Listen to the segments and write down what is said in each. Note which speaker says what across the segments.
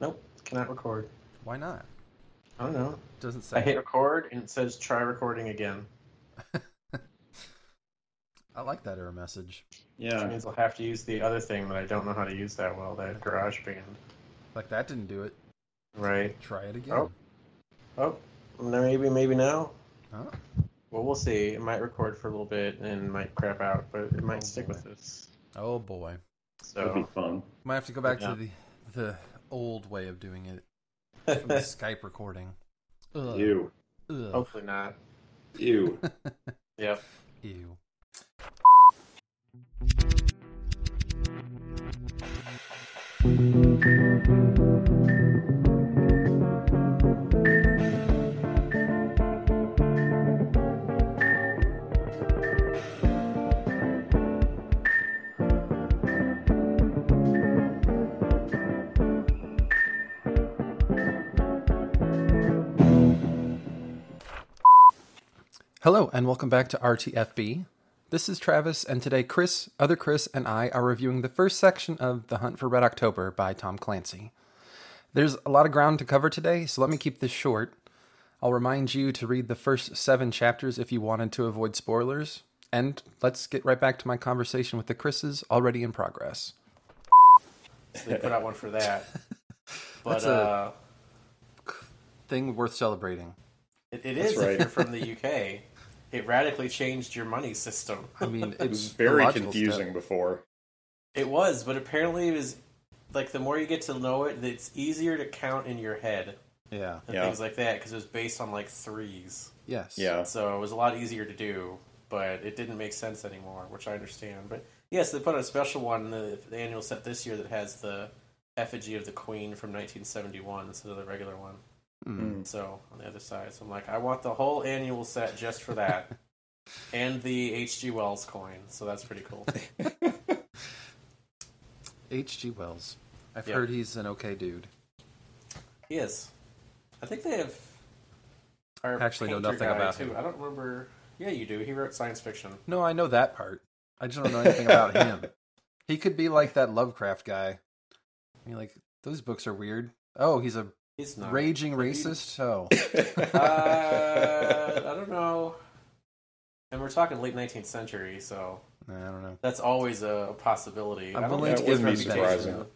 Speaker 1: Nope, cannot record.
Speaker 2: Why not?
Speaker 1: I don't know.
Speaker 2: Doesn't say.
Speaker 1: I hit record and it says try recording again.
Speaker 2: I like that error message.
Speaker 1: Which
Speaker 3: Yeah.
Speaker 1: means I'll have to use the other thing that I don't know how to use that well, that GarageBand.
Speaker 2: Like that didn't do it.
Speaker 1: Right.
Speaker 2: Try it again.
Speaker 1: Oh. Oh, maybe, maybe now.
Speaker 2: Huh?
Speaker 1: Well, we'll see. It might record for a little bit and might crap out, but it might
Speaker 2: Oh,
Speaker 1: stick
Speaker 2: boy.
Speaker 1: with this.
Speaker 2: Oh boy.
Speaker 3: That'd be
Speaker 1: So,
Speaker 3: fun.
Speaker 2: Might have to go back
Speaker 1: Yeah.
Speaker 2: to the the old way of doing it from the
Speaker 1: hopefully
Speaker 2: Skype recording. Ugh.
Speaker 3: Ew.
Speaker 2: Ugh.
Speaker 1: not.
Speaker 3: Ew.
Speaker 1: Yep.
Speaker 2: Ew. Hello, and welcome back to RTFB. This is Travis, and today Chris, other Chris, and I are reviewing the first section of The Hunt for Red October by Tom Clancy. There's a lot of ground to cover today, so let me keep this short. I'll remind you to read the first seven chapters if you wanted to avoid spoilers, and let's get right back to my conversation with the Chris's already in progress.
Speaker 1: So they put out one for that. But
Speaker 2: That's a-
Speaker 1: uh,
Speaker 2: Thing worth celebrating.
Speaker 1: it, it is if
Speaker 3: right.
Speaker 1: you're from the UK. It radically changed your money system.
Speaker 2: I mean,
Speaker 3: It was
Speaker 2: it's a
Speaker 3: very
Speaker 2: logical step.
Speaker 3: confusing before.
Speaker 1: It was, but apparently it was like the more you get to know it, it's easier to count in your head
Speaker 2: Yeah.
Speaker 1: and
Speaker 3: Yeah.
Speaker 1: things like that because it was based on like threes,
Speaker 2: Yes.
Speaker 3: Yeah.
Speaker 1: so it was a lot easier to do. But it didn't make sense anymore, which I understand. But yes, they put out a special one in the, the annual set this year that has the effigy of the Queen from 1971 instead of the regular one.
Speaker 2: Mm.
Speaker 1: So on the other side, so I'm like, I want the whole annual set just for that, and the H.G. Wells coin. So that's pretty cool.
Speaker 2: H.G. Wells. I've
Speaker 1: Yeah.
Speaker 2: heard he's an okay dude.
Speaker 1: He is. I think they have. Our
Speaker 2: Actually know
Speaker 1: painter
Speaker 2: nothing
Speaker 1: guy,
Speaker 2: about
Speaker 1: too.
Speaker 2: him.
Speaker 1: I don't remember. Yeah, you do. He wrote science fiction.
Speaker 2: No, I know that part. I just don't know anything about him. He could be like that Lovecraft guy. You're like, those books are weird. Oh, he's a
Speaker 1: He's not.
Speaker 2: raging racist? Oh.
Speaker 1: Uh, I don't know. And we're talking late 19th century, so
Speaker 2: I don't know.
Speaker 1: that's always a possibility.
Speaker 2: I'm
Speaker 1: I don't
Speaker 2: willing
Speaker 1: think
Speaker 3: to
Speaker 1: his
Speaker 3: give him
Speaker 1: reputation-
Speaker 3: surprising.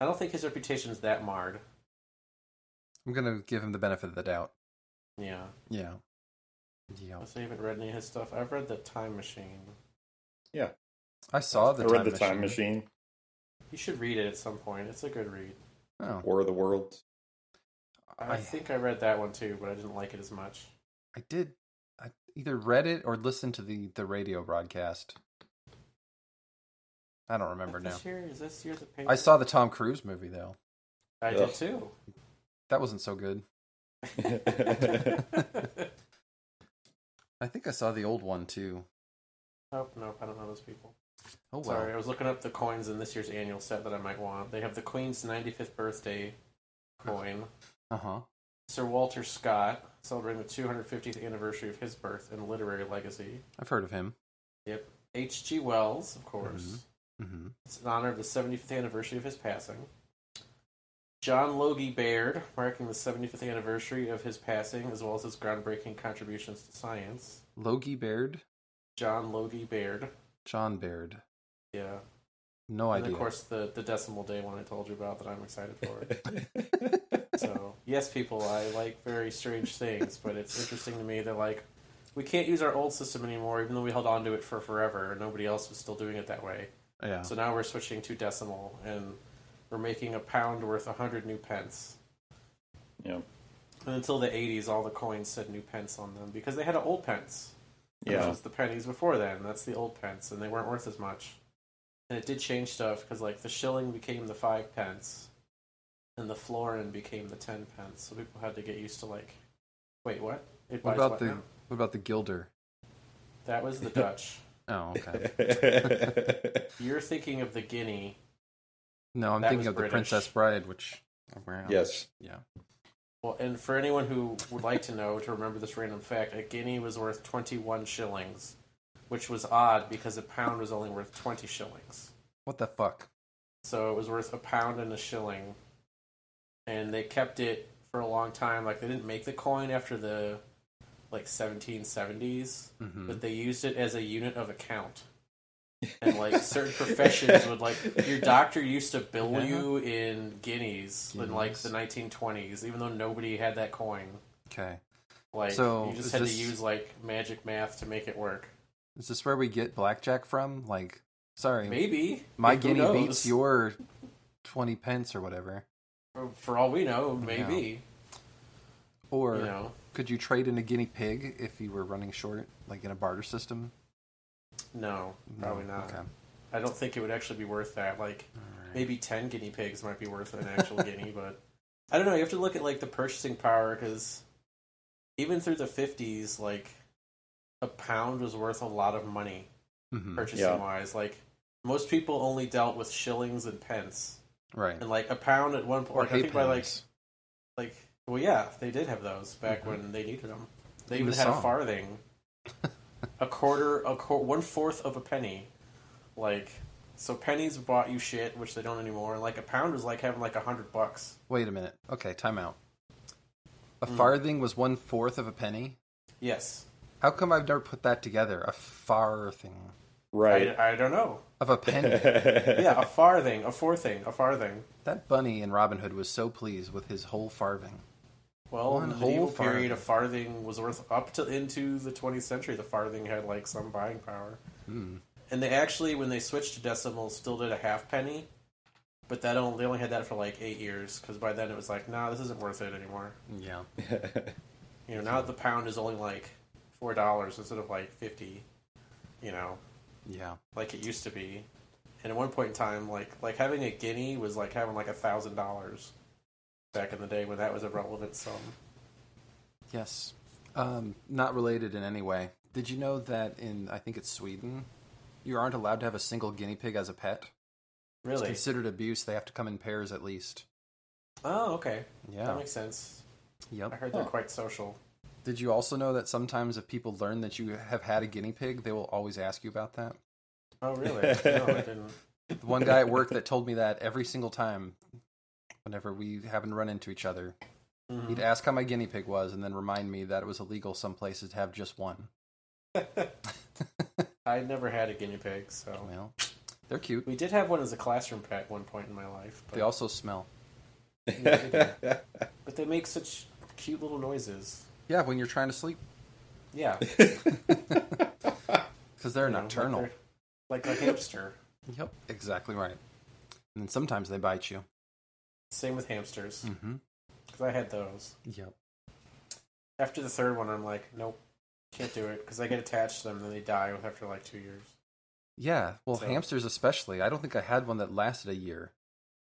Speaker 1: I don't think his reputation's that marred.
Speaker 2: I'm going to give him the benefit of the doubt.
Speaker 1: Yeah.
Speaker 2: Yeah. Yeah.
Speaker 1: I haven't read any of his stuff. I've read The Time Machine.
Speaker 2: I saw
Speaker 3: I
Speaker 2: the,
Speaker 3: read
Speaker 2: time,
Speaker 3: The
Speaker 2: machine.
Speaker 3: Time Machine,
Speaker 1: You should read it at some point. It's a good read.
Speaker 2: Oh.
Speaker 3: War of the Worlds.
Speaker 1: I,
Speaker 2: I-
Speaker 1: think I read that one too, but I didn't like it as much.
Speaker 2: I did. I either read it or listened to the, the radio broadcast. I don't remember now.
Speaker 1: This year, is this year the painter?
Speaker 2: I saw the Tom Cruise movie, though.
Speaker 1: I
Speaker 3: Ugh.
Speaker 1: did too.
Speaker 2: That wasn't so good.
Speaker 1: nope,
Speaker 2: I think I saw the old one, too.
Speaker 1: nope, I don't know those people.
Speaker 2: Oh, well.
Speaker 1: Sorry, I was looking up the coins in this year's annual set that I might want. They have the Queen's 95th birthday coin,
Speaker 2: Uh huh.
Speaker 1: Sir Walter Scott, celebrating the 250th anniversary of his birth and literary legacy,
Speaker 2: I've heard of him.
Speaker 1: H.G. Wells, of course.
Speaker 2: Mhm. Mm-hmm.
Speaker 1: It's in honor of the 75th anniversary of his passing. John Logie Baird, marking the 75th anniversary of his passing, as well as his groundbreaking contributions to science.
Speaker 2: Logie Baird,
Speaker 1: John Logie Baird,
Speaker 2: John Baird.
Speaker 1: yeah.
Speaker 2: No
Speaker 1: and
Speaker 2: idea.
Speaker 1: of course, the, the decimal day one I told you about that I'm excited for. so, yes, people, I like very strange things, but it's interesting to me that, like, we can't use our old system anymore, even though we held on to it for forever, and nobody else was still doing it that way.
Speaker 2: yeah.
Speaker 1: So now we're switching to decimal, and we're making a pound worth a hundred new pence.
Speaker 3: yeah.
Speaker 1: And until the 80s, all the coins said new pence on them because they had an old pence. which
Speaker 3: Yeah.
Speaker 1: was the pennies before then. That's the old pence, and they weren't worth as much. And it did change stuff because, like, the shilling became the five pence, and the florin became the ten pence. So people had to get used to, like, wait, what? It
Speaker 2: What
Speaker 1: buys
Speaker 2: about
Speaker 1: what
Speaker 2: the-
Speaker 1: now?
Speaker 2: What about the Gilder?
Speaker 1: That was the Dutch.
Speaker 2: Oh, okay.
Speaker 1: You're thinking of the guinea.
Speaker 2: No, I'm
Speaker 1: That
Speaker 2: thinking
Speaker 1: was
Speaker 2: of the
Speaker 1: British.
Speaker 2: Princess Bride, which I'm wearing.
Speaker 3: yes.
Speaker 2: Yeah.
Speaker 1: Well, and for anyone who would like to know, to remember this random fact, a guinea was worth 21 shillings, which was odd because a pound was only worth 20 shillings.
Speaker 2: What the fuck?
Speaker 1: So it was worth a pound and a shilling and they kept it for a long time. Like they didn't make the coin after the like 1770s,
Speaker 2: hmm
Speaker 1: but they used it as a unit of account. And like certain professions would like your doctor used to bill
Speaker 2: Yeah.
Speaker 1: you in guineas, in like
Speaker 2: Uh-huh. Guineas.
Speaker 1: the 1920s, even though nobody had that coin.
Speaker 2: Okay.
Speaker 1: Like
Speaker 2: So,
Speaker 1: you
Speaker 2: is
Speaker 1: just had
Speaker 2: this-
Speaker 1: to use like magic math to make it work.
Speaker 2: Is this where we get blackjack from? Like, sorry,
Speaker 1: Maybe
Speaker 2: my
Speaker 1: Who
Speaker 2: guinea
Speaker 1: knows?
Speaker 2: beats your twenty pence or whatever.
Speaker 1: For all we know, maybe
Speaker 2: Or
Speaker 1: you know.
Speaker 2: could you trade in a guinea pig if you were running short, like in a barter system?
Speaker 1: No,
Speaker 2: No,
Speaker 1: probably not.
Speaker 2: Okay.
Speaker 1: I don't think it would actually be worth that. Like
Speaker 2: Alright.
Speaker 1: maybe 10 guinea pigs might be worth an actual guinea but i don't know you have to look at like the purchasing power because even through the 50s like a pound was worth a lot of money
Speaker 2: Mhm.
Speaker 1: purchasing wise like most people only dealt with shillings and pence
Speaker 2: Right.
Speaker 1: and like a pound at one point like, i think by like
Speaker 2: pennies.
Speaker 1: like well yeah they did have those back when they needed them they even
Speaker 2: Mm-hmm. The
Speaker 1: had a
Speaker 2: song.
Speaker 1: farthing a quarter a quarter one fourth of a penny like so pennies bought you shit which they don't anymore and like a pound was like having like a hundred bucks
Speaker 2: Wait a minute. Okay, time out. A
Speaker 1: Mm.
Speaker 2: farthing was one fourth of a penny.
Speaker 1: yes
Speaker 2: How come I've never put that together? A farthing
Speaker 3: Right.
Speaker 1: I, I don't know
Speaker 2: of a penny.
Speaker 1: yeah a farthing a fourthing a farthing
Speaker 2: that bunny in Robin Hood was so pleased with his whole farthing.
Speaker 1: well
Speaker 2: One
Speaker 1: in the
Speaker 2: whole
Speaker 1: medieval period a farthing was worth up to into the 20th century the farthing had like some buying power
Speaker 2: Hmm.
Speaker 1: and they actually when they switched to decimals still did a half penny but that only, they only had that for like eight years because by then it was like nah this isn't worth it anymore
Speaker 2: Yeah.
Speaker 1: you know now the pound is only like four dollars instead of like 50 you know
Speaker 2: Yeah.
Speaker 1: like it used to be and at one point in time like like having a guinea was like having like a thousand dollars back in the day when that was a relevant sum
Speaker 2: Yes. Um, not related in any way. Did you know that in I think it's Sweden, you aren't allowed to have a single guinea pig as a pet? It's
Speaker 1: really
Speaker 2: considered abuse. They have to come in pairs at least.
Speaker 1: oh okay that
Speaker 2: Yeah.
Speaker 1: makes sense i
Speaker 2: Yep.
Speaker 1: heard they're
Speaker 3: Huh.
Speaker 1: quite social
Speaker 2: Did you also know that sometimes if people learn that you have had a guinea pig, they will always ask you about that?
Speaker 1: oh really no i didn't
Speaker 2: The one guy at work that told me that every single time, whenever we happened to run into each other,
Speaker 1: Mhm.
Speaker 2: he'd ask how my guinea pig was and then remind me that it was illegal some places to have just one.
Speaker 1: I never had a guinea pig, so
Speaker 2: Well, they're cute.
Speaker 1: we did have one as a classroom pet at one point in my life. But,
Speaker 2: They also smell.
Speaker 1: but they make such cute little noises.
Speaker 2: Yeah, when you're trying to sleep,
Speaker 1: Yeah,
Speaker 2: because they're
Speaker 1: you know, like
Speaker 2: nocturnal.
Speaker 1: they're- like a hamster.
Speaker 2: Yep, exactly right. And then sometimes they bite you.
Speaker 1: Same with hamsters,
Speaker 2: Mm-hmm.
Speaker 1: because I had those.
Speaker 2: Yep.
Speaker 1: After the third one, I'm like, nope, can't do it, because I get attached to them, and then they die after like two years.
Speaker 2: Yeah. Well,
Speaker 1: So-
Speaker 2: hamsters especially. I don't think I had one that lasted a year.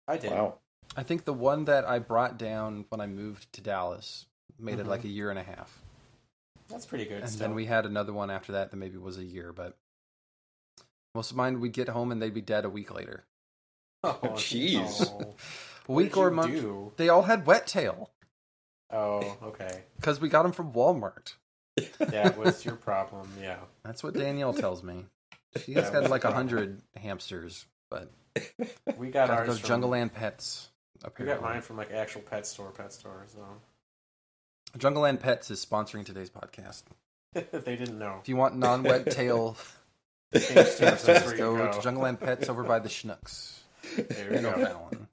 Speaker 1: I did.
Speaker 3: wow.
Speaker 2: I think the one that I brought down when I moved to Dallas made it
Speaker 1: Mhm.
Speaker 2: like a year and a half.
Speaker 1: That's pretty good.
Speaker 2: and
Speaker 1: still.
Speaker 2: then we had another one after that that maybe was a year, but most of mine we'd get home and they'd be dead a week later.
Speaker 1: Oh,
Speaker 3: Jeez.
Speaker 1: no. What
Speaker 2: week
Speaker 1: did
Speaker 2: or
Speaker 1: you
Speaker 2: month.
Speaker 1: do?
Speaker 2: They all had wet tail
Speaker 1: Oh, okay.
Speaker 2: because we got them from Walmart.
Speaker 1: That was your problem. Yeah.
Speaker 2: That's what Danielle tells me. She has
Speaker 1: That
Speaker 2: got
Speaker 1: was
Speaker 2: like a
Speaker 1: the
Speaker 2: hundred hamsters, but
Speaker 1: We got
Speaker 2: gotta go
Speaker 1: ours. From,
Speaker 2: Jungleland Pets.
Speaker 1: we
Speaker 2: Apparently,
Speaker 1: got mine from like actual pet store, pet store. So.
Speaker 2: Jungleland Pets is sponsoring today's podcast.
Speaker 1: they didn't know.
Speaker 2: If you want non-wet tail
Speaker 1: That's where
Speaker 2: hamsters,
Speaker 1: you
Speaker 2: go,
Speaker 1: go.
Speaker 2: to Jungleland Pets over by the Schnucks
Speaker 1: There you
Speaker 2: in
Speaker 1: go.
Speaker 2: O'Fallon.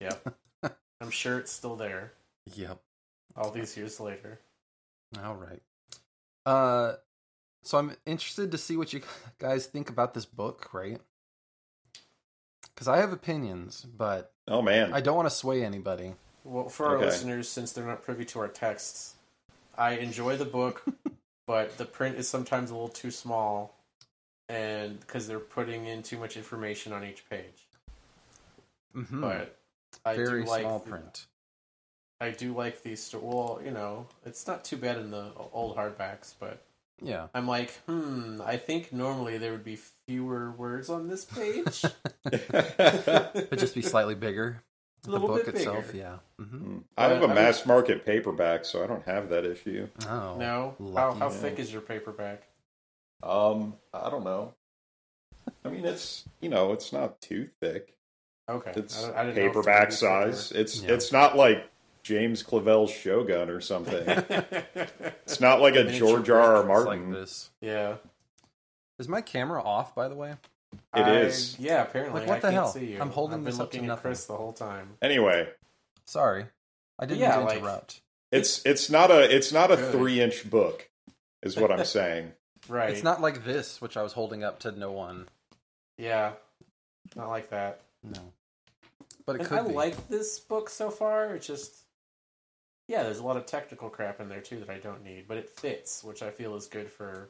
Speaker 2: Yep.
Speaker 1: I'm sure it's still there
Speaker 2: Yep.
Speaker 1: all these years later.
Speaker 2: All right. Uh, so I'm interested to see what you guys think about this book, right? Because I have opinions, but
Speaker 3: Oh man.
Speaker 2: I don't want to sway anybody.
Speaker 1: Well, for our
Speaker 3: Okay.
Speaker 1: listeners, since they're not privy to our texts, I enjoy the book, but the print is sometimes a little too small, and because they're putting in too much information on each page.
Speaker 2: Mm-hmm.
Speaker 1: But I
Speaker 2: Very
Speaker 1: do like
Speaker 2: small
Speaker 1: the-
Speaker 2: print.
Speaker 1: I do like these. Sto- well, you know, it's not too bad in the old hardbacks, but
Speaker 2: Yeah.
Speaker 1: I'm like, hmm. I think normally there would be fewer words on this page.
Speaker 2: It'd just be slightly bigger.
Speaker 1: A little
Speaker 2: the book
Speaker 1: bit
Speaker 2: itself,
Speaker 1: bigger.
Speaker 2: yeah. Mm-hmm.
Speaker 3: I
Speaker 1: But
Speaker 3: have
Speaker 1: I
Speaker 3: a
Speaker 1: was-
Speaker 3: mass market paperback, so I don't have that issue.
Speaker 2: Oh,
Speaker 1: no, how,
Speaker 2: lucky
Speaker 1: how
Speaker 2: you.
Speaker 1: thick is your paperback?
Speaker 3: Um, I don't know. I mean, it's you know, it's not too thick.
Speaker 1: Okay.
Speaker 3: It's
Speaker 1: I don't- I didn't know if it was
Speaker 3: paperback
Speaker 1: newspaper.
Speaker 3: size. It's
Speaker 2: Yeah.
Speaker 3: it's not like James Clavell's Shogun or something. it's not like a
Speaker 1: Miniature
Speaker 3: George R. R.
Speaker 2: It's like
Speaker 3: Martin.
Speaker 2: this.
Speaker 1: Yeah.
Speaker 2: Is my camera off, by the way?
Speaker 3: It
Speaker 1: I-
Speaker 3: is.
Speaker 1: Yeah, apparently.
Speaker 2: Like, what
Speaker 1: I
Speaker 2: the
Speaker 1: can't
Speaker 2: hell?
Speaker 1: see you.
Speaker 2: I'm holding
Speaker 1: I've
Speaker 2: this
Speaker 1: been
Speaker 2: up to
Speaker 1: looking at
Speaker 2: nothing.
Speaker 1: Chris the whole time.
Speaker 3: anyway,
Speaker 2: Sorry. I didn't
Speaker 1: Yeah,
Speaker 2: mean to
Speaker 1: like-
Speaker 2: interrupt.
Speaker 3: it's it's not a it's not a
Speaker 1: Good.
Speaker 3: three inch book, is what I'm saying.
Speaker 1: Right.
Speaker 2: It's not like this, which I was holding up to no one.
Speaker 1: Yeah. Not like that.
Speaker 2: No. But it
Speaker 1: And
Speaker 2: could
Speaker 1: I
Speaker 2: be.
Speaker 1: like this book so far. It's just, yeah, there's a lot of technical crap in there too that I don't need, but it fits, which I feel is good for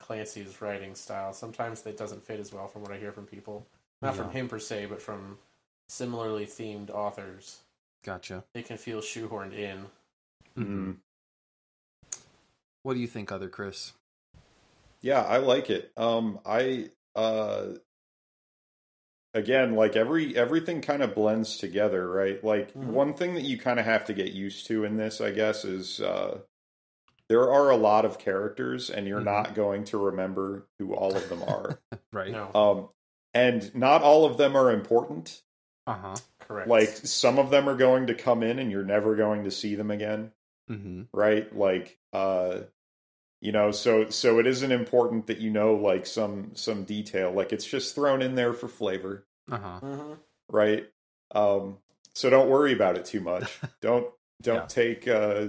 Speaker 1: Clancy's writing style. Sometimes that doesn't fit as well, from what I hear from people, not from
Speaker 2: Yeah.
Speaker 1: him per se, but from similarly themed authors.
Speaker 2: Gotcha.
Speaker 1: It can feel shoehorned in. Mm-hmm.
Speaker 3: Mm.
Speaker 2: What do you think, other Chris?
Speaker 3: Yeah, I like it. Um, I uh, again, like every everything kind of blends together, right? Like
Speaker 1: Mhm.
Speaker 3: one thing that you kind of have to get used to in this, I guess, is uh, there are a lot of characters, and you're
Speaker 2: Mhm.
Speaker 3: not going to remember who all of them are.
Speaker 2: Right. Oh,
Speaker 1: No,
Speaker 3: um, and not all of them are important.
Speaker 2: Uh huh.
Speaker 1: correct.
Speaker 3: Like some of them are going to come in, and you're never going to see them again
Speaker 2: Mm-hmm.
Speaker 3: right like uh you know so so it isn't important that you know like some some detail like it's just thrown in there for flavor
Speaker 2: Uh huh.
Speaker 1: Mhm.
Speaker 3: right um so don't worry about it too much don't don't
Speaker 2: Yeah.
Speaker 3: take uh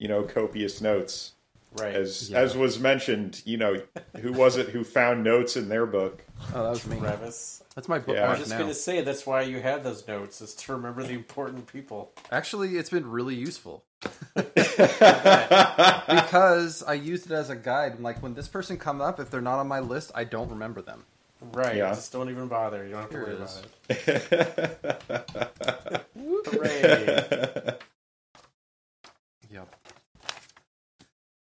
Speaker 3: you know copious notes
Speaker 1: right.
Speaker 3: as
Speaker 2: Yeah.
Speaker 3: as was mentioned you know who was it who found notes in their book
Speaker 2: Oh, that was me.
Speaker 1: Travis,
Speaker 2: That's my bookmark
Speaker 3: Yeah.
Speaker 1: I was just
Speaker 2: now.
Speaker 1: gonna say that's why you had those notes is to remember the important people.
Speaker 2: Actually, it's been really useful
Speaker 3: yeah
Speaker 2: because I used it as a guide. I'm like, when this person come up, if they're not on my list, I don't remember them.
Speaker 1: Right.
Speaker 3: Yeah.
Speaker 1: Just don't even bother. You don't have to
Speaker 2: Here
Speaker 1: worry
Speaker 2: it
Speaker 1: about
Speaker 2: is.
Speaker 1: it. Hooray!
Speaker 2: Yep.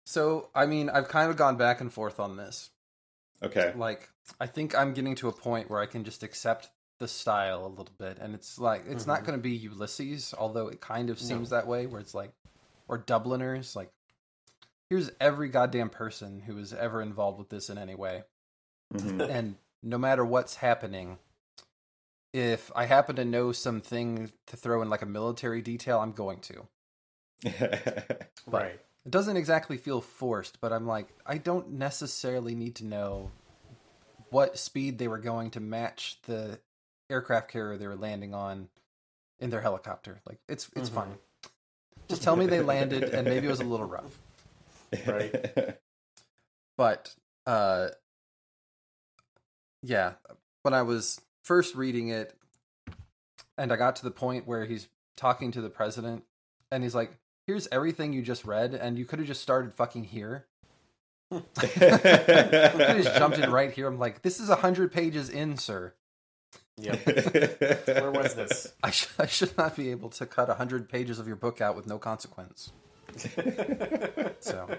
Speaker 2: So, I mean, I've kind of gone back and forth on this.
Speaker 3: okay
Speaker 2: Like, I think I'm getting to a point where I can just accept the style a little bit, and it's like it's not
Speaker 1: Mhm.
Speaker 2: going to be Ulysses, although it kind of seems that way, where it's like, or Dubliners, like, here's every goddamn person who was ever involved with this in any way.
Speaker 3: Mhm.
Speaker 2: and no matter what's happening, if I happen to know something to throw in like a military detail, I'm going to.
Speaker 3: Mm-hmm.
Speaker 2: But-
Speaker 1: Right.
Speaker 2: It doesn't exactly feel forced, but I'm like, I don't necessarily need to know what speed they were going to match the aircraft carrier they were landing on in their helicopter. Like it's it's
Speaker 1: Mhm.
Speaker 2: fine. Just tell me they landed and maybe it was a little rough.
Speaker 1: Right.
Speaker 2: but uh yeah when i was first reading it and i got to the point where he's talking to the president and he's like here's everything you just read and you could have just started fucking here you could have just jumped in right here i'm like this is a 100 pages in sir
Speaker 1: Yep. Where was this?
Speaker 2: I, sh- I should not be able to cut a 100 pages of your book out with no consequence so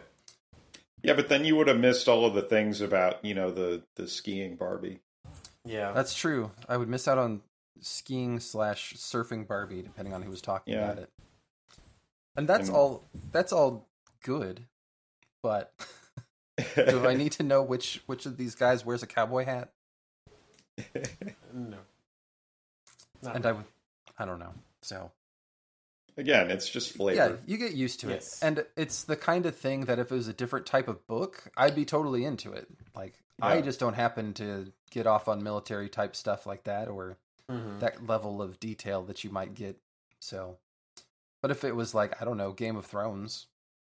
Speaker 3: Yeah, but then you would have missed all of the things about you know the the skiing Barbie.
Speaker 1: yeah.
Speaker 2: that's true i would miss out on skiing slash surfing barbie depending on who was talking
Speaker 3: Yeah.
Speaker 2: about it and that's
Speaker 3: And-
Speaker 2: all that's all good but do i need to know which which of these guys wears a cowboy hat
Speaker 1: no. Not
Speaker 2: and i would i don't know so
Speaker 3: Again, it's just
Speaker 2: yeah
Speaker 3: flavor.
Speaker 2: you get used to
Speaker 1: Yes.
Speaker 2: it and it's the kind of thing that if it was a different type of book i'd be totally into it like i
Speaker 3: Yeah.
Speaker 2: just don't happen to get off on military type stuff like that or
Speaker 1: Mhm.
Speaker 2: that level of detail that you might get. So, but if it was like I don't know, Game of Thrones,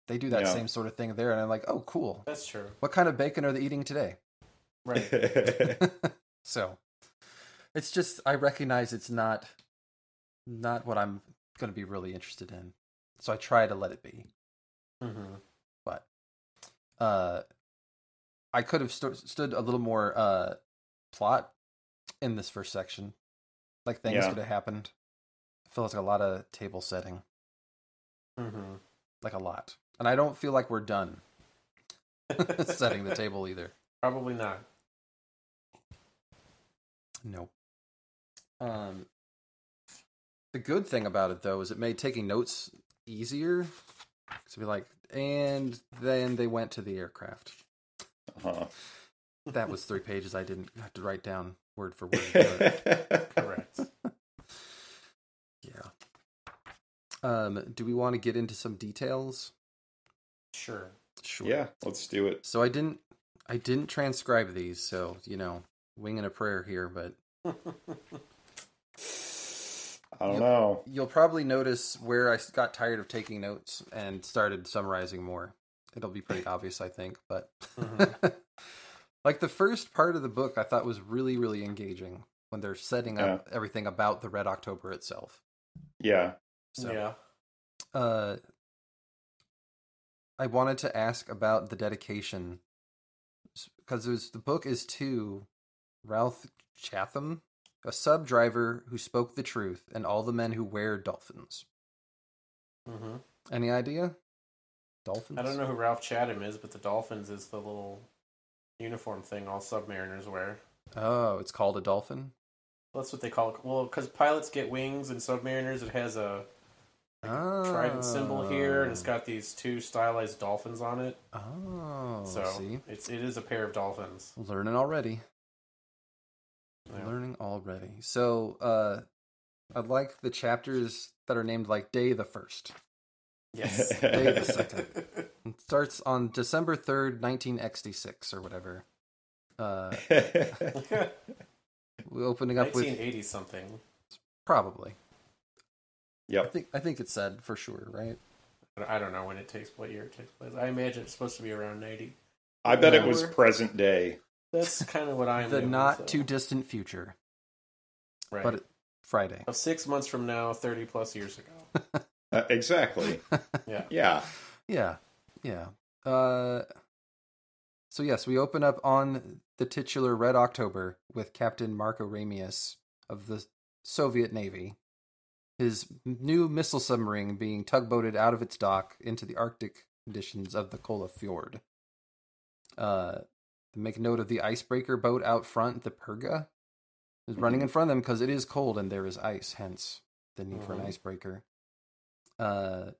Speaker 2: they do that
Speaker 3: Yeah.
Speaker 2: same sort of thing there, and I'm like, oh, cool.
Speaker 1: That's true.
Speaker 2: What kind of bacon are they eating today?
Speaker 1: Right.
Speaker 2: So, it's just I recognize it's not not what I'm going to be really interested in. So I try to let it be.
Speaker 1: hmm
Speaker 2: Uh, I could have sto- stood a little more uh plot in this first section. Like things
Speaker 3: Yeah.
Speaker 2: could have happened. I feel like a lot of table setting.
Speaker 1: hmm
Speaker 2: like a lot. And I don't feel like we're done setting the table either.
Speaker 1: Probably not.
Speaker 2: Nope. Um, the good thing about it though is it made taking notes easier. To be like, and then they went to the aircraft.
Speaker 3: Uh-huh.
Speaker 2: That was three pages I didn't have to write down. word for word. but
Speaker 1: Correct.
Speaker 2: yeah. Um, do we want to get into some details?
Speaker 1: Sure.
Speaker 2: Sure.
Speaker 3: yeah, let's do it.
Speaker 2: So I didn't I didn't transcribe these, so you know, winging a prayer here, but
Speaker 3: I don't know.
Speaker 2: you'll probably notice where I got tired of taking notes and started summarizing more. It'll be pretty obvious, I think, but like the first part of the book I thought was really really engaging when they're setting up everything about the Red October itself.
Speaker 3: Yeah,
Speaker 2: So
Speaker 1: Yeah.
Speaker 2: uh I wanted to ask about the dedication because was the book is to Ralph Chatham, a sub driver who spoke the truth, and all the men who wear dolphins.
Speaker 1: hmm
Speaker 2: Any idea? Dolphins.
Speaker 1: I don't know who Ralph Chatham is, but the Dolphins is the little uniform thing all submariners wear.
Speaker 2: Oh, it's called a dolphin.
Speaker 1: That's what they call it. Well, because pilots get wings, and submariners it has a
Speaker 2: Oh.
Speaker 1: trident symbol here, and it's got these two stylized dolphins on it.
Speaker 2: Oh,
Speaker 1: so
Speaker 2: see,
Speaker 1: it's it is a pair of dolphins.
Speaker 2: learning already.
Speaker 1: Yeah.
Speaker 2: Learning already. So, uh, I like the chapters that are named like day the first.
Speaker 1: Yes.
Speaker 2: Day the second. It starts on December 3rd, 1966, or whatever. Uh, we're opening up
Speaker 1: Nineteen
Speaker 2: with
Speaker 1: eighty something.
Speaker 2: probably. I
Speaker 3: yep.
Speaker 2: think I think it said for sure, right?
Speaker 1: I don't know when it takes what year it takes place. I imagine it's supposed to be around ninety.
Speaker 3: I bet it
Speaker 1: Yeah.
Speaker 3: was present day.
Speaker 1: That's kind of what I'm.
Speaker 2: the
Speaker 1: doing,
Speaker 2: not
Speaker 1: so-
Speaker 2: too distant future,
Speaker 1: uh, right.
Speaker 2: but it, Friday.
Speaker 1: of six months from now, thirty plus years ago.
Speaker 3: Uh, exactly.
Speaker 1: Yeah.
Speaker 3: Yeah.
Speaker 2: Yeah, yeah. Uh, so yes, we open up on the titular Red October with Captain Marco Ramius of the Soviet Navy, his new missile submarine being tugboated out of its dock into the Arctic conditions of the Kola Fjord. Uh, make note of the icebreaker boat out front, the Perga, is running in front of them because it is cold and there is ice, hence the need for an
Speaker 1: Mhm.
Speaker 2: icebreaker. Uh,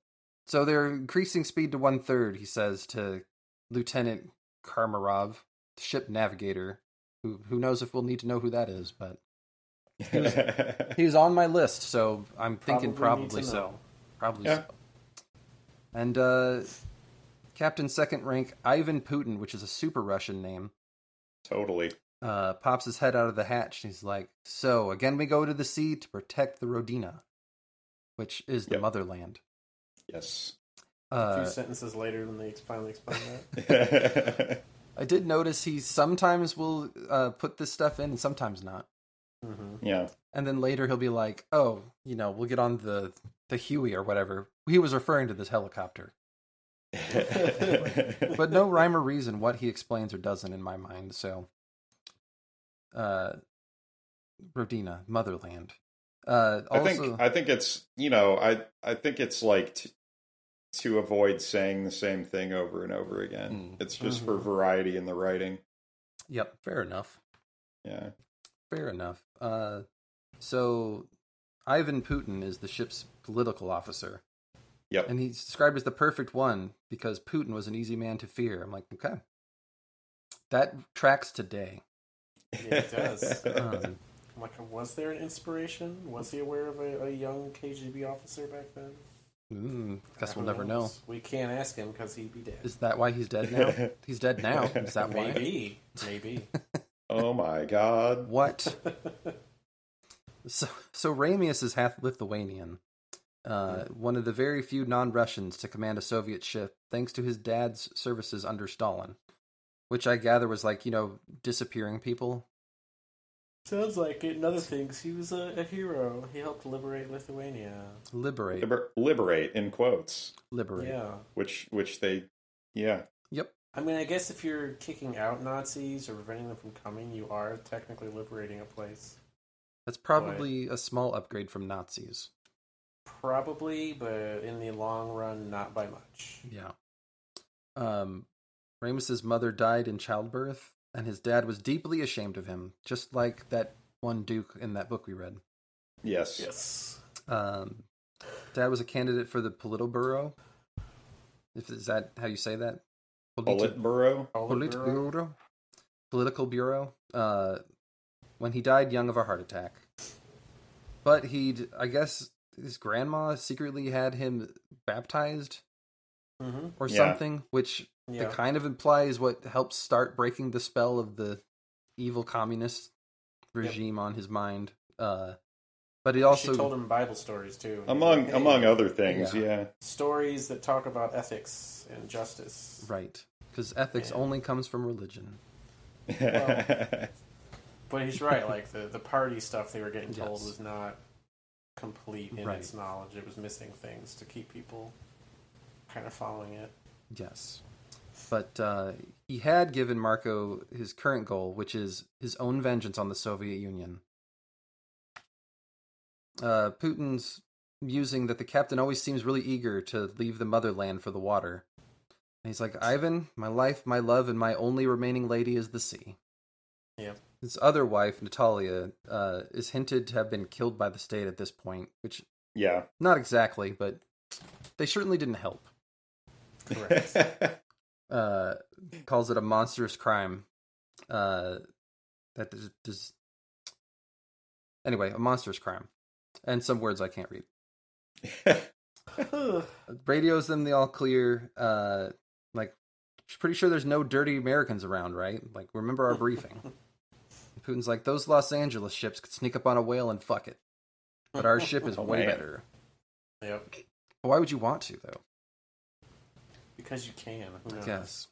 Speaker 2: so they're increasing speed to one third, he says to Lieutenant Karmarov, ship navigator, who who knows if we'll need to know who that is, but he's on my list, so I'm thinking
Speaker 1: Probably
Speaker 2: probably
Speaker 1: need to
Speaker 2: so.
Speaker 1: know.
Speaker 2: Probably
Speaker 3: Yeah.
Speaker 2: so. And uh, Captain Second Rank Ivan Putin, which is a super Russian name,
Speaker 3: totally.
Speaker 2: uh, pops his head out of the hatch and he's like, So again, we go to the sea to protect the Rodina, which is the
Speaker 3: Yep.
Speaker 2: motherland.
Speaker 3: Yes.
Speaker 1: A few
Speaker 2: Uh,
Speaker 1: sentences later, when they finally explain that.
Speaker 2: I did notice he sometimes will uh, put this stuff in and sometimes not.
Speaker 1: hmm
Speaker 3: yeah.
Speaker 2: And then later he'll be like, "Oh, you know, we'll get on the the Huey or whatever." He was referring to this helicopter, but no rhyme or reason what he explains or doesn't in my mind. So, uh, Rodina, motherland. Uh,
Speaker 3: I
Speaker 2: also,
Speaker 3: think I think it's you know I I think it's like t- to avoid saying the same thing over and over again. It's just for
Speaker 1: Mm-hmm.
Speaker 3: variety in the writing.
Speaker 2: yep, fair enough.
Speaker 3: Yeah.
Speaker 2: Fair enough. Uh, so Ivan Putin is the ship's political officer.
Speaker 3: Yep.
Speaker 2: And he's described as the perfect one because Putin was an easy man to fear. I'm like, okay. That tracks today.
Speaker 1: Yeah, it does. Uh-huh.
Speaker 2: Um,
Speaker 1: I'm Like, was there an inspiration? Was he aware of a, a young KGB officer back then?
Speaker 2: mm, guess we'll
Speaker 1: Who
Speaker 2: never know.
Speaker 1: knows? We can't ask him because he'd be dead.
Speaker 2: Is that why he's dead now? he's dead now. Is that why?
Speaker 1: Maybe, maybe.
Speaker 3: oh my god.
Speaker 2: What? So, so Ramius is half Lithuanian, uh, one of the very few non-Russians to command a Soviet ship, thanks to his dad's services under Stalin, which I gather was like you know disappearing people.
Speaker 1: Sounds like it. And other things, he was a, a hero. He helped liberate Lithuania.
Speaker 2: Liberate,
Speaker 3: Liber- liberate in quotes,
Speaker 2: liberate.
Speaker 1: Yeah.
Speaker 3: which which they yeah.
Speaker 2: Yep.
Speaker 1: I mean, I guess if you're kicking out Nazis or preventing them from coming, you are technically liberating a place.
Speaker 2: That's probably a small upgrade from Nazis.
Speaker 1: Probably, but in the long run, not by much.
Speaker 2: Yeah. Um, Ramus's mother died in childbirth, and his dad was deeply ashamed of him, just like that one Duke in that book we read.
Speaker 3: Yes.
Speaker 1: Yes.
Speaker 2: Um, dad was a candidate for the Politburo. If is that how you say that? Politi-
Speaker 3: Politburo.
Speaker 1: All
Speaker 2: Politburo. Political bureau. Uh, when he died young of a heart attack. But he'd, I guess, his grandma secretly had him baptized
Speaker 1: Mm-hmm.
Speaker 2: or
Speaker 3: Yeah.
Speaker 2: something, which
Speaker 1: Yeah.
Speaker 2: it kind of implies what helps start breaking the spell of the evil communist regime on his mind. Uh, but it also
Speaker 1: she told him Bible stories too.
Speaker 3: among
Speaker 1: Hey,
Speaker 3: among other things.
Speaker 2: Yeah.
Speaker 3: Yeah,
Speaker 1: stories that talk about ethics and justice.
Speaker 2: right because ethics
Speaker 1: Yeah.
Speaker 2: only comes from religion.
Speaker 1: But he's right. Like the the party stuff they were getting told
Speaker 2: Yes.
Speaker 1: was not complete in
Speaker 2: Right.
Speaker 1: its knowledge. It was missing things to keep people kind of following it.
Speaker 2: Yes, but uh, he had given Marco his current goal, which is his own vengeance on the Soviet Union. Uh, Putin's musing that the captain always seems really eager to leave the motherland for the water. And he's like, Ivan, my life, my love, and my only remaining lady is the sea.
Speaker 1: Yep.
Speaker 2: His other wife, Natalia, uh, is hinted to have been killed by the state at this point, which
Speaker 3: yeah.
Speaker 2: not exactly, but they certainly didn't help.
Speaker 1: Correct.
Speaker 2: uh, calls it a monstrous crime. Uh, that does, does anyway a monstrous crime, and some words I can't read. Radios them the all clear. Uh, like she's pretty sure there's no dirty Americans around, right? Like remember our briefing. Putin's like those Los Angeles ships could sneak up on a whale and fuck it, but our ship is
Speaker 3: Oh,
Speaker 2: way
Speaker 3: man.
Speaker 2: better.
Speaker 1: yep.
Speaker 2: Why would you want to though?
Speaker 1: Because you can. Who knows?
Speaker 2: Yes.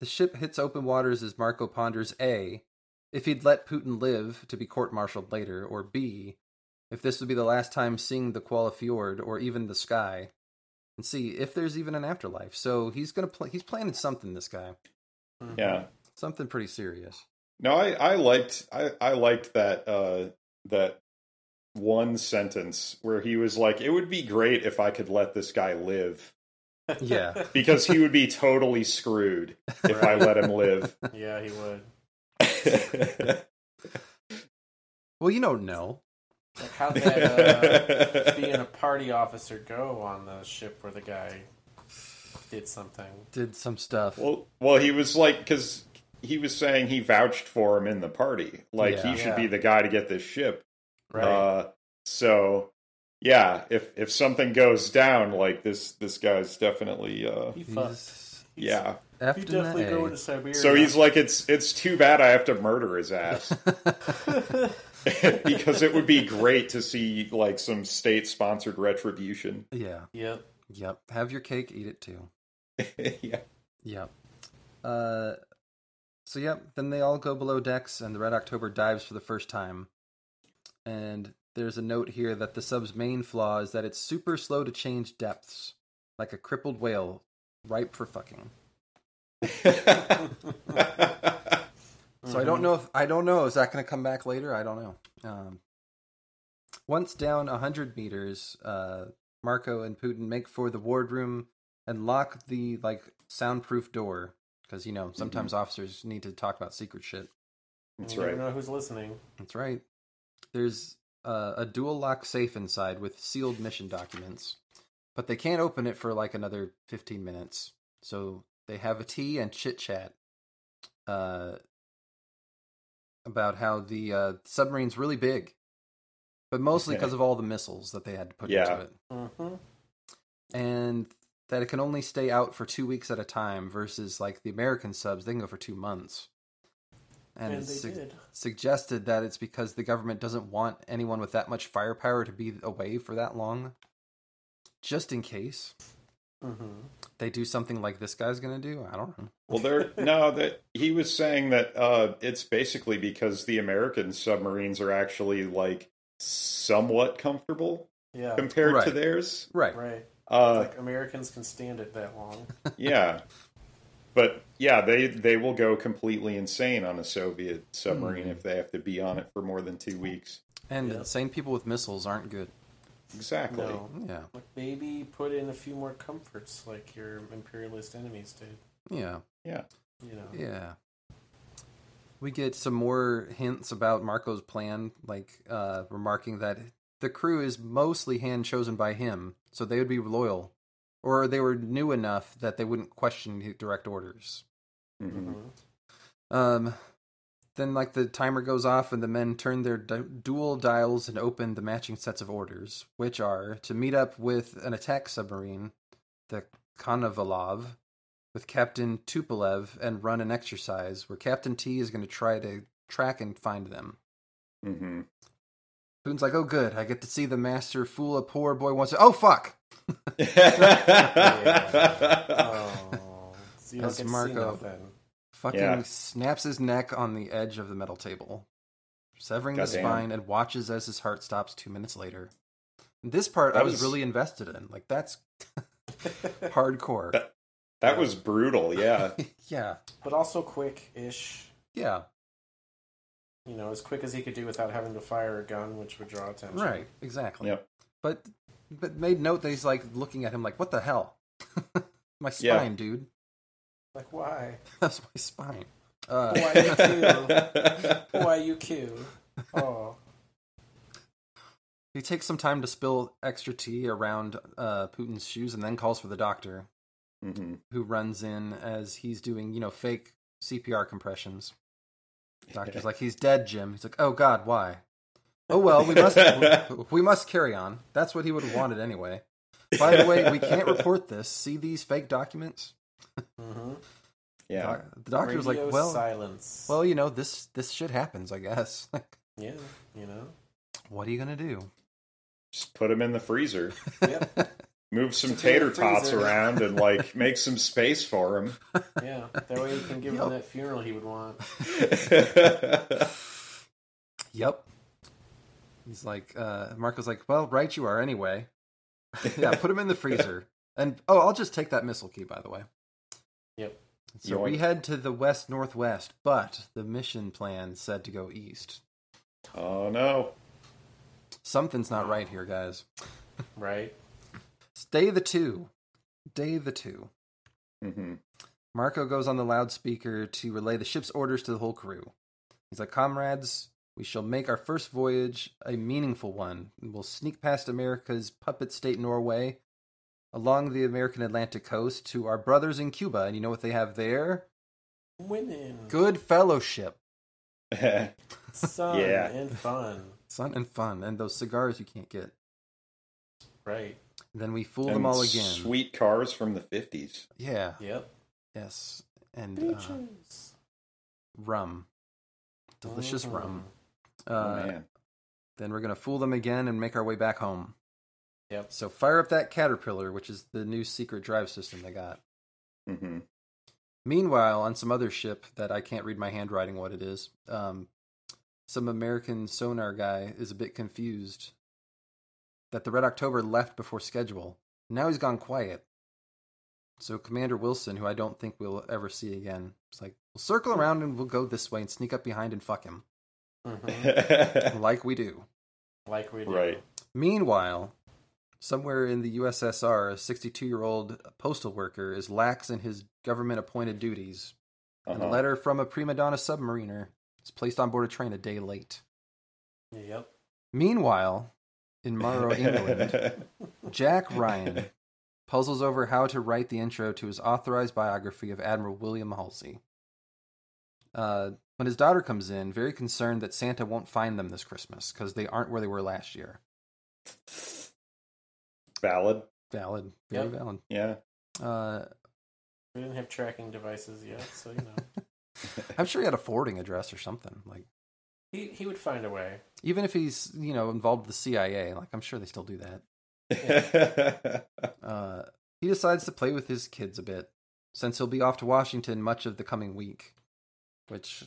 Speaker 2: The ship hits open waters as Marco ponders A, if he'd let Putin live to be court martialed later, or B, if this would be the last time seeing the Kuala Fjord or even the sky, and C, if there's even an afterlife. So he's gonna pl- he's planning something. This guy,
Speaker 1: Mhm.
Speaker 3: yeah.
Speaker 2: something pretty serious.
Speaker 3: No, I, I liked I, I liked that uh, that one sentence where he was like, "It would be great if I could let this guy live
Speaker 2: Yeah.
Speaker 3: because he would be totally screwed if I let him live."
Speaker 1: yeah, he would.
Speaker 2: Well, you don't know.
Speaker 1: Like how that uh, being a party officer go on the ship where the guy did something.
Speaker 2: Did some stuff.
Speaker 3: well, well, he was like because he was saying he vouched for him in the party, like
Speaker 2: Yeah.
Speaker 3: he should
Speaker 1: Yeah.
Speaker 3: be the guy to get this ship.
Speaker 1: Right.
Speaker 3: Uh, so yeah, if if something goes down, like this this guy's definitely uh
Speaker 1: he fucked.
Speaker 2: he's
Speaker 1: He's-
Speaker 3: yeah.
Speaker 2: effed
Speaker 1: He
Speaker 2: in the
Speaker 1: definitely
Speaker 2: A.
Speaker 1: go into Siberia.
Speaker 3: So he's like it's it's too bad I have to murder his ass because it would be great to see like some state sponsored retribution.
Speaker 2: yeah.
Speaker 1: Yep.
Speaker 2: Yep. Have your cake, eat it too.
Speaker 3: yeah.
Speaker 2: Yep. Uh, so yep. Then they all go below decks, and the Red October dives for the first time. And there's a note here that the sub's main flaw is that it's super slow to change depths, like a crippled whale ripe for fucking. So I don't know if I don't know is that going to come back later. I don't know. Um, once down hundred meters, uh, Marco and Putin make for the wardroom and lock the like soundproof door because you know sometimes officers need to talk about secret shit.
Speaker 3: That's
Speaker 1: you never
Speaker 3: right.
Speaker 1: know who's listening.
Speaker 2: That's right. There's uh, a dual lock safe inside with sealed mission documents, but they can't open it for like another 15 minutes. So they have a tea and chit chat uh, about how the uh, submarine's really big, but mostly because of all the missiles that they had to put
Speaker 3: Yeah.
Speaker 2: into it,
Speaker 1: Mm-hmm.
Speaker 2: and that it can only stay out for two weeks at a time versus like the American subs, they can go for two months.
Speaker 1: And, they
Speaker 2: it's-
Speaker 1: did.
Speaker 2: suggested that it's because the government doesn't want anyone with that much firepower to be away for that long. Just in case
Speaker 1: Mm-hmm.
Speaker 2: they do something like this guy's going to do. I don't know.
Speaker 3: Well, there no that he was saying that uh, it's basically because the American submarines are actually like somewhat comfortable
Speaker 1: Yeah.
Speaker 3: compared to
Speaker 2: Right.
Speaker 3: theirs.
Speaker 2: Right.
Speaker 1: Right.
Speaker 3: Uh,
Speaker 1: Like Americans can stand it that long.
Speaker 3: yeah, but yeah, they they will go completely insane on a Soviet submarine if they have to be on it for more than two weeks.
Speaker 2: And
Speaker 1: Yeah.
Speaker 2: same people with missiles aren't good.
Speaker 3: Exactly.
Speaker 1: No.
Speaker 2: Yeah.
Speaker 1: Like maybe put in a few more comforts like your imperialist enemies did.
Speaker 2: Yeah.
Speaker 3: Yeah.
Speaker 1: You know.
Speaker 2: Yeah. We get some more hints about Marco's plan, like uh, remarking that the crew is mostly hand chosen by him, so they would be loyal, or they were new enough
Speaker 3: Mm-hmm.
Speaker 1: Uh-huh.
Speaker 2: that they wouldn't question his direct orders.
Speaker 3: hmm
Speaker 1: Mhm.
Speaker 2: Um, Then, like, the timer goes off, and the men turn their du- dual dials and open the matching sets of orders, which are to meet up with an attack submarine, the Konovalov, with Captain Tupolev and run an exercise where Captain T is going to try to track and find them.
Speaker 3: Mm-hmm.
Speaker 2: Boone's like, oh, good. I get to see the master fool a poor boy once. Oh, fuck!
Speaker 1: Oh, so you don't get
Speaker 2: That's
Speaker 1: to see
Speaker 2: Marco.
Speaker 1: nothing.
Speaker 2: Fucking
Speaker 3: Yeah.
Speaker 2: snaps his neck on the edge of the metal table, severing the
Speaker 3: Goddamn.
Speaker 2: spine, and watches as his heart stops two minutes later. This part
Speaker 3: That
Speaker 2: I was,
Speaker 3: was-
Speaker 2: really invested in. Like, that's hardcore.
Speaker 3: That- that was brutal. Yeah.
Speaker 2: yeah.
Speaker 1: But also quick ish.
Speaker 2: Yeah.
Speaker 1: You know, as quick as he could do without having to fire a gun, which would draw attention.
Speaker 2: Right. Exactly.
Speaker 3: Yep.
Speaker 2: But, but made note that he's like looking at him like, what the hell? my
Speaker 3: Yeah.
Speaker 2: spine, dude.
Speaker 1: Like, why?
Speaker 2: That's my spine. Uh,
Speaker 1: Why you? Why you? Q? Oh,
Speaker 2: He takes some time to spill extra tea around uh, Putin's shoes and then calls for the doctor,
Speaker 3: hmm
Speaker 2: who runs in as he's doing, you know, fake CPR compressions. Doctor's like, "He's dead, Jim." He's like, "Oh God, why?" Oh well, we must we must carry on. That's what he would have wanted anyway. By the way, we can't report this. See these fake documents?
Speaker 1: mm-hmm.
Speaker 3: Yeah.
Speaker 2: Doc- The doctor's like,
Speaker 1: Radio
Speaker 2: "Well,
Speaker 1: silence.
Speaker 2: well, you know, this this shit happens, I guess." Like,
Speaker 1: yeah, you know.
Speaker 2: what are you gonna do?
Speaker 3: Just put them in the freezer.
Speaker 1: Yep.
Speaker 3: Move some
Speaker 1: Put 'em in
Speaker 3: tater
Speaker 1: the
Speaker 3: tots
Speaker 1: freezer.
Speaker 3: around and like make some space for them.
Speaker 1: Yeah, that way you can give
Speaker 2: Yup.
Speaker 1: him that funeral he would want.
Speaker 2: Yep. He's like, uh, Marco's like, well, right you are anyway. yeah, put him in the freezer. And oh, I'll just take that missile key, by the way.
Speaker 1: Yep.
Speaker 2: So we
Speaker 3: Yoink.
Speaker 2: head to the west northwest, but the mission plan said to go east.
Speaker 3: oh no.
Speaker 2: Something's not right here, guys.
Speaker 1: Right?
Speaker 2: Stay the two. Day the two.
Speaker 3: hmm
Speaker 2: Marco goes on the loudspeaker to relay the ship's orders to the whole crew. He's like, Comrades, we shall make our first voyage a meaningful one. We'll sneak past America's puppet state, Norway, along the American Atlantic coast to our brothers in Cuba. And you know what they have there?
Speaker 1: Women,
Speaker 2: Good fellowship,
Speaker 1: sun,
Speaker 3: Yeah.
Speaker 1: and fun.
Speaker 2: sun and fun, and those cigars you can't get.
Speaker 1: Right.
Speaker 2: Then we fool them
Speaker 3: And
Speaker 2: all again.
Speaker 3: Sweet cars from the fifties.
Speaker 2: Yeah.
Speaker 1: Yep.
Speaker 2: Yes. And uh,
Speaker 1: Beaches.
Speaker 2: rum. Delicious rum. Uh,
Speaker 3: Oh man.
Speaker 2: Then we're going to fool them again and make our way back home.
Speaker 1: Yep.
Speaker 2: So fire up that Caterpillar, which is the new secret drive system they got.
Speaker 3: hmm
Speaker 2: Meanwhile, on some other ship that I can't read my handwriting what it is, um, some American sonar guy is a bit confused that the Red October left before schedule. Now he's gone quiet. So Commander Wilson, who I don't think we'll ever see again, is like, we'll circle around and we'll go this way and sneak up behind and fuck him, uh,
Speaker 1: Mhm.
Speaker 2: like we do.
Speaker 1: Like we do.
Speaker 3: Right.
Speaker 2: Meanwhile, somewhere in the USSR, a 62 year old postal worker is lax in his government appointed duties, and a
Speaker 3: Uh-huh.
Speaker 2: letter from a prima donna submariner is placed on board a train a day late.
Speaker 1: Yep.
Speaker 2: Meanwhile, in Morrow, England, Jack Ryan puzzles over how to write the intro to his authorized biography of Admiral William Halsey. Uh, when his daughter comes in, very concerned that Santa won't find them this Christmas because they aren't where they were last year.
Speaker 3: Valid.
Speaker 2: Valid, very
Speaker 1: Yep.
Speaker 2: valid.
Speaker 3: Yeah.
Speaker 2: Uh,
Speaker 1: We didn't have tracking devices yet, so you know
Speaker 2: I'm sure he had a forwarding address or something. Like
Speaker 1: he he would find a way.
Speaker 2: even if he's you know involved with the CIA, like I'm sure they still do that. Uh, he decides to play with his kids a bit since he'll be off to Washington much of the coming week, which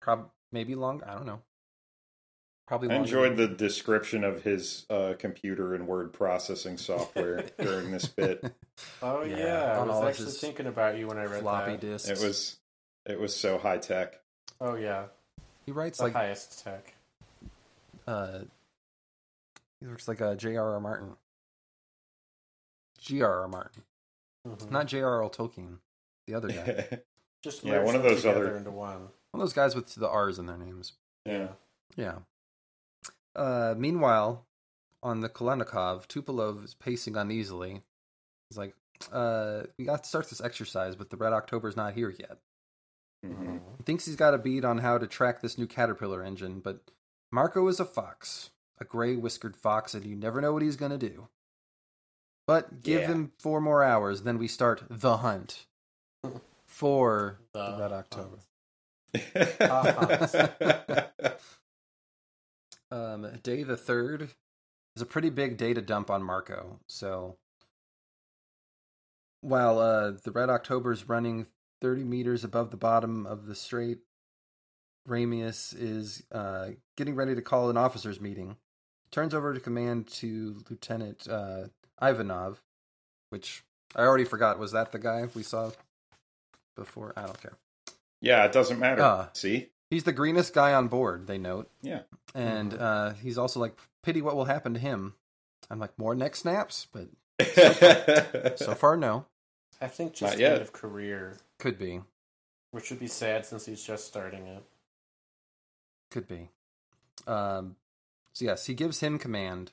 Speaker 2: prob maybe long. I don't know. Probably
Speaker 3: I
Speaker 2: longer
Speaker 3: enjoyed
Speaker 2: than-
Speaker 3: the description of his uh, computer and word processing software during this bit.
Speaker 1: Oh
Speaker 2: Yeah,
Speaker 1: yeah,
Speaker 2: on
Speaker 1: I
Speaker 2: all
Speaker 1: was
Speaker 2: of
Speaker 1: actually
Speaker 2: his
Speaker 1: thinking about you when I read
Speaker 2: floppy
Speaker 1: that.
Speaker 2: disks.
Speaker 3: It was it was so high tech.
Speaker 1: Oh yeah,
Speaker 2: he writes
Speaker 1: the
Speaker 2: like
Speaker 1: highest tech.
Speaker 2: uh, he looks like a J.R.R. Martin. G.R.R. Martin,
Speaker 1: Mhm.
Speaker 2: not J.R.R. Tolkien, the other guy.
Speaker 1: just
Speaker 3: yeah,
Speaker 1: merge
Speaker 3: one of
Speaker 1: them
Speaker 3: those
Speaker 1: together
Speaker 3: other-
Speaker 1: into one.
Speaker 2: One of those guys with the R's in their names.
Speaker 3: yeah.
Speaker 2: Yeah. Uh, meanwhile, on the Kolonikov, Tupolev is pacing uneasily. He's like, uh, we got to start this exercise, but the Red October's not here yet.
Speaker 1: Mm-hmm.
Speaker 3: Mhm.
Speaker 2: He thinks he's got a bead on how to track this new caterpillar engine, but Marco is a fox, a gray whiskered fox, and you never know what he's going to do. But give
Speaker 3: Yeah.
Speaker 2: him four more hours, then we start the hunt for
Speaker 1: The
Speaker 2: the Red October. Uh-huh. Um, day the third is a pretty big day to dump on Marco. So while uh, the Red October's running 30 meters above the bottom of the strait, Ramius is uh, getting ready to call an officers' meeting. Turns over to command to Lieutenant uh, Ivanov, which I already forgot. Was that the guy we saw before? I don't care.
Speaker 3: yeah, it doesn't matter.
Speaker 2: Ah.
Speaker 3: See?
Speaker 2: He's the greenest guy on board, they note.
Speaker 3: Yeah.
Speaker 2: And
Speaker 1: Mhm.
Speaker 2: uh, he's also like, pity what will happen to him. I'm like, more neck snaps? But so far, no.
Speaker 1: I think just
Speaker 3: Not yet.
Speaker 1: end of career,
Speaker 2: Could be.
Speaker 1: which would be sad since he's just starting it.
Speaker 2: Could be. Um, so, yes, he gives him command.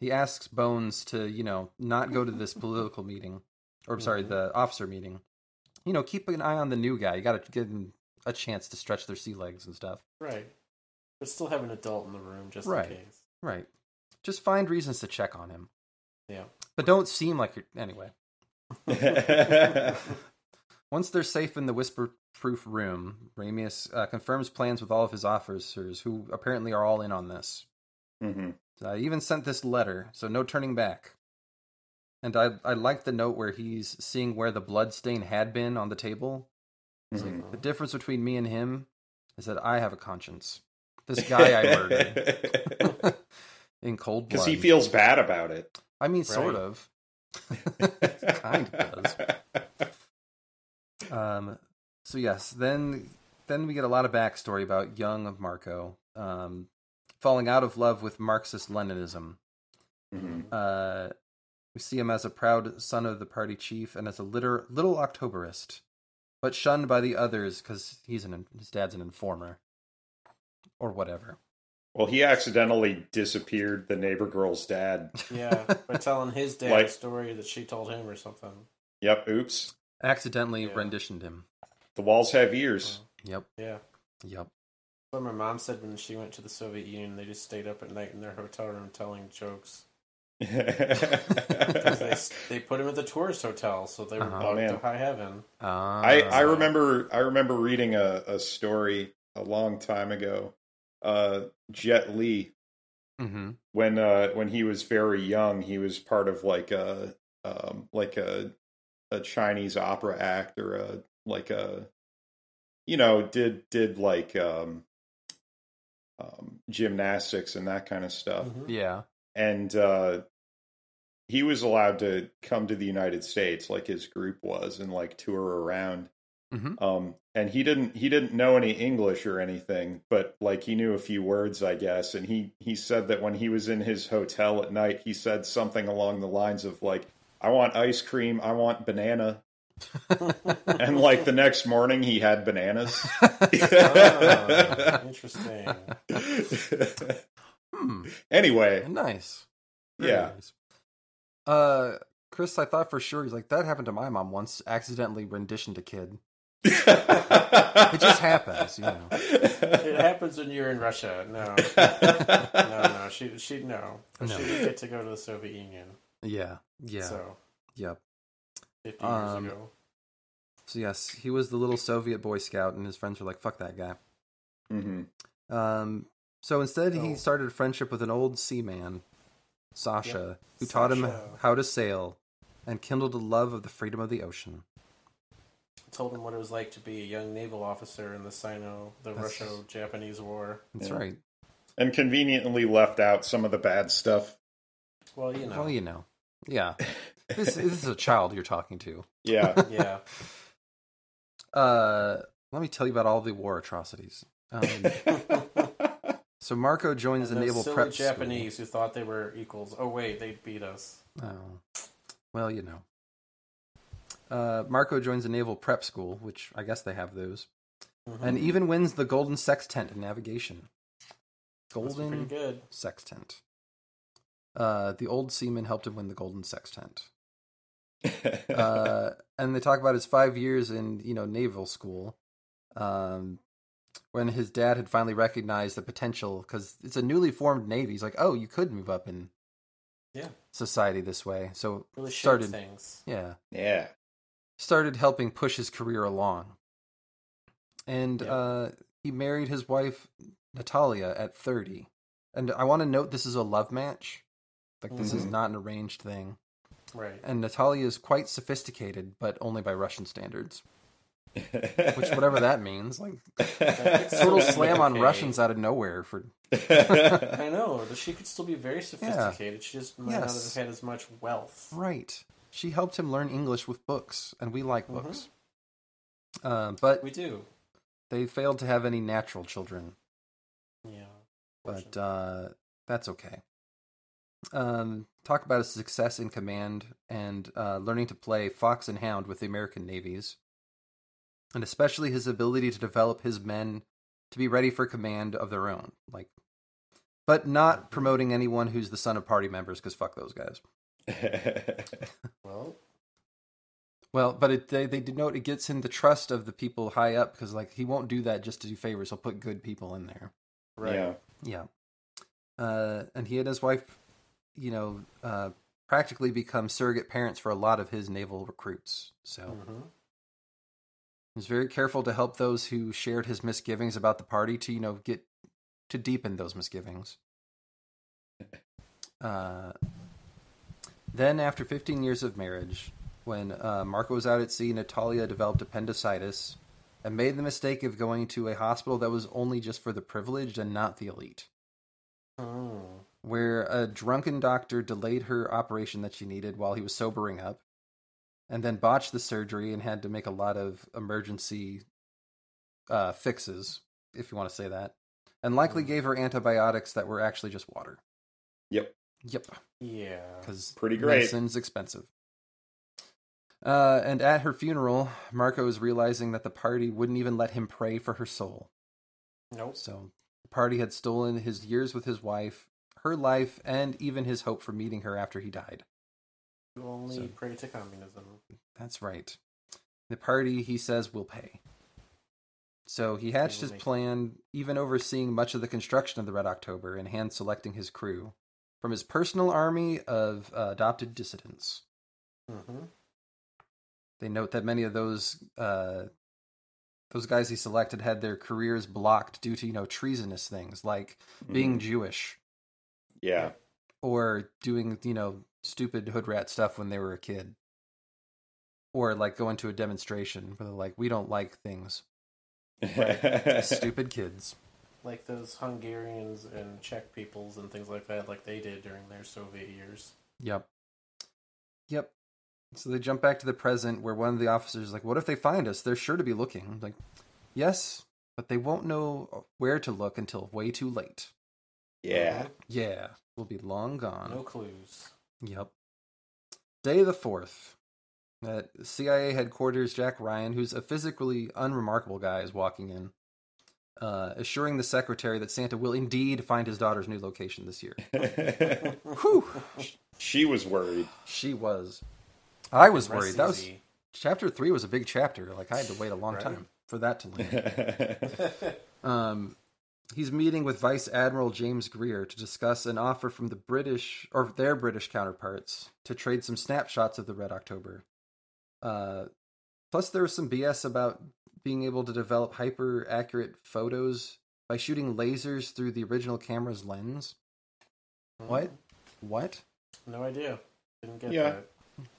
Speaker 2: He asks Bones to, you know, not go to this political meeting, or I'm sorry,
Speaker 1: Mhm.
Speaker 2: the officer meeting. You know, keep an eye on the new guy. You got to give him a chance to stretch their sea legs and stuff.
Speaker 1: Right. But still have an adult in the room just
Speaker 2: Right.
Speaker 1: in case.
Speaker 2: Right. Just find reasons to check on him.
Speaker 1: Yeah.
Speaker 2: But don't seem like you're. Anyway. Once they're safe in the whisper proof room, Ramius uh, confirms plans with all of his officers, who apparently are all in on this.
Speaker 3: hmm
Speaker 2: So I even sent this letter, so no turning back. And I, I like the note where he's seeing where the blood stain had been on the table. It's like, the difference between me and him is that I have a conscience. This guy I murdered
Speaker 3: Mm-hmm.
Speaker 2: in cold
Speaker 3: Because
Speaker 2: blood.
Speaker 3: he feels bad about it.
Speaker 2: I mean, sort
Speaker 1: Right.
Speaker 2: of. kind of does. Um, so yes, then then we get a lot of backstory about young Marco um, falling out of love with Marxist Leninism.
Speaker 3: Mhm.
Speaker 2: Uh, we see him as a proud son of the party chief and as a litter, little Octoberist, but shunned by the others because he's an his dad's an informer or whatever.
Speaker 3: Well, he accidentally disappeared the neighbor girl's dad.
Speaker 1: Yeah, by telling his dad
Speaker 3: Like-
Speaker 1: a story that she told him or something.
Speaker 3: Yep, oops.
Speaker 2: Accidentally
Speaker 1: Yeah.
Speaker 2: renditioned him.
Speaker 3: The walls have ears.
Speaker 2: Yep.
Speaker 1: Yeah.
Speaker 2: Yep.
Speaker 1: What my mom said when she went to the Soviet Union, they just stayed up at night in their hotel room telling jokes.
Speaker 2: Oh.
Speaker 1: they, they put him at the tourist hotel, so they were
Speaker 2: Uh-huh.
Speaker 1: uh
Speaker 2: Oh,
Speaker 3: man.
Speaker 1: to high heaven.
Speaker 2: Ah.
Speaker 3: I, I remember I remember reading a, a story a long time ago. Uh, Jet Li,
Speaker 2: Mhm.
Speaker 3: when uh, when he was very young, he was part of like a um, like a a Chinese opera act or a like a you know did did like um, um, gymnastics and that kind of
Speaker 2: Uh,
Speaker 3: stuff.
Speaker 1: Mhm.
Speaker 2: Yeah.
Speaker 3: and uh he was allowed to come to the United States like his group was and like tour around
Speaker 2: Mhm.
Speaker 3: um and he didn't he didn't know any English or anything but like he knew a few words I guess and he he said that when he was in his hotel at night he said something along the lines of like I want ice cream I want banana and like the next morning he had bananas
Speaker 1: Ah, interesting.
Speaker 2: Hmm.
Speaker 3: anyway
Speaker 2: Nice.
Speaker 3: yeah
Speaker 2: nice. Uh, Chris, I thought for sure he's like that happened to my mom once. Accidentally renditioned a kid.
Speaker 3: it
Speaker 2: It just happens, you know.
Speaker 1: It happens when you're in Russia. No, no,
Speaker 3: Mm-hmm.
Speaker 1: no. She, she, no.
Speaker 2: No.
Speaker 1: She didn't get to go to the Soviet Union.
Speaker 2: Yeah. Yeah.
Speaker 1: So,
Speaker 2: Yep.
Speaker 1: 50
Speaker 2: Um,
Speaker 1: years ago.
Speaker 2: So yes, he was the little Soviet Boy Scout, and his friends were like, "Fuck that guy."
Speaker 3: hmm
Speaker 2: Um. So instead, he
Speaker 1: Oh.
Speaker 2: started a friendship with an old seaman, Sasha, who taught him
Speaker 1: Sasha.
Speaker 2: how to sail, and kindled a love of the freedom of the ocean.
Speaker 1: told him what it was like to be a young naval officer in the Sino, the
Speaker 2: That's-
Speaker 1: Russo-Japanese War.
Speaker 2: That's
Speaker 3: Yeah.
Speaker 2: right.
Speaker 3: And conveniently left out some of the bad stuff.
Speaker 1: Well, you know,
Speaker 2: Well, you know. Yeah. This, this is a child you're talking to.
Speaker 3: Yeah.
Speaker 1: yeah,
Speaker 2: Uh, let me tell you about all the war atrocities. Um, so Marco joins the
Speaker 1: Those
Speaker 2: naval
Speaker 1: silly
Speaker 2: prep school.
Speaker 1: Japanese who thought they were equals. Oh wait, they beat us.
Speaker 2: Oh, well, you know. Uh, Marco joins the naval prep school, which I guess they have those,
Speaker 1: Mhm.
Speaker 2: and even wins the golden sextant in navigation.
Speaker 1: Must be pretty
Speaker 2: Golden
Speaker 1: good.
Speaker 2: sextant. Uh, the old seaman helped him win the golden sextant. uh, and they talk about his five years in you know naval school. um, when his dad had finally recognized the potential because it's a newly formed navy. He's like, oh, you could move up in
Speaker 1: Yeah.
Speaker 2: society this way. So
Speaker 1: Really shaped
Speaker 2: started
Speaker 1: things.
Speaker 2: yeah
Speaker 3: Yeah.
Speaker 2: started helping push his career along, and
Speaker 1: Yeah.
Speaker 2: uh, he married his wife Natalia at thirty. And I want to note this is a love match. Like this is
Speaker 1: Mm-hmm.
Speaker 3: Mhm.
Speaker 2: not an arranged thing.
Speaker 1: Right.
Speaker 2: and Natalia is quite sophisticated, but only by Russian standards. Which, whatever that means, like total slam on
Speaker 1: Okay.
Speaker 2: Russians out of nowhere for
Speaker 1: I know, but she could still be very sophisticated. She just might not
Speaker 2: Yes.
Speaker 1: have had as much wealth.
Speaker 2: right. She helped him learn English with books, and we like books. Uh, but
Speaker 1: We do.
Speaker 2: they failed to have any natural children,
Speaker 1: Yeah.
Speaker 2: but uh, that's okay. Um, talk about his success in command and uh, learning to play fox and hound with the American navies, and especially his ability to develop his men to be ready for command of their own, like, but not promoting anyone who's the son of party members because fuck those guys.
Speaker 1: Well,
Speaker 2: Well, but it, they they denote it gets him the trust of the people high up because like he won't do that just to do favors. He'll put good people in there.
Speaker 1: right.
Speaker 3: Yeah.
Speaker 2: Yeah. Uh, and he and his wife, you know, uh, practically become surrogate parents for a lot of his naval recruits. So
Speaker 1: hmm
Speaker 2: he was very careful to help those who shared his misgivings about the party to, you know, get to deepen those misgivings. Uh, then, after 15 years of marriage, when uh, Marco was out at sea, Natalia developed appendicitis and made the mistake of going to a hospital that was only just for the privileged and not the elite.
Speaker 1: Oh.
Speaker 2: where a drunken doctor delayed her operation that she needed while he was sobering up and then botched the surgery and had to make a lot of emergency uh, fixes, if you want to say that, and likely
Speaker 1: Mm.
Speaker 2: gave her antibiotics that were actually just water.
Speaker 3: Yep.
Speaker 2: Yep,
Speaker 1: Yeah.
Speaker 2: because
Speaker 3: Pretty great.
Speaker 2: medicine's expensive. Uh, and at her funeral, Marco is realizing that the party wouldn't even let him pray for her soul.
Speaker 1: Nope.
Speaker 2: So the party had stolen his years with his wife, her life, and even his hope for meeting her after he died.
Speaker 1: You only
Speaker 2: So-
Speaker 1: pray to communism.
Speaker 2: That's right. The party, he says, will pay. So he hatched
Speaker 1: will
Speaker 2: his
Speaker 1: make-
Speaker 2: plan, even overseeing much of the construction of the Red October and hand selecting his crew from his personal army of uh, adopted dissidents.
Speaker 1: hmm
Speaker 2: They note that many of those uh, those guys he selected had their careers blocked due to you know treasonous things like Mm-hmm. being
Speaker 3: Mhm.
Speaker 2: Jewish.
Speaker 3: Mm-hmm. Yeah.
Speaker 2: or doing you know stupid hood rat stuff when they were a kid or like going to a demonstration where they're like we don't like things stupid kids
Speaker 1: Like those Hungarians and Czech peoples and things like that, like they did during their Soviet years.
Speaker 2: yep yep so they jump back to the present where one of the officers is like what if they find us they're sure to be looking like yes but they won't know where to look until way too late
Speaker 3: yeah.
Speaker 2: yeah we'll be long gone
Speaker 1: Mm-hmm. No clues.
Speaker 2: Yep. Day the 4th. At CIA headquarters, Jack Ryan, who's a physically unremarkable guy, is walking in, uh, assuring the secretary that Santa will indeed find his daughter's new location this year. Whew!
Speaker 3: she was worried.
Speaker 2: She was. I was
Speaker 1: Rest
Speaker 2: worried. That was
Speaker 1: easy.
Speaker 2: chapter three was a big chapter. Like I had to wait a long
Speaker 1: Right.
Speaker 2: time for that to land. Um, he's meeting with Vice Admiral James Greer to discuss an offer from the British or their British counterparts to trade some snapshots of the Red October. Uh, plus, there was some BS about being able to develop hyper accurate photos by shooting lasers through the original camera's lens. What? What?
Speaker 1: No idea. Didn't get
Speaker 3: Yeah.
Speaker 1: that.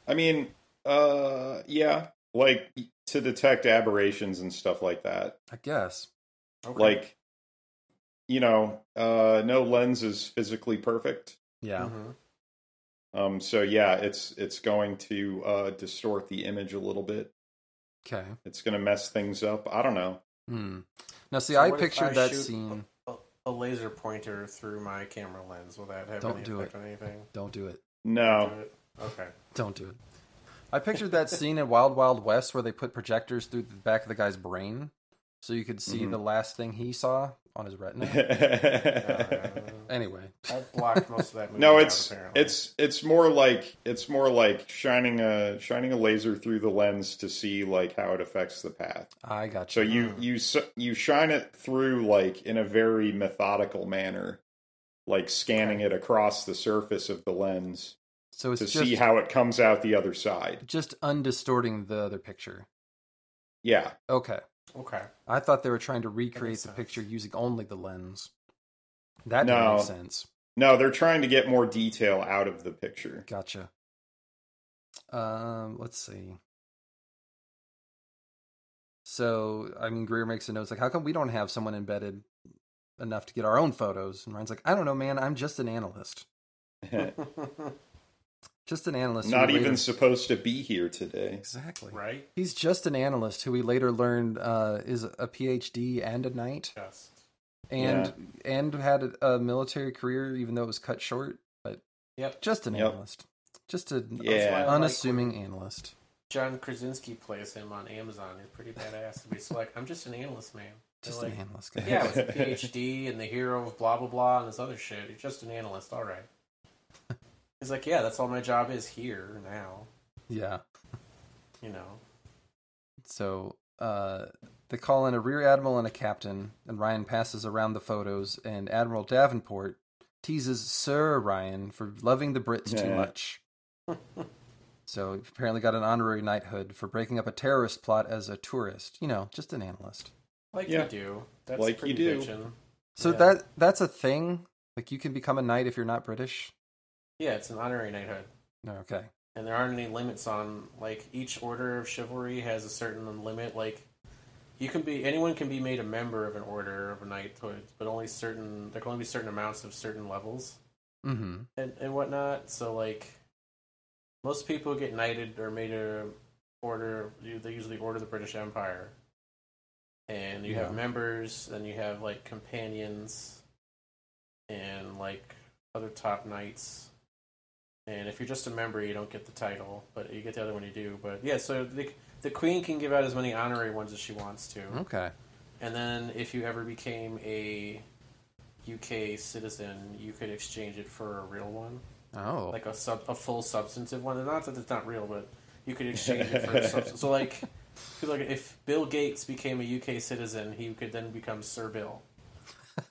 Speaker 3: I mean, uh, yeah, like to detect aberrations and stuff like that.
Speaker 2: I guess.
Speaker 1: Okay.
Speaker 3: like you know uh no lens is physically perfect
Speaker 2: Yeah.
Speaker 1: Mhm.
Speaker 3: um so yeah it's it's going to uh distort the image a little bit
Speaker 1: Mm-hmm.
Speaker 2: Okay.
Speaker 3: it's going to mess things up i don't know
Speaker 2: Hmm. Now, see,
Speaker 1: So
Speaker 2: I
Speaker 1: what if
Speaker 2: pictured
Speaker 1: I
Speaker 2: that
Speaker 1: shoot-
Speaker 2: scene.
Speaker 1: A, a laser pointer through my camera lens. Will that have
Speaker 2: Don't
Speaker 1: any
Speaker 2: do
Speaker 1: effect on anything?
Speaker 2: Don't do it.
Speaker 3: no
Speaker 1: Do it? Okay.
Speaker 2: Don't do it. I pictured that scene in Wild Wild West where they put projectors through the back of the guy's brain so you could see
Speaker 3: Mhm.
Speaker 2: the last thing he saw on his retina.
Speaker 1: Uh,
Speaker 2: anyway,
Speaker 1: I blocked most of that movie.
Speaker 3: no,
Speaker 1: out,
Speaker 3: it's
Speaker 1: apparently.
Speaker 3: it's it's more like it's more like shining a shining a laser through the lens to see like how it affects the path.
Speaker 2: I got
Speaker 3: So
Speaker 2: you.
Speaker 3: you
Speaker 1: Mm.
Speaker 3: you s- you shine it through like in a very methodical manner, like scanning it across the surface of the lens
Speaker 2: So it's
Speaker 3: to
Speaker 2: just
Speaker 3: see how it comes out the other side.
Speaker 2: just undistorting the other picture.
Speaker 3: Yeah,
Speaker 2: Okay,
Speaker 1: okay.
Speaker 2: I thought they were trying to recreate the
Speaker 1: sense.
Speaker 2: picture using only the lens. That did
Speaker 3: No.
Speaker 2: make sense.
Speaker 3: no, they're trying to get more detail out of the picture.
Speaker 2: Gotcha. Um, let's see. So, I mean, Greer makes a note. It's like, how come we don't have someone embedded enough to get our own photos? And Ryan's like, I don't know, man. I'm just an analyst. Just an analyst. who
Speaker 3: Not
Speaker 2: we
Speaker 3: even
Speaker 2: later-
Speaker 3: supposed to be here today.
Speaker 2: exactly.
Speaker 1: right?
Speaker 2: He's just an analyst who we later learned uh, is a PhD and a knight,
Speaker 1: Yes.
Speaker 2: and and had a, a military career, even though it was cut short. But
Speaker 1: Yep.
Speaker 2: just an
Speaker 3: Yep.
Speaker 2: analyst, just an
Speaker 3: Yeah.
Speaker 1: why I like
Speaker 2: unassuming analyst.
Speaker 1: John Krasinski plays him on Amazon. He's pretty badass. And he's like, I'm just an analyst, man. They're
Speaker 2: Just
Speaker 1: like,
Speaker 2: an analyst. guy.
Speaker 1: yeah, with a PhD and the hero of blah blah blah and this other shit. He's just an analyst, all right. He's like, yeah, that's all my job is here now.
Speaker 2: yeah.
Speaker 1: You know,
Speaker 2: So uh, they call in a rear admiral and a captain, and Ryan passes around the photos, and Admiral Davenport teases Sir Ryan for loving the Brits too
Speaker 3: Yeah.
Speaker 2: much. so he apparently got an honorary knighthood for breaking up a terrorist plot as a tourist. You know, just an analyst.
Speaker 1: like
Speaker 3: Yeah.
Speaker 1: you do. That's
Speaker 3: Like
Speaker 1: pretty
Speaker 3: you do.
Speaker 1: bitchin'.
Speaker 2: So
Speaker 1: Yeah.
Speaker 2: that that's a thing. Like you can become a knight if you're not British.
Speaker 1: Yeah, it's an honorary knighthood,
Speaker 2: No, okay.
Speaker 1: and there aren't any limits on like each order of chivalry has a certain limit. Like you can be anyone can be made a member of an order of a knighthood, but only certain there can only be certain amounts of certain levels.
Speaker 2: Mm-hmm.
Speaker 1: and, and whatnot. So like, most people get knighted or made a order. you- They usually order the British Empire, and you have
Speaker 2: Yeah.
Speaker 1: members. Then you have like companions, and like other top knights. And if you're just a member, you don't get the title, but you get the other one you do. But yeah, so the the queen can give out as many honorary ones as she wants to.
Speaker 2: Okay.
Speaker 1: And then if you ever became a UK citizen, you could exchange it for a real one,
Speaker 2: Oh.
Speaker 1: like a sub, a full substantive one. And not that it's not real, but you could exchange it for a substantive. So like, so like if Bill Gates became a UK citizen, he could then become Sir Bill.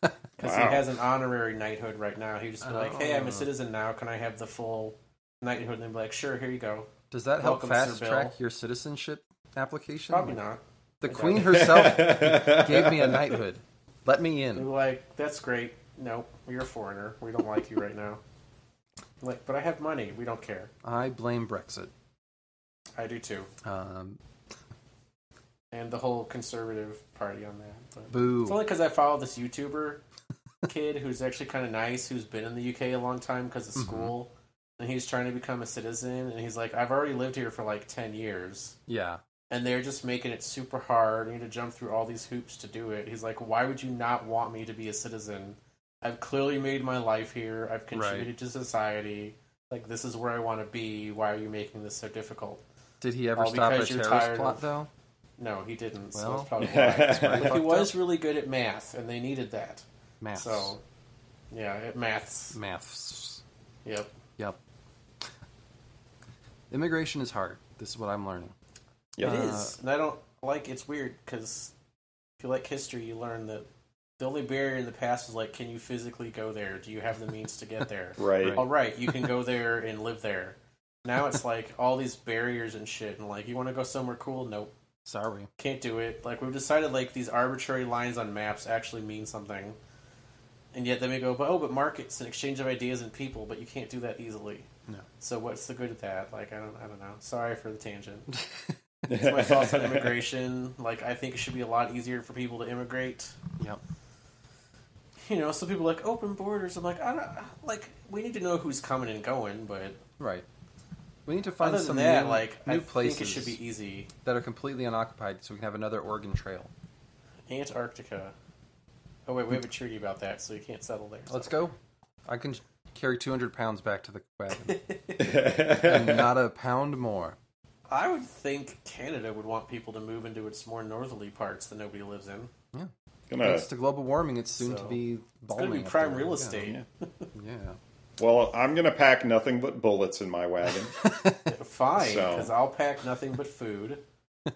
Speaker 1: Because
Speaker 3: Wow.
Speaker 1: he has an honorary knighthood right now. He'd just be like, "Hey, I'm
Speaker 2: Oh.
Speaker 1: a citizen now. Can I have the full knighthood?" And they'd be like, "Sure, here you go."
Speaker 2: Does that help
Speaker 1: welcome, Sir
Speaker 2: fast
Speaker 1: Bill.
Speaker 2: track your citizenship application?
Speaker 1: Probably not.
Speaker 2: The
Speaker 1: I doubt
Speaker 2: queen
Speaker 1: it.
Speaker 2: herself gave me a knighthood. Let me
Speaker 1: They'd be
Speaker 2: in.
Speaker 1: like, "That's great. No, you're a foreigner. We don't like you right now." Like, but I have money. We don't care.
Speaker 2: I blame Brexit.
Speaker 1: I do too.
Speaker 2: Um,
Speaker 1: and the whole conservative party on that. But it's
Speaker 2: boo.
Speaker 1: only because I follow this YouTuber kid who's actually kind of nice, who's been in the UK a long time because of
Speaker 2: Mhm.
Speaker 1: school, and he's trying to become a citizen. And he's like, I've already lived here for like ten years,
Speaker 2: Yeah.
Speaker 1: and they're just making it super hard. You need to jump through all these hoops to do it. He's like, Why would you not want me to be a citizen? I've clearly made my life here. I've contributed to society. Like this is where I want to be. Why are you making this so difficult?
Speaker 2: Did he ever
Speaker 1: All
Speaker 2: stop a
Speaker 1: because you're
Speaker 2: terrorist
Speaker 1: tired
Speaker 2: plot,
Speaker 1: of-
Speaker 2: though?
Speaker 1: No, he didn't. so
Speaker 2: Well.
Speaker 1: that's probably why.
Speaker 2: Pretty
Speaker 1: But he
Speaker 2: fucked
Speaker 1: was
Speaker 2: up.
Speaker 1: really good at math, and they needed that.
Speaker 2: Maths.
Speaker 1: So, yeah, at maths.
Speaker 2: Maths.
Speaker 1: Yep.
Speaker 2: Yep. Immigration is hard. This is what I'm learning.
Speaker 3: Yeah.
Speaker 1: It is. And I don't like it's weird because if you like history, you learn that the only barrier in the past was like, can you physically go there? Do you have the means to get there?
Speaker 3: right.
Speaker 1: All right, you can go there and live there. Now it's like all these barriers and shit, and like you want to go somewhere cool? Nope,
Speaker 2: Sorry.
Speaker 1: can't do it. Like we've decided, like these arbitrary lines on maps actually mean something, and yet then we go, but oh, but markets and exchange of ideas and people, but you can't do that easily.
Speaker 2: No.
Speaker 1: So what's the good of that? Like I don't, I don't know. Sorry for the tangent. It's my thoughts on immigration. Like I think it should be a lot easier for people to immigrate.
Speaker 2: Yep.
Speaker 1: You know, some people are like open borders. I'm like, I don't like. We need to know who's coming and going, but
Speaker 2: Right. We need to find
Speaker 1: other
Speaker 2: some
Speaker 1: than that,
Speaker 2: new,
Speaker 1: like
Speaker 2: new
Speaker 1: I
Speaker 2: places
Speaker 1: think it should be e- easy.
Speaker 2: that are completely unoccupied so we can have another Oregon Trail.
Speaker 1: Antarctica. Oh wait, we have a treaty about that, so you can't settle there.
Speaker 2: Let's
Speaker 1: so-
Speaker 2: go. I can carry 200 pounds back to the wagon. and not a pound more.
Speaker 1: I would think Canada would want people to move into its more northerly parts that nobody lives in.
Speaker 3: Gonna,
Speaker 2: Thanks to global warming, it's soon to
Speaker 1: So,
Speaker 2: be
Speaker 1: It's going
Speaker 2: balmy.
Speaker 1: to be
Speaker 2: up
Speaker 1: prime
Speaker 2: there.
Speaker 1: real
Speaker 2: Yeah,
Speaker 1: estate.
Speaker 2: Yeah.
Speaker 3: well, I'm gonna pack nothing but bullets in my wagon.
Speaker 1: Fine,
Speaker 3: So- Mm-hmm.
Speaker 1: because I'll pack nothing but food.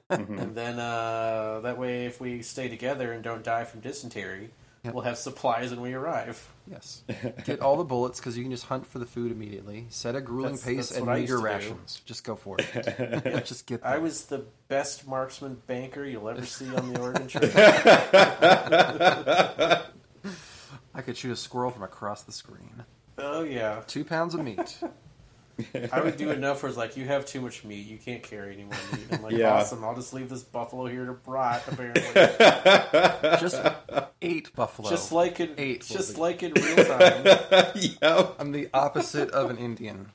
Speaker 1: And then uh, that way, if we stay together and don't die from dysentery,
Speaker 2: Yep.
Speaker 1: we'll have supplies when we arrive.
Speaker 2: Yes. Get all the bullets because you can just hunt for the food immediately. Set a grueling
Speaker 1: That's-
Speaker 2: pace
Speaker 1: that's
Speaker 2: and
Speaker 1: what I
Speaker 2: meager
Speaker 1: used to do.
Speaker 2: rations. Just go for it. just get
Speaker 1: I
Speaker 2: there.
Speaker 1: was the best marksman banker you'll ever see on the Oregon Trail.
Speaker 2: I could shoot a squirrel from across the screen.
Speaker 1: oh yeah,
Speaker 2: Two pounds of meat.
Speaker 1: I would do enough where it's like you have too much meat, you can't carry any more meat. I'm like,
Speaker 3: Yeah.
Speaker 1: awesome, I'll just leave this buffalo here to rot. Apparently,
Speaker 2: just eight buffalo.
Speaker 1: just like in
Speaker 2: Eight will
Speaker 1: just
Speaker 2: be-
Speaker 1: like in real time.
Speaker 3: yep.
Speaker 2: I'm the opposite of an Indian.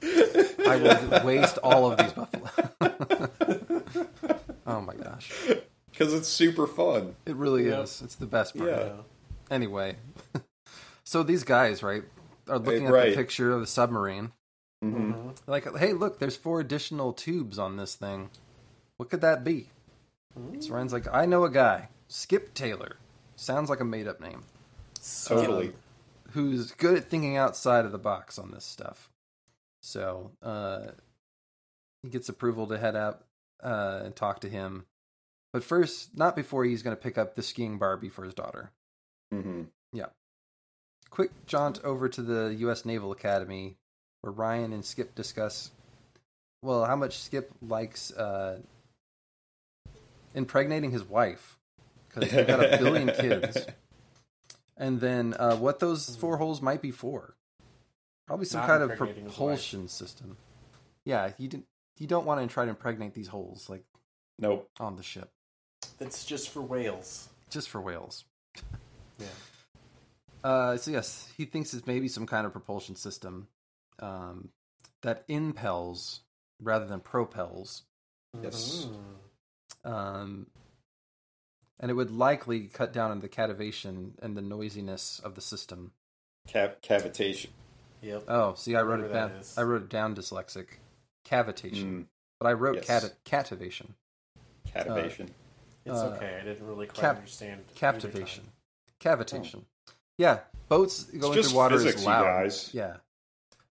Speaker 2: I will waste all of these buffalo. oh my gosh.
Speaker 3: Because it's super fun.
Speaker 2: It really
Speaker 1: Yep.
Speaker 2: is. It's the best part.
Speaker 3: Yeah.
Speaker 1: Yeah.
Speaker 2: Anyway. so these guys, right, are looking
Speaker 3: Hey,
Speaker 2: at
Speaker 3: right.
Speaker 2: the picture of the submarine. They're like, hey, look, there's four additional tubes on this thing. What could that be?
Speaker 1: Hmm.
Speaker 2: So Ryan's like, I know a guy, Skip Taylor. Sounds like a made up name.
Speaker 1: So-
Speaker 3: Totally.
Speaker 2: who's good at thinking outside of the box on this stuff. So uh, he gets approval to head out uh, and talk to him. But first, not before he's going to pick up the skiing Barbie for his daughter.
Speaker 3: hmm
Speaker 2: Quick jaunt over to the U.S. Naval Academy where Ryan and Skip discuss, well, how much Skip likes uh, impregnating his wife because they've got a billion kids. And then uh, what those four holes might be for. Probably some
Speaker 1: Not
Speaker 2: kind of
Speaker 1: impregnating his wife.
Speaker 2: propulsion system. Yeah, you didn't. You don't want to try to impregnate these holes like
Speaker 3: Nope.
Speaker 2: on the ship,
Speaker 1: It's just for whales.
Speaker 2: just for whales.
Speaker 1: Yeah.
Speaker 2: Uh, so yes, he thinks it's maybe some kind of propulsion system um, that impels rather than propels,
Speaker 3: Yes.
Speaker 1: Mhm.
Speaker 2: um, and it would likely cut down on the cativation and the noisiness of the system.
Speaker 3: Cap- cavitation.
Speaker 1: Yep.
Speaker 2: Oh, see, I wrote it
Speaker 1: Whatever that
Speaker 2: down.
Speaker 1: is.
Speaker 2: I wrote it down dyslexic, cavitation,
Speaker 3: Mm,
Speaker 2: but I wrote
Speaker 3: Yes.
Speaker 2: cati- cativation,
Speaker 3: cativation.
Speaker 1: It's
Speaker 2: uh,
Speaker 1: okay. I didn't really quite
Speaker 2: cap-
Speaker 1: understand. either time.
Speaker 2: captivation, cavitation. Yeah, boats going
Speaker 3: Oh. just
Speaker 2: through water
Speaker 3: physics,
Speaker 2: is
Speaker 3: you
Speaker 2: loud.
Speaker 3: guys.
Speaker 2: Yeah,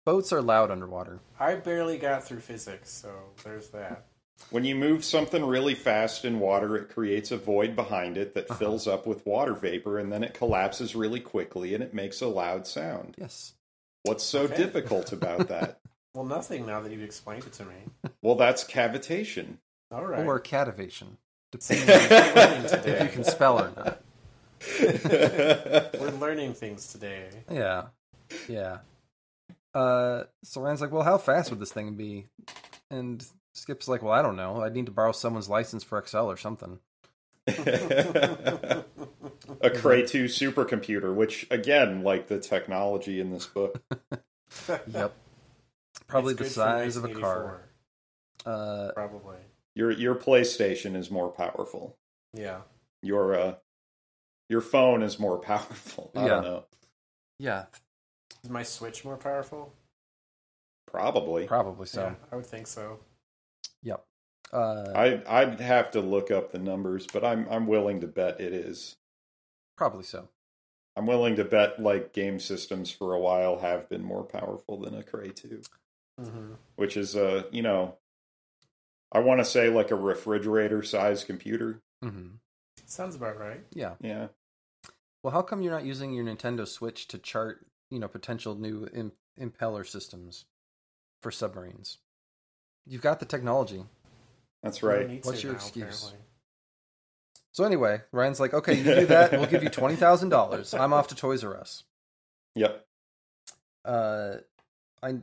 Speaker 2: boats are loud underwater.
Speaker 1: I barely got through physics, so there's that.
Speaker 3: When you move something really fast in water, it creates a void behind it that fills up with water vapor and then it collapses really quickly and it makes a loud sound.
Speaker 2: Yes.
Speaker 3: What's so
Speaker 1: Okay.
Speaker 3: difficult about that?
Speaker 1: Well, nothing now that you've explained it to me.
Speaker 3: well, that's cavitation.
Speaker 1: All right.
Speaker 2: or cativation, depending on
Speaker 1: We're learning
Speaker 2: if you
Speaker 1: today.
Speaker 2: can spell or not.
Speaker 1: We're learning things today.
Speaker 2: Yeah, yeah. Uh, so Ryan's like, "Well, how fast would this thing be?" And Skip's like, "Well, I don't know. I would need to borrow someone's license for Excel or something."
Speaker 3: a Cray 2 supercomputer, which, again, like the technology in this book.
Speaker 2: Yep. Probably
Speaker 1: It's
Speaker 2: the
Speaker 1: good for
Speaker 2: size of a car.
Speaker 1: 1984,
Speaker 2: Uh,
Speaker 1: Probably.
Speaker 3: Your, your PlayStation is more powerful.
Speaker 1: Yeah.
Speaker 3: Your, uh, your phone is more powerful. I
Speaker 2: Yeah.
Speaker 3: don't know.
Speaker 2: yeah,
Speaker 1: Is my Switch more powerful?
Speaker 3: Probably.
Speaker 2: probably so.
Speaker 1: Yeah, I would think so.
Speaker 2: Yep. Uh,
Speaker 3: I I'd have to look up the numbers, but I'm I'm willing to bet it is.
Speaker 2: probably so.
Speaker 3: I'm willing to bet like game systems for a while have been more powerful than a Cray 2,
Speaker 1: hmm
Speaker 3: which is a, you know, I want to say like a refrigerator size computer.
Speaker 2: hmm
Speaker 1: Sounds about right.
Speaker 2: Yeah.
Speaker 3: Yeah.
Speaker 2: Well, how come you're not using your Nintendo Switch to chart, you know, potential new Im- impeller systems for submarines? You've got the technology.
Speaker 3: That's
Speaker 1: You
Speaker 3: right.
Speaker 1: need to
Speaker 2: What's your
Speaker 1: now,
Speaker 2: excuse?
Speaker 1: apparently.
Speaker 2: So anyway, Ryan's like, okay, you do that, we'll give you twenty thousand dollars. I'm off to Toys R Us.
Speaker 3: Yep.
Speaker 2: Uh, I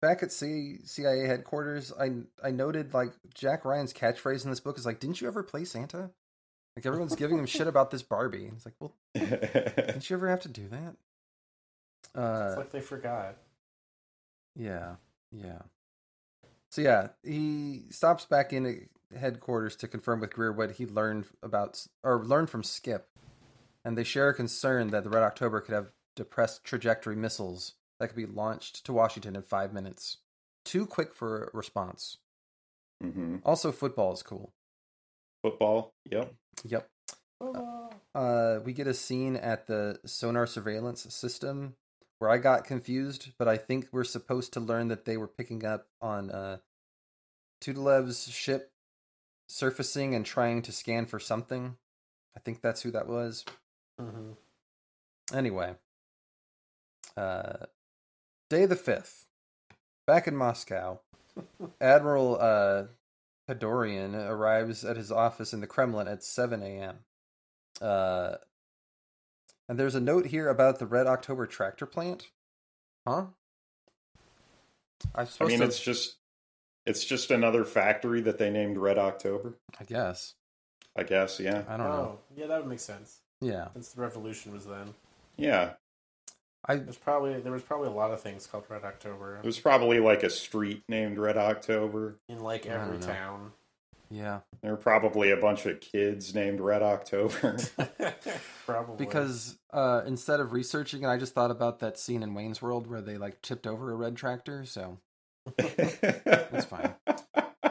Speaker 2: back at C, CIA headquarters. I I noted like Jack Ryan's catchphrase in this book is like, "Didn't you ever play Santa?" Like everyone's giving him shit about this Barbie. And It's like, well, didn't you ever have to do that?
Speaker 1: It's
Speaker 2: Uh,
Speaker 1: like they forgot.
Speaker 2: yeah, yeah. So yeah, he stops back in at headquarters to confirm with Greer what he learned about or learned from Skip, and they share a concern that the Red October could have depressed trajectory missiles that could be launched to Washington in five minutes, too quick for a response.
Speaker 3: Mm-hmm.
Speaker 2: Also, football is cool.
Speaker 3: Football. Yep.
Speaker 2: Yep. Uh, we get a scene at the sonar surveillance system where I got confused, but I think we're supposed to learn that they were picking up on uh, Tudolev's ship surfacing and trying to scan for something. I think that's who that was.
Speaker 1: Mm-hmm.
Speaker 2: Anyway, uh, day the fifth, back in Moscow, Admiral uh, Padorian arrives at his office in the Kremlin at seven a.m. Uh, and there's a note here about the Red October tractor plant, huh? I'm
Speaker 3: I
Speaker 2: supposed
Speaker 3: mean,
Speaker 2: to,
Speaker 3: it's just it's just another factory that they named Red October.
Speaker 2: I guess.
Speaker 3: I guess. Yeah.
Speaker 2: I don't
Speaker 1: Oh,
Speaker 2: know.
Speaker 1: yeah, that would make sense
Speaker 2: Yeah,
Speaker 1: since the revolution was then.
Speaker 3: Yeah.
Speaker 2: I
Speaker 1: There's probably there was probably a lot of things called Red October
Speaker 3: There's probably like a street named Red October.
Speaker 1: in like
Speaker 2: I
Speaker 1: every
Speaker 2: don't know.
Speaker 1: town.
Speaker 2: yeah.
Speaker 3: There were probably a bunch of kids named Red October.
Speaker 1: probably
Speaker 2: Oh, because uh, instead of researching it, I just thought about that scene in Wayne's World where they like tipped over a red tractor. So
Speaker 3: That's
Speaker 2: fine.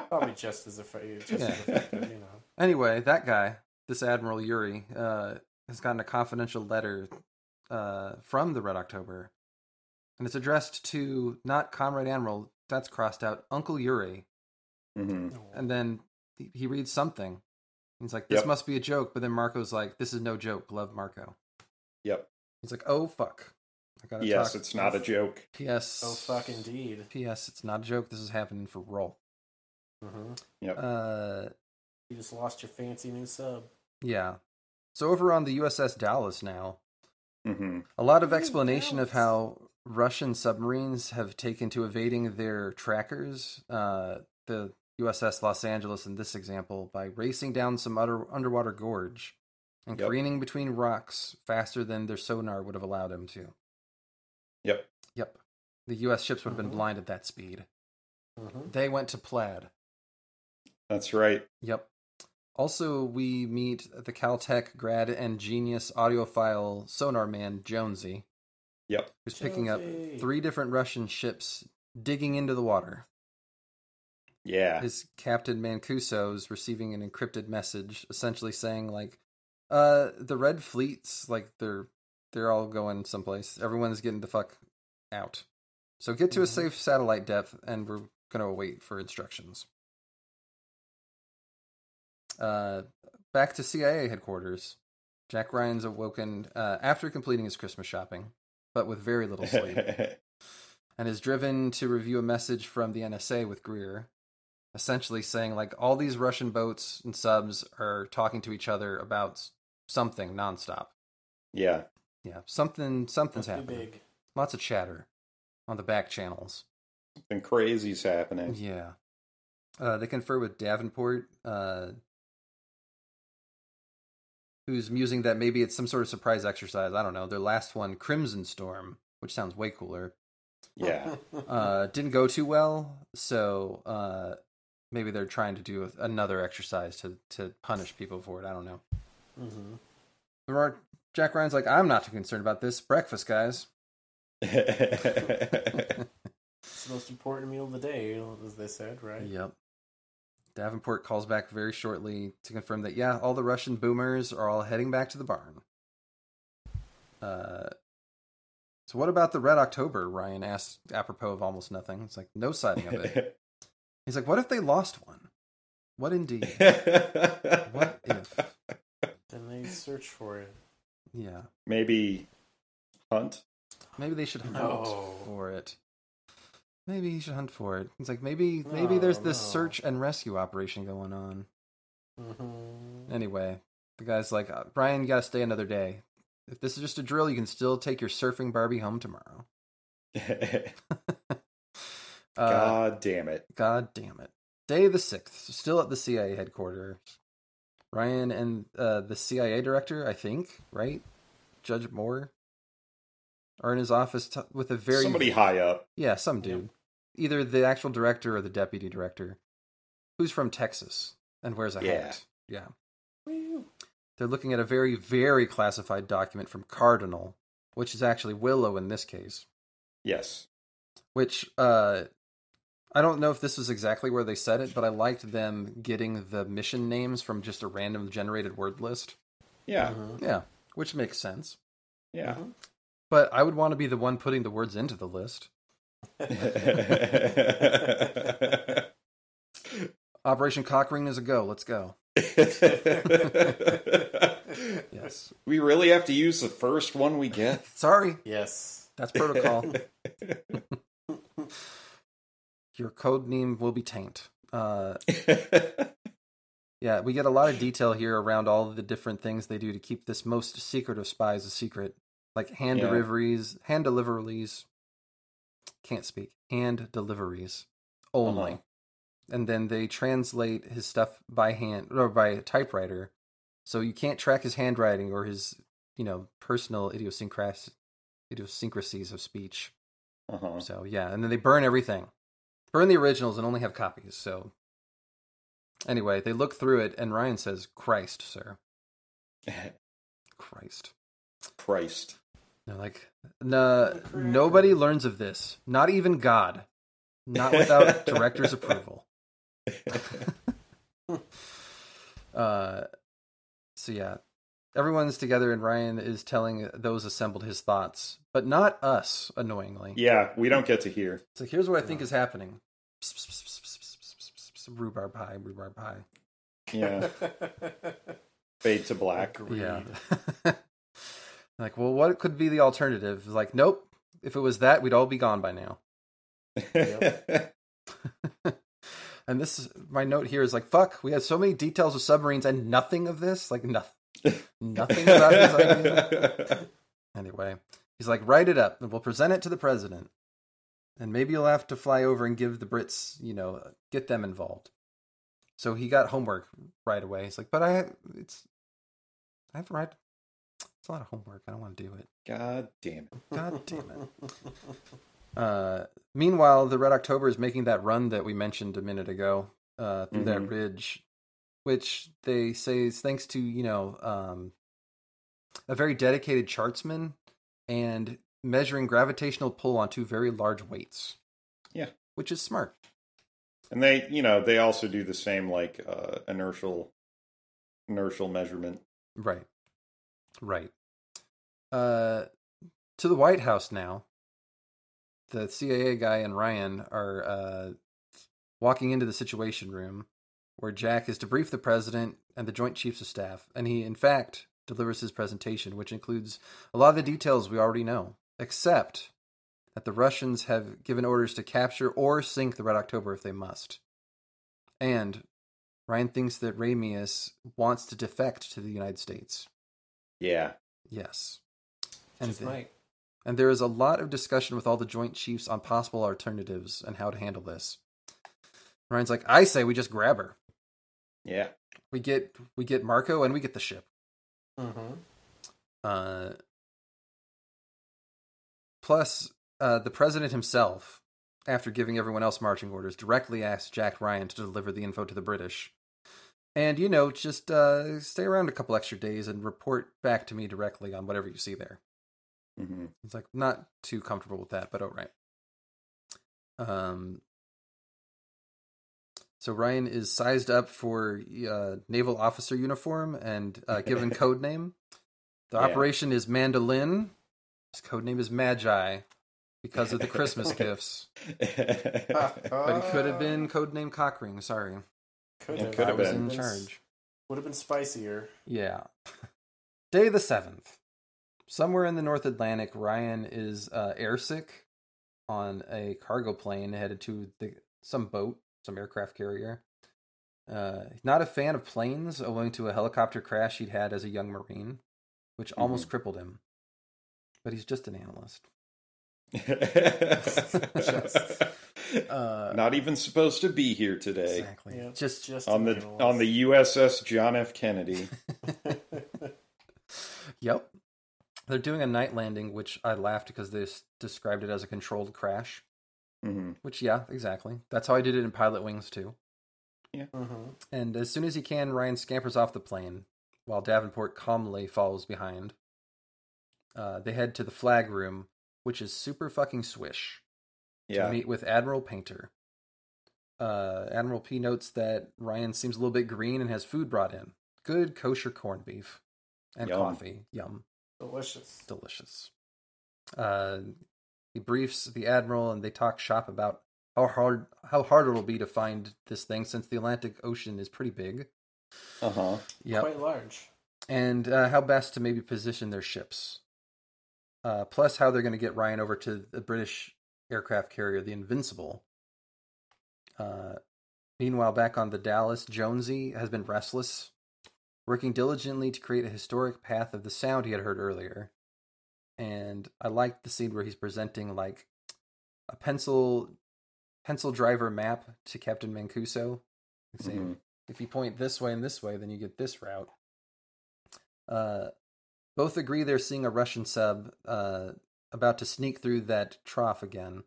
Speaker 1: probably just as effective. Just as
Speaker 3: Yeah.
Speaker 1: effective, you know.
Speaker 2: anyway, that guy, this Admiral Yuri, uh, has gotten a confidential letter uh, from the Red October, and it's addressed to not Comrade Admiral. That's crossed out, Uncle Yuri,
Speaker 3: hmm
Speaker 1: Oh,
Speaker 2: and then he- he reads something. He's like, "This
Speaker 3: Yep.
Speaker 2: must be a joke," but then Marco's like, "This is no joke. Love Marco."
Speaker 3: Yep.
Speaker 2: He's like, "Oh fuck." I gotta
Speaker 3: Yes,
Speaker 2: talk-
Speaker 3: it's not a joke.
Speaker 2: P.S.
Speaker 1: Oh fuck, indeed.
Speaker 2: P.S. It's not a joke. This is happening for roll.
Speaker 1: hmm
Speaker 2: Mm-hmm. Uh,
Speaker 1: You just lost your fancy new sub.
Speaker 2: yeah. So over on the USS Dallas now,
Speaker 3: hmm
Speaker 2: a lot of
Speaker 1: Ooh,
Speaker 2: explanation of
Speaker 1: Dallas.
Speaker 2: how Russian submarines have taken to evading their trackers. Uh, the USS Los Angeles, in this example, by racing down some under- underwater gorge and
Speaker 3: Yep.
Speaker 2: careening between rocks faster than their sonar would have allowed them to.
Speaker 3: Yep.
Speaker 2: Yep. The U.S. ships would have been
Speaker 1: Mhm.
Speaker 2: blind at that speed.
Speaker 1: hmm
Speaker 2: They went to Plaid.
Speaker 3: That's right.
Speaker 2: Yep. Also, we meet the Caltech grad and genius audiophile sonar man Jonesy,
Speaker 3: Yep.
Speaker 2: who's picking up
Speaker 1: Jonesy.
Speaker 2: three different Russian ships digging into the water.
Speaker 3: Yeah.
Speaker 2: His captain Mancuso is receiving an encrypted message, essentially saying like, "Uh, the Red Fleets, like they're they're all going someplace. Everyone's getting the fuck out. So get to a
Speaker 1: Mhm.
Speaker 2: safe satellite depth, and we're gonna wait for instructions." Uh, back to CIA headquarters. Jack Ryan's awoken uh, after completing his Christmas shopping, but with very little sleep and is driven to review a message from the NSA with Greer, essentially saying like all these Russian boats and subs are talking to each other about s- something nonstop.
Speaker 3: yeah.
Speaker 2: Yeah, something something's
Speaker 1: Too
Speaker 2: happening.
Speaker 1: big.
Speaker 2: Lots of chatter on the back channels.
Speaker 3: Something crazy's happening.
Speaker 2: Yeah. Uh, they confer with Davenport, uh, who's musing that maybe it's some sort of surprise exercise. I don't know. Their last one, Crimson Storm, which sounds way cooler,
Speaker 3: Yeah.
Speaker 2: uh, didn't go too well, so uh, maybe they're trying to do another exercise to to punish people for it. I don't know.
Speaker 1: hmm
Speaker 2: There are- Jack Ryan's like, I'm not too concerned about this. Breakfast, guys.
Speaker 1: It's the most important meal of the day, as they said, right?
Speaker 2: Yep. Davenport calls back very shortly to confirm that yeah, all the Russian boomers are all heading back to the barn. Uh, so what about the Red October? Ryan asked apropos of almost nothing. It's like no sighting of it. He's like, what if they lost one? What indeed? What if?
Speaker 1: Then they search for it.
Speaker 2: Yeah.
Speaker 3: Maybe hunt.
Speaker 2: Maybe they should hunt
Speaker 1: No.
Speaker 2: for it. Maybe he should hunt for it. It's like maybe maybe there's
Speaker 1: No,
Speaker 2: this
Speaker 1: no.
Speaker 2: search and rescue operation going on.
Speaker 1: hmm
Speaker 2: Anyway, the guy's like, uh, Brian, you gotta stay another day. If this is just a drill, you can still take your surfing Barbie home tomorrow. Uh,
Speaker 3: God damn it.
Speaker 2: God damn it. Day the 6th, still at the CIA headquarters. Ryan and uh, the CIA director, I think, right? Judge Moore, are in his office t- with a very.
Speaker 3: Somebody high up.
Speaker 2: Yeah, some
Speaker 1: Yep.
Speaker 2: dude. Either the actual director or the deputy director, who's from Texas and wears a
Speaker 3: Yeah.
Speaker 2: hat. Yeah. They're looking at a very, very classified document from Cardinal, which is actually Willow in this case,
Speaker 3: Yes.
Speaker 2: which uh, I don't know if this was exactly where they said it, but I liked them getting the mission names from just a random generated word list.
Speaker 3: Yeah,
Speaker 1: Mm-hmm.
Speaker 2: Yeah, which makes sense. Mm-hmm.
Speaker 3: yeah.
Speaker 2: But I would want to be the one putting the words into the list. Operation Cockring is a go. Let's go.
Speaker 1: Mm-hmm.
Speaker 2: Yes.
Speaker 3: we really have to use the first one we get.
Speaker 2: Sorry,
Speaker 1: Yes.
Speaker 2: that's protocol. Your code name will be Taint. Uh, yeah, we get a lot of detail here around all the different things they do to keep this most secret of spies a secret, like hand
Speaker 3: Yeah.
Speaker 2: deliveries, hand deliveries. Can't speak. Hand deliveries only.
Speaker 3: Uh-huh.
Speaker 2: And then they translate his stuff by hand or by typewriter, so you can't track his handwriting or his, you know, personal idiosyncras- idiosyncrasies of speech.
Speaker 3: Uh-huh.
Speaker 2: So yeah, and then they burn everything, burn the originals, and only have copies. So anyway, they look through it, and Ryan says, "Christ, sir, Christ."
Speaker 3: Christ.
Speaker 2: They're like, "Nah, nobody learns of this. Not even God. Not without director's approval." Uh, so yeah, everyone's together, and Ryan is telling those assembled his thoughts, but not us. Annoyingly,
Speaker 3: Yeah, we don't get to hear.
Speaker 2: So here's what I think is happening. Rhubarb pie, rhubarb pie.
Speaker 3: Yeah, fade to black.
Speaker 2: Yeah. like, well, what could be the alternative? Like, nope. If it was that, we'd all be gone by now. And this is my note here is like, fuck, we had so many details of submarines and nothing of this. Like, nothing. nothing about this idea. Anyway, he's like, write it up and we'll present it to the president. And maybe you'll have to fly over and give the Brits, you know, get them involved. So he got homework right away. He's like, but I, it's, I have to write, it's a lot of homework. I don't want to do it.
Speaker 3: God damn it.
Speaker 2: God damn it. Uh, meanwhile, the Red October is making that run that we mentioned a minute ago uh, through that
Speaker 3: Mhm.
Speaker 2: ridge, which they say is thanks to, you know, um, a very dedicated chartsman and measuring gravitational pull on two very large weights.
Speaker 3: Yeah.
Speaker 2: Which is smart.
Speaker 3: And they, you know, they also do the same like uh, inertial inertial measurement.
Speaker 2: Right. Right. Uh, to the White House now. The CIA guy and Ryan are uh, walking into the Situation Room, where Jack is to brief the president and the Joint Chiefs of Staff, and he, in fact, delivers his presentation, which includes a lot of the details we already know, except that the Russians have given orders to capture or sink the Red October if they must. And Ryan thinks that Ramius wants to defect to the United States.
Speaker 3: Yeah.
Speaker 2: Yes. And,
Speaker 1: Just
Speaker 2: the-
Speaker 1: might.
Speaker 2: and there is a lot of discussion with all the joint chiefs on possible alternatives and how to handle this. Ryan's like, I say we just grab her.
Speaker 3: Yeah.
Speaker 2: We get we get Marco and we get the ship.
Speaker 1: Mm-hmm.
Speaker 2: Uh, plus, uh, the president himself, after giving everyone else marching orders, directly asked Jack Ryan to deliver the info to the British. And, you know, just uh, stay around a couple extra days and report back to me directly on whatever you see there.
Speaker 3: hmm
Speaker 2: He's like, not too comfortable with that, but all right. Um, so Ryan is sized up for uh, naval officer uniform and uh, given code name. The
Speaker 3: Yeah.
Speaker 2: operation is Mandolin. His code name is Magi because of the Christmas gifts, but it could have been code name Cockring. Sorry,
Speaker 1: Uh. Could
Speaker 3: It
Speaker 1: have.
Speaker 3: could
Speaker 2: I
Speaker 3: have
Speaker 2: was in
Speaker 3: been.
Speaker 2: charge.
Speaker 1: Would have been spicier.
Speaker 2: Yeah. Day the 7th. Somewhere in the North Atlantic, Ryan is uh, airsick on a cargo plane headed to the, some boat, some aircraft carrier. Uh, not a fan of planes, owing to a helicopter crash he'd had as a young Marine, which almost crippled him. But he's just an analyst. Uh,
Speaker 3: Not even supposed to be here today
Speaker 2: exactly.
Speaker 1: Yeah,
Speaker 2: Just,
Speaker 1: just
Speaker 3: on the
Speaker 1: manuals.
Speaker 3: on the USS John F. Kennedy.
Speaker 2: yep. They're doing a night landing, which I laughed because they s- described it as a controlled crash.
Speaker 3: hmm
Speaker 2: Which, yeah, exactly. That's how I did it in Pilot Wings too.
Speaker 3: Mm-hmm.
Speaker 1: Mhm.
Speaker 2: And as soon as he can, Ryan scampers off the plane, while Davenport calmly follows behind. Uh, they head to the flag room, which is super fucking swish,
Speaker 3: Yeah.
Speaker 2: to meet with Admiral Painter, uh, Admiral P notes that Ryan seems a little bit green and has food brought in. Good kosher corned beef and
Speaker 3: Yum.
Speaker 2: coffee. Yum.
Speaker 1: Delicious.
Speaker 2: Delicious. Uh, he briefs the Admiral and they talk shop about how hard how hard it'll be to find this thing since the Atlantic Ocean is pretty big.
Speaker 3: Uh huh.
Speaker 2: Yep.
Speaker 1: Quite large.
Speaker 2: and uh, how best to maybe position their ships. Uh, plus, how they're going to get Ryan over to the British aircraft carrier, the Invincible. Uh, meanwhile, back on the Dallas, Jonesy has been restless, working diligently to create a historic path of the sound he had heard earlier. And I liked the scene where he's presenting like a pencil pencil driver map to Captain Mancuso, saying,
Speaker 3: Mhm.
Speaker 2: if you point this way and this way, then you get this route. Uh, both agree they're seeing a Russian sub uh, about to sneak through that trough again.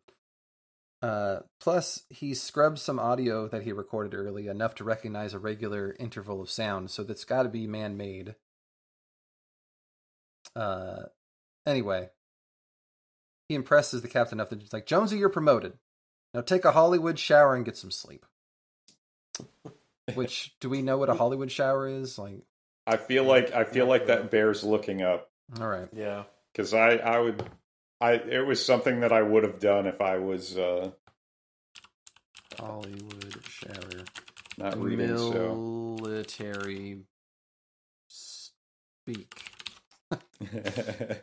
Speaker 2: Uh, plus, he scrubbed some audio that he recorded early enough to recognize a regular interval of sound, so that's got to be man made. Uh, anyway, he impresses the captain enough that he's like, Jonesy, you're promoted. Now take a Hollywood shower and get some sleep. Which do we know what a Hollywood shower is? Like,
Speaker 3: I feel like I feel like that bears looking up
Speaker 2: all right,
Speaker 1: Yeah.
Speaker 3: because I I would I it was something that I would have done if I was uh
Speaker 2: Hollywood shower,
Speaker 3: not reading. So
Speaker 2: military speak.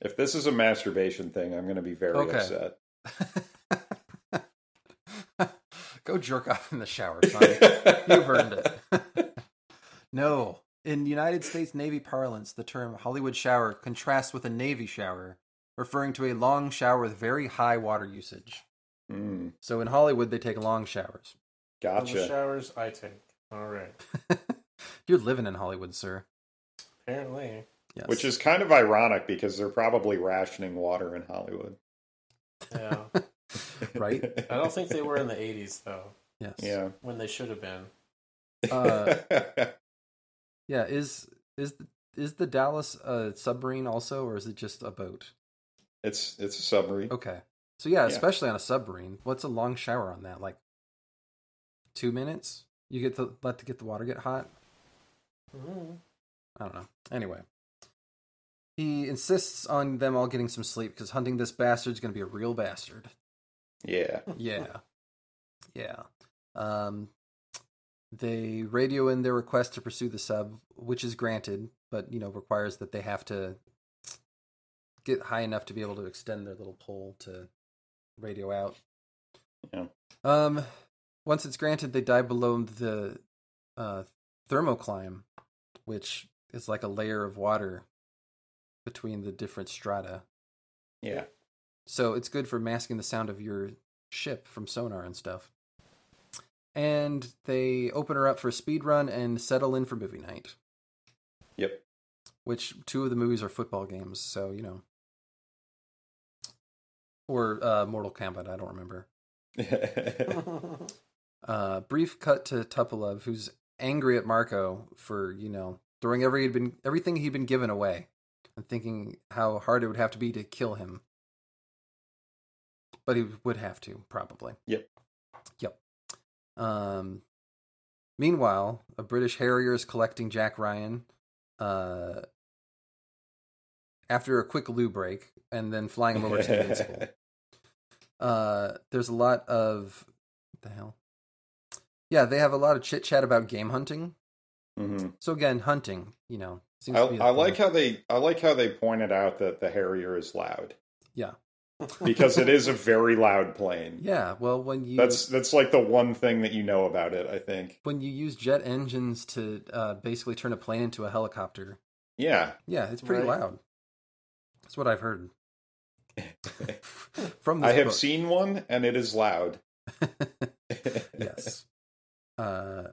Speaker 3: if this is a masturbation thing, I'm going to be very
Speaker 2: Okay.
Speaker 3: upset.
Speaker 2: Go jerk off in the shower, son. You've earned it. no. In United States Navy parlance, the term Hollywood shower contrasts with a Navy shower, referring to a long shower with very high water usage.
Speaker 3: Mm,
Speaker 2: So in Hollywood, they take long showers.
Speaker 1: Those are
Speaker 3: gotcha.
Speaker 1: showers I take. All right.
Speaker 2: You're living in Hollywood, sir.
Speaker 1: Apparently.
Speaker 2: Yes.
Speaker 3: Which is kind of ironic because they're probably rationing water in Hollywood,
Speaker 1: Yeah.
Speaker 2: right.
Speaker 1: I don't think they were in the 80s, though,
Speaker 2: Yes.
Speaker 3: yeah.
Speaker 1: when they should have been.
Speaker 2: Uh, yeah. Is is is the Dallas a submarine also, or is it just a boat?
Speaker 3: it's it's a submarine.
Speaker 2: Okay. So yeah,
Speaker 3: Yeah.
Speaker 2: especially on a submarine, what's a long shower on that? Like two minutes? You get to let to get the water get hot.
Speaker 1: Mhm.
Speaker 2: I don't know. Anyway, he insists on them all getting some sleep because hunting this bastard's going to be a real bastard.
Speaker 3: Yeah.
Speaker 2: Yeah, yeah. Um, they radio in their request to pursue the sub, which is granted, but you know requires that they have to get high enough to be able to extend their little pole to radio out.
Speaker 3: Yeah.
Speaker 2: Um, once it's granted, they dive below the uh, thermocline, which is like a layer of water between the different strata.
Speaker 3: Yeah.
Speaker 2: So it's good for masking the sound of your ship from sonar and stuff. And they open her up for a speed run and settle in for movie night,
Speaker 3: Yep.
Speaker 2: which two of the movies are football games, so you know. Or uh, Mortal Kombat, I don't remember. Uh, brief cut to Tupolev, who's angry at Marco for you know throwing every he'd been everything he'd been given away, and thinking how hard it would have to be to kill him. But he would have to probably.
Speaker 3: Yep.
Speaker 2: Yep. Um. Meanwhile, a British Harrier is collecting Jack Ryan. Uh. After a quick loo break, and then flying him over to the Invincible uh there's a lot of what the hell yeah they have a lot of chit chat about game hunting
Speaker 3: Mhm.
Speaker 2: so again hunting you know seems
Speaker 3: I,
Speaker 2: to be
Speaker 3: I like how they I like how they pointed out that the Harrier is loud because it is a very loud plane.
Speaker 2: yeah well when you
Speaker 3: That's that's like the one thing that you know about it. I think.
Speaker 2: when you use jet engines to uh basically turn a plane into a helicopter
Speaker 3: Yeah.
Speaker 2: yeah it's pretty
Speaker 1: Right.
Speaker 2: loud that's what i've heard from this
Speaker 3: I have
Speaker 2: book.
Speaker 3: seen one and it is loud.
Speaker 2: yes. Uh,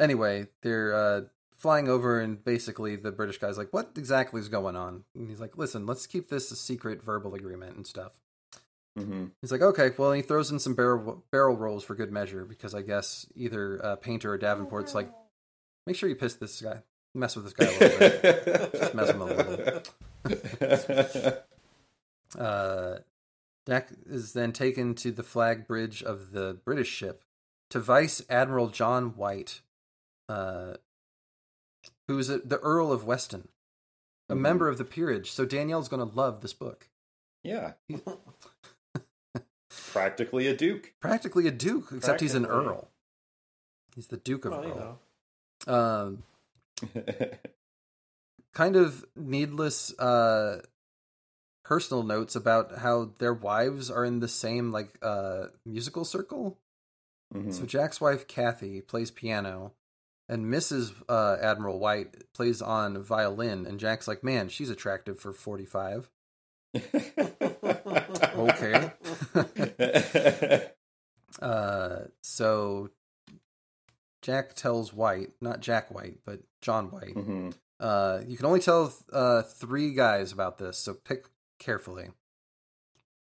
Speaker 2: anyway, they're uh, flying over, and basically the British guy's like, "What exactly is going on?" And he's like, "Listen, let's keep this a secret verbal agreement and stuff."
Speaker 3: Mhm.
Speaker 2: He's like, "Okay." Well, and he throws in some barrel barrel rolls for good measure because I guess either uh, Painter or Davenport's like, "Make sure you piss this guy, mess with this guy a little bit." mess with 'em a
Speaker 3: little.
Speaker 2: Uh, Deck is then taken to the flag bridge of the British ship to Vice Admiral John White, uh, who is a, the Earl of Weston,
Speaker 1: Mm-hmm.
Speaker 2: a
Speaker 3: Mhm.
Speaker 2: member of the peerage. So Danielle's going to love this book.
Speaker 3: Yeah. Practically a duke.
Speaker 2: Practically a duke, except he's an
Speaker 3: Practically.
Speaker 2: earl. He's the Duke of
Speaker 1: Well, you
Speaker 2: Earl.
Speaker 1: know,
Speaker 2: Um, kind of needless uh personal notes about how their wives are in the same like uh musical circle
Speaker 3: Mhm.
Speaker 2: so jack's wife kathy plays piano and mrs uh admiral white plays on violin and jack's like man she's attractive for 45 okay uh so jack tells white not jack white but john white
Speaker 3: Mhm.
Speaker 2: uh, you can only tell uh, three guys about this, so pick carefully.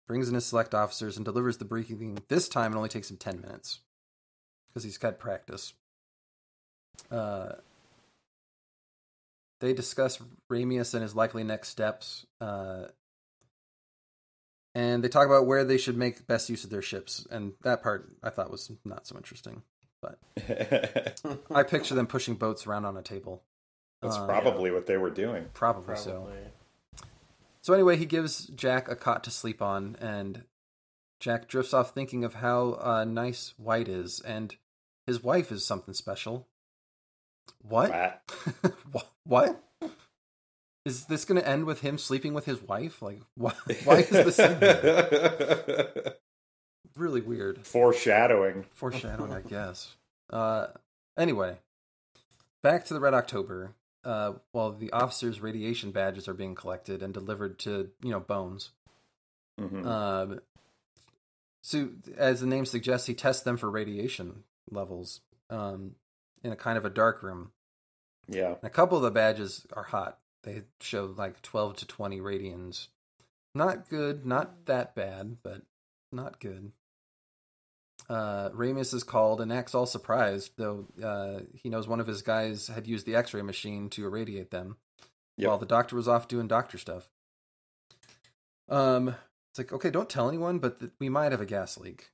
Speaker 2: Brings in his select officers and delivers the briefing. This time, it only takes him 10 minutes because he's got practice. Uh, they discuss Ramius and his likely next steps, uh, and they talk about where they should make best use of their ships. And that part I thought was not so interesting. I picture them pushing boats around on a table.
Speaker 3: That's
Speaker 2: Uh,
Speaker 3: probably what they were doing.
Speaker 2: probably
Speaker 1: probably.
Speaker 2: so. So anyway, he gives Jack a cot to sleep on, and Jack drifts off thinking of how uh, nice White is, and his wife is something special. What?
Speaker 3: Rat.
Speaker 2: Wha- what? Is this going to end with him sleeping with his wife? Like, why? Why is this really weird?
Speaker 3: Foreshadowing.
Speaker 2: Foreshadowing, I guess. Uh, anyway, back to the Red October. Uh, while the officers' radiation badges are being collected and delivered to you know Bones.
Speaker 3: Mhm.
Speaker 2: Um, so, as the name suggests, he tests them for radiation levels um, in a kind of a dark room.
Speaker 3: yeah.
Speaker 2: And a couple of the badges are hot. They show like 12 to 20 radians. Not good, not that bad, but not good. Uh, Ramus is called and acts all surprised, though uh, he knows one of his guys had used the x ray machine to irradiate them
Speaker 3: Yep.
Speaker 2: while the doctor was off doing doctor stuff. Um, it's like, okay, don't tell anyone, but th- we might have a gas leak.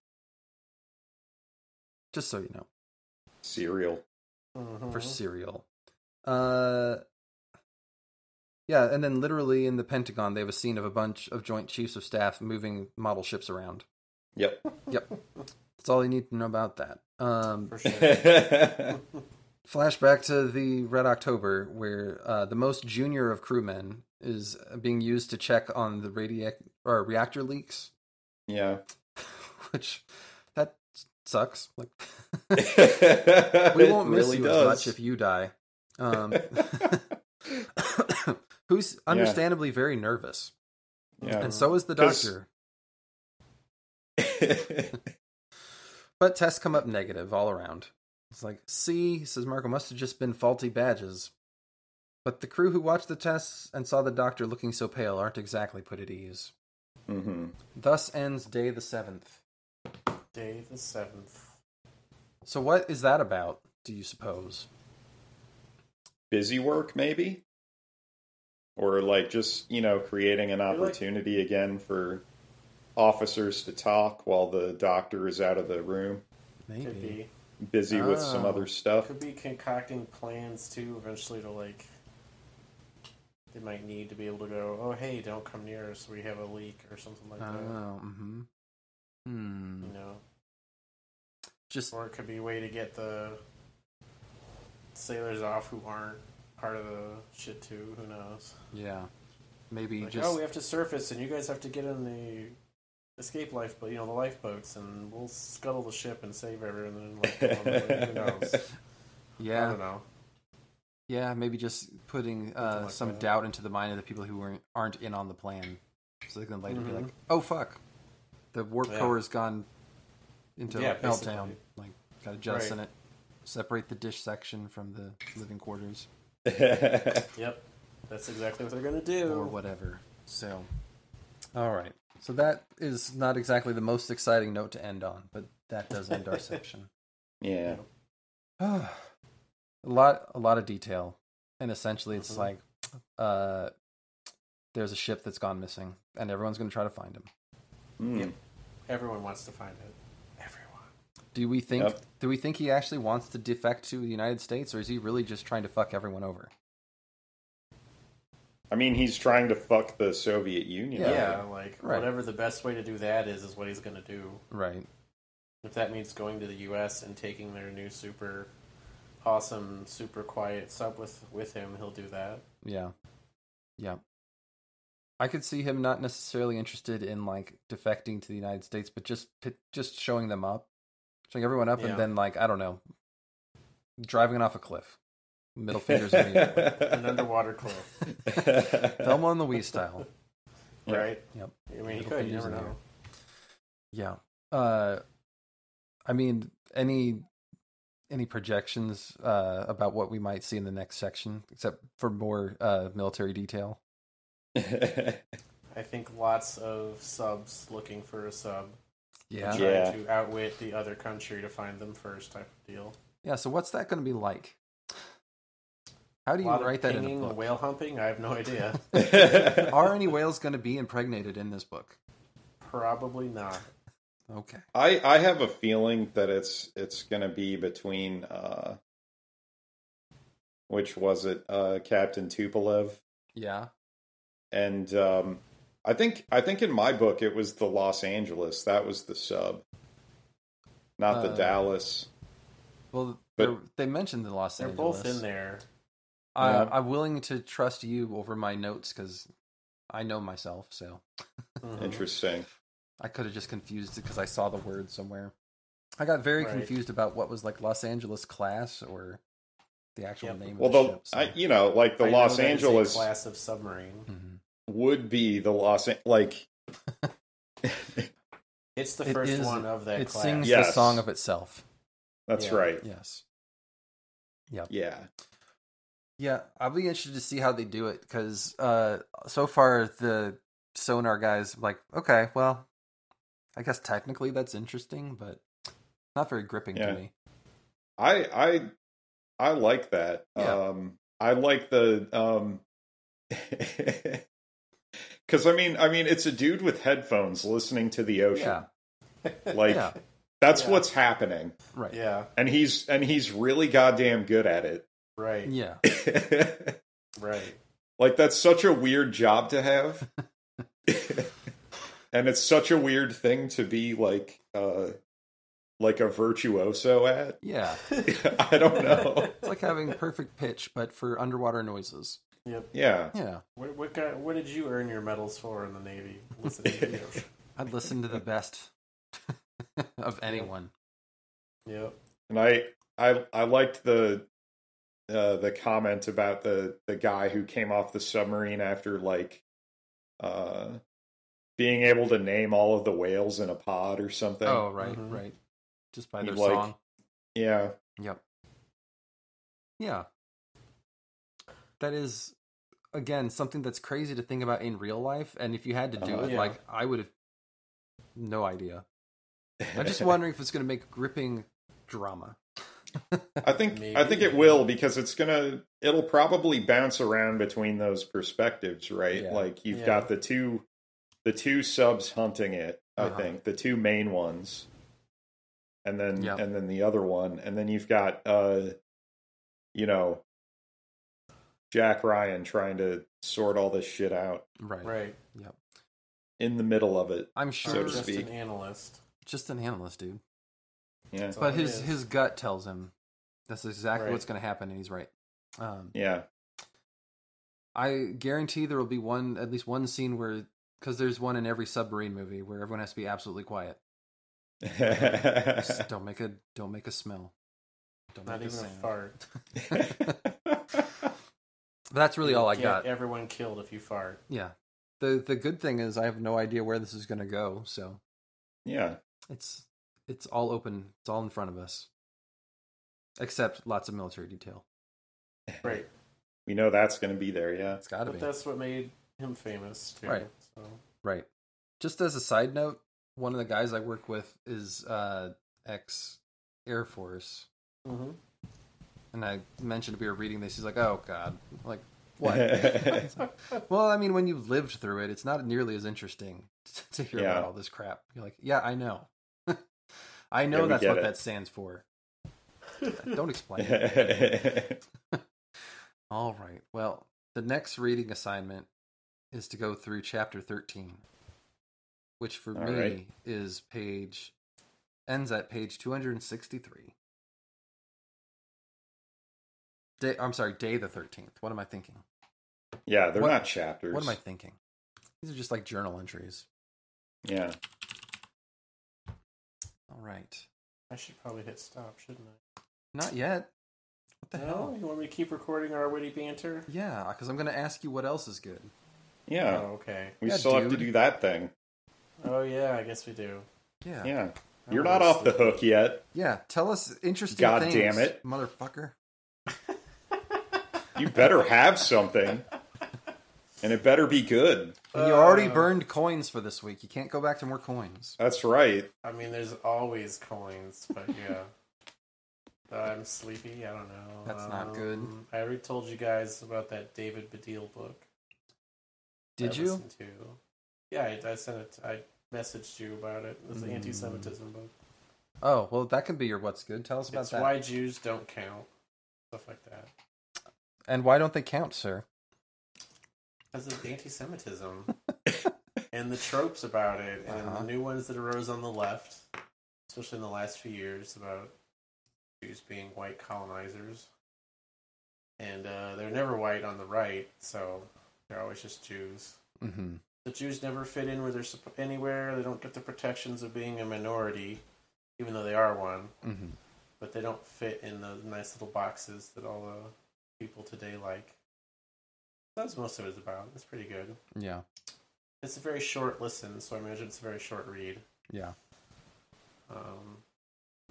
Speaker 2: Just so you know,
Speaker 3: Serial.
Speaker 1: Mhm.
Speaker 2: for cereal. Uh, yeah, and then literally in the Pentagon, they have a scene of a bunch of Joint Chiefs of Staff moving model ships around.
Speaker 3: Yep.
Speaker 2: That's all you need to know about that. Um,
Speaker 1: For sure.
Speaker 2: flashback to the Red October, where uh, the most junior of crewmen is being used to check on the radiac or reactor leaks,
Speaker 3: yeah.
Speaker 2: which that sucks. Like we won't miss you as much if you die. Um, who's understandably very nervous,
Speaker 3: yeah.
Speaker 2: and so is the
Speaker 3: 'Cause-
Speaker 2: doctor. But tests come up negative all around. It's like, see, says Marco, must have just been faulty badges. But the crew who watched the tests and saw the doctor looking so pale aren't exactly put at ease.
Speaker 3: hmm
Speaker 2: Thus ends day the seventh.
Speaker 1: Day the seventh.
Speaker 2: So what is that about? Do you suppose?
Speaker 3: Busy work, maybe? Or like just, you know, creating an
Speaker 1: like-
Speaker 3: opportunity again for officers to talk while the doctor is out of the room,
Speaker 1: Could be.
Speaker 3: busy with some
Speaker 2: Oh.
Speaker 3: other stuff.
Speaker 1: Could be concocting plans too. Eventually, to like, they might need to be able to go. Oh, hey, don't come near us. We have a leak or something like
Speaker 2: Oh,
Speaker 1: that.
Speaker 2: mm-hmm. Hmm.
Speaker 1: You know,
Speaker 2: Just
Speaker 1: or it could be a way to get the sailors off who aren't part of the shit too. Who knows?
Speaker 2: yeah. Maybe
Speaker 1: Like,
Speaker 2: just
Speaker 1: oh, we have to surface, and you guys have to get in the escape lifeboat. You know, the lifeboats, and we'll scuttle the ship and save everyone. And like, along the way, who knows? I
Speaker 2: yeah,
Speaker 1: don't know.
Speaker 2: yeah. Maybe just putting uh,
Speaker 1: Something like
Speaker 2: some
Speaker 1: that.
Speaker 2: doubt into the mind of the people who weren't, aren't in on the plan, so they can later be
Speaker 1: Mhm.
Speaker 2: like, "Oh fuck, the warp
Speaker 1: Yeah.
Speaker 2: core has gone into
Speaker 1: Yeah,
Speaker 2: like, meltdown.
Speaker 1: basically.
Speaker 2: Like, got to jettison it, separate the dish section from the living quarters
Speaker 1: Yep, that's exactly what they're gonna do.
Speaker 2: or whatever." So, all right. So that is not exactly the most exciting note to end on, but that does end our section.
Speaker 3: yeah.
Speaker 2: a lot a lot of detail and essentially it's
Speaker 1: Mhm.
Speaker 2: like uh there's a ship that's gone missing and everyone's going to try to find him
Speaker 3: Hmm.
Speaker 1: Yep. Everyone wants to find it. Everyone.
Speaker 2: Do we think
Speaker 3: Yep.
Speaker 2: do we think he actually wants to defect to the United States or is he really just trying to fuck everyone over?
Speaker 3: I mean, he's trying to fuck the Soviet Union.
Speaker 2: Yeah.
Speaker 1: Yeah, like
Speaker 2: Right.
Speaker 1: whatever the best way to do that is, is what he's going to do.
Speaker 2: Right.
Speaker 1: If that means going to the U.S. and taking their new super awesome, super quiet sub with with him, he'll do that.
Speaker 2: Yeah. Yeah. I could see him not necessarily interested in like defecting to the United States, but just pi- just showing them up, showing everyone up,
Speaker 1: Yeah.
Speaker 2: and then like I don't know, driving it off a cliff, middle fingers in the air,
Speaker 1: An underwater cliff,
Speaker 2: Thelma and Louise style.
Speaker 3: Yeah.
Speaker 1: right?
Speaker 2: Yep.
Speaker 1: I mean, he
Speaker 2: Little
Speaker 1: could. You
Speaker 2: fingers
Speaker 1: never
Speaker 2: in the
Speaker 1: know.
Speaker 2: Yeah. Uh, I mean, any any projections uh, about what we might see in the next section, except for more uh, military detail.
Speaker 1: I think lots of subs looking for a sub,
Speaker 2: Yeah.
Speaker 1: trying
Speaker 3: Yeah.
Speaker 1: to outwit the other country to find them first, type of deal.
Speaker 2: Yeah. So what's that going to be like? How do you
Speaker 1: lot of
Speaker 2: write that in
Speaker 1: pinging,
Speaker 2: a book?
Speaker 1: whale humping. I have no idea.
Speaker 2: Are any whales going to be impregnated in this book?
Speaker 1: Probably not.
Speaker 2: Okay.
Speaker 3: I I have a feeling that it's it's gonna be between uh, which was it uh, Captain Tupolev
Speaker 2: Yeah.
Speaker 3: and um, I think I think in my book it was the Los Angeles that was the sub, not the
Speaker 2: Uh,
Speaker 3: Dallas.
Speaker 2: Well,
Speaker 3: But-
Speaker 2: they're- they mentioned the Los
Speaker 1: They're
Speaker 2: Angeles.
Speaker 1: both in there.
Speaker 2: I,
Speaker 3: Yeah.
Speaker 2: I'm willing to trust you over my notes because I know myself. So.
Speaker 1: Mhm.
Speaker 3: Interesting.
Speaker 2: I could have just confused it because I saw the word somewhere. I got very
Speaker 1: Right.
Speaker 2: confused about what was like Los Angeles class or the actual
Speaker 1: Yep.
Speaker 2: name of
Speaker 3: Well,
Speaker 2: the,
Speaker 3: the
Speaker 2: ship. so-
Speaker 3: I, you know like the
Speaker 1: I know
Speaker 3: Los
Speaker 1: that it's a
Speaker 3: Angeles
Speaker 1: class of submarine.
Speaker 2: Mhm.
Speaker 3: would be the Los An- like
Speaker 1: It's the
Speaker 2: It
Speaker 1: first
Speaker 2: is-
Speaker 1: one of that
Speaker 2: It
Speaker 1: class.
Speaker 2: sings the
Speaker 3: Yes.
Speaker 2: song of itself.
Speaker 3: that's
Speaker 1: Yeah.
Speaker 3: right.
Speaker 2: Yes.
Speaker 3: Yeah.
Speaker 2: Yeah, I'll be interested to see how they do it because uh, so far the sonar guys like okay, well, I guess technically that's interesting, but not very gripping
Speaker 3: Yeah.
Speaker 2: to me.
Speaker 3: I I I like that.
Speaker 2: Yeah.
Speaker 3: Um I like the um cuz I mean I mean it's a dude with headphones listening to the
Speaker 2: Yeah,
Speaker 3: ocean. Like
Speaker 2: yeah,
Speaker 3: that's
Speaker 1: Yeah.
Speaker 3: what's happening.
Speaker 2: right. Yeah.
Speaker 1: Yeah,
Speaker 3: And he's and he's really goddamn good at
Speaker 1: right,
Speaker 3: it.
Speaker 1: right.
Speaker 3: like that's such a weird job to have. and it's such a weird thing to be like uh like a virtuoso at.
Speaker 2: yeah.
Speaker 3: I don't know.
Speaker 2: It's like having perfect pitch, but for underwater noises.
Speaker 1: Yep.
Speaker 3: Yeah.
Speaker 2: Yeah.
Speaker 1: What, what, guy, what did you earn your medals for in the Navy? Listening to the ocean.
Speaker 2: I'd listen to the best of anyone.
Speaker 1: Yep.
Speaker 3: And I I I liked the uh, the comment about the the guy who came off the submarine after like uh being able to name all of the whales in a pod or something.
Speaker 2: Oh, right,
Speaker 1: Mhm.
Speaker 2: right. Just by
Speaker 3: You
Speaker 2: their
Speaker 3: like-
Speaker 2: song.
Speaker 3: Yeah.
Speaker 2: Yep. Yeah. That is again something that's crazy to think about in real life and if you had to do
Speaker 3: Uh-huh.
Speaker 2: it
Speaker 1: Yeah.
Speaker 2: like I would have no idea. I'm just wondering if it's going to make gripping drama.
Speaker 3: I think I think it
Speaker 1: Maybe.
Speaker 3: will because it's gonna it'll probably bounce around between those perspectives, right?
Speaker 2: Yeah.
Speaker 3: Like you've
Speaker 1: Yeah.
Speaker 3: got the two the two subs hunting it,
Speaker 2: Uh-huh.
Speaker 3: I think. The two main ones. And then
Speaker 2: Yeah.
Speaker 3: and then the other one. And then you've got uh you know Jack Ryan trying to sort all this shit out
Speaker 2: Right.
Speaker 1: Right.
Speaker 3: in the middle of it.
Speaker 2: I'm
Speaker 1: So
Speaker 2: sure
Speaker 3: to
Speaker 1: just
Speaker 2: just,
Speaker 3: speak.
Speaker 1: an analyst.
Speaker 2: just an analyst, dude.
Speaker 3: Yeah.
Speaker 1: That's all
Speaker 2: But
Speaker 1: Oh, it
Speaker 2: his
Speaker 1: is.
Speaker 2: his gut tells him that's exactly
Speaker 1: Right.
Speaker 2: what's going to happen and he's right. Um
Speaker 3: Yeah.
Speaker 2: I guarantee there will be one, at least one scene where, because there's one in every submarine movie where everyone has to be absolutely quiet. Just don't make a don't make a smell. Don't
Speaker 1: not
Speaker 2: make
Speaker 1: even a
Speaker 2: sound.
Speaker 1: fart.
Speaker 2: That's really all I
Speaker 1: You
Speaker 2: got.
Speaker 1: get Everyone killed if you fart.
Speaker 2: Yeah. The the good thing is I have no idea where this is going to go, so
Speaker 3: yeah.
Speaker 2: it's it's all open. It's all in front of us. Except lots of military detail.
Speaker 1: Right.
Speaker 3: We know that's gonna be there, yeah.
Speaker 2: It's got to
Speaker 1: But
Speaker 2: be.
Speaker 1: that's what made him famous too.
Speaker 2: Right.
Speaker 1: So
Speaker 2: Right. Just as a side note, one of the guys I work with is uh ex Air Force.
Speaker 1: mhm.
Speaker 2: and I mentioned we were reading this. He's like, "Oh God!" I'm like, What?
Speaker 1: Mm-hmm.
Speaker 2: well, I mean, when you've lived through it, it's not nearly as interesting t- to hear
Speaker 3: Yeah.
Speaker 2: about all this crap. You're like, yeah, I know. I know
Speaker 3: we
Speaker 2: that's
Speaker 3: get
Speaker 2: what
Speaker 3: it.
Speaker 2: that stands for. Don't explain it.
Speaker 3: yeah.
Speaker 2: All right. Well, the next reading assignment is to go through chapter 13, which for
Speaker 3: All
Speaker 2: me
Speaker 3: right.
Speaker 2: is page ends at page 263. Day I'm sorry, day the 13th. What am I thinking?
Speaker 3: they're
Speaker 2: What-
Speaker 3: not chapters.
Speaker 2: What am I thinking? These are just like journal entries.
Speaker 3: yeah.
Speaker 2: All right.
Speaker 1: I should probably hit stop, shouldn't
Speaker 2: Not yet. What
Speaker 1: I?
Speaker 2: the
Speaker 1: No,
Speaker 2: hell?
Speaker 1: you want me to keep recording our witty banter?
Speaker 2: Yeah, because I'm going to ask you what else is good.
Speaker 3: Yeah.
Speaker 1: Oh, okay.
Speaker 3: We
Speaker 2: Yeah,
Speaker 3: still have to
Speaker 2: dude.
Speaker 3: do that thing.
Speaker 1: Oh yeah, I guess we do.
Speaker 2: Yeah. Yeah.
Speaker 3: Yeah.
Speaker 1: I
Speaker 3: You're
Speaker 1: wanna
Speaker 3: not off the
Speaker 1: sleep.
Speaker 3: hook yet.
Speaker 2: Tell us interesting
Speaker 3: God
Speaker 2: things.
Speaker 3: damn it.
Speaker 2: Motherfucker.
Speaker 3: You better have something. And it better be good.
Speaker 2: you already
Speaker 1: Uh,
Speaker 2: burned coins for this week. You can't go back to more coins.
Speaker 3: That's right.
Speaker 1: I mean, there's always coins, but yeah. I'm sleepy. I don't know.
Speaker 2: That's not good.
Speaker 1: Um, I already told you guys about that David Baddiel book. I
Speaker 2: Did you?
Speaker 1: listened To. Yeah, I, I sent it. I messaged you about it. It's the
Speaker 2: Mm.
Speaker 1: anti-Semitism book.
Speaker 2: Oh, well, that can be your what's good. Tell us about
Speaker 1: It's
Speaker 2: that.
Speaker 1: why Jews don't count. Stuff like that.
Speaker 2: And why don't they count, sir?
Speaker 1: Because of anti-Semitism and the tropes about it, and
Speaker 2: Uh-huh.
Speaker 1: the new ones that arose on the left, especially in the last few years about Jews being white colonizers, and uh, they're never white on the right, so they're always just Jews.
Speaker 2: Mm-hmm.
Speaker 1: The Jews never fit in where they're supp- anywhere. They don't get the protections of being a minority, even though they are one.
Speaker 2: Mm-hmm.
Speaker 1: But they don't fit in the nice little boxes that all the people today like. That's what most of it's about. It's pretty good.
Speaker 2: Yeah.
Speaker 1: It's a very short listen, so I imagine it's a very short read.
Speaker 2: Yeah.
Speaker 1: Um,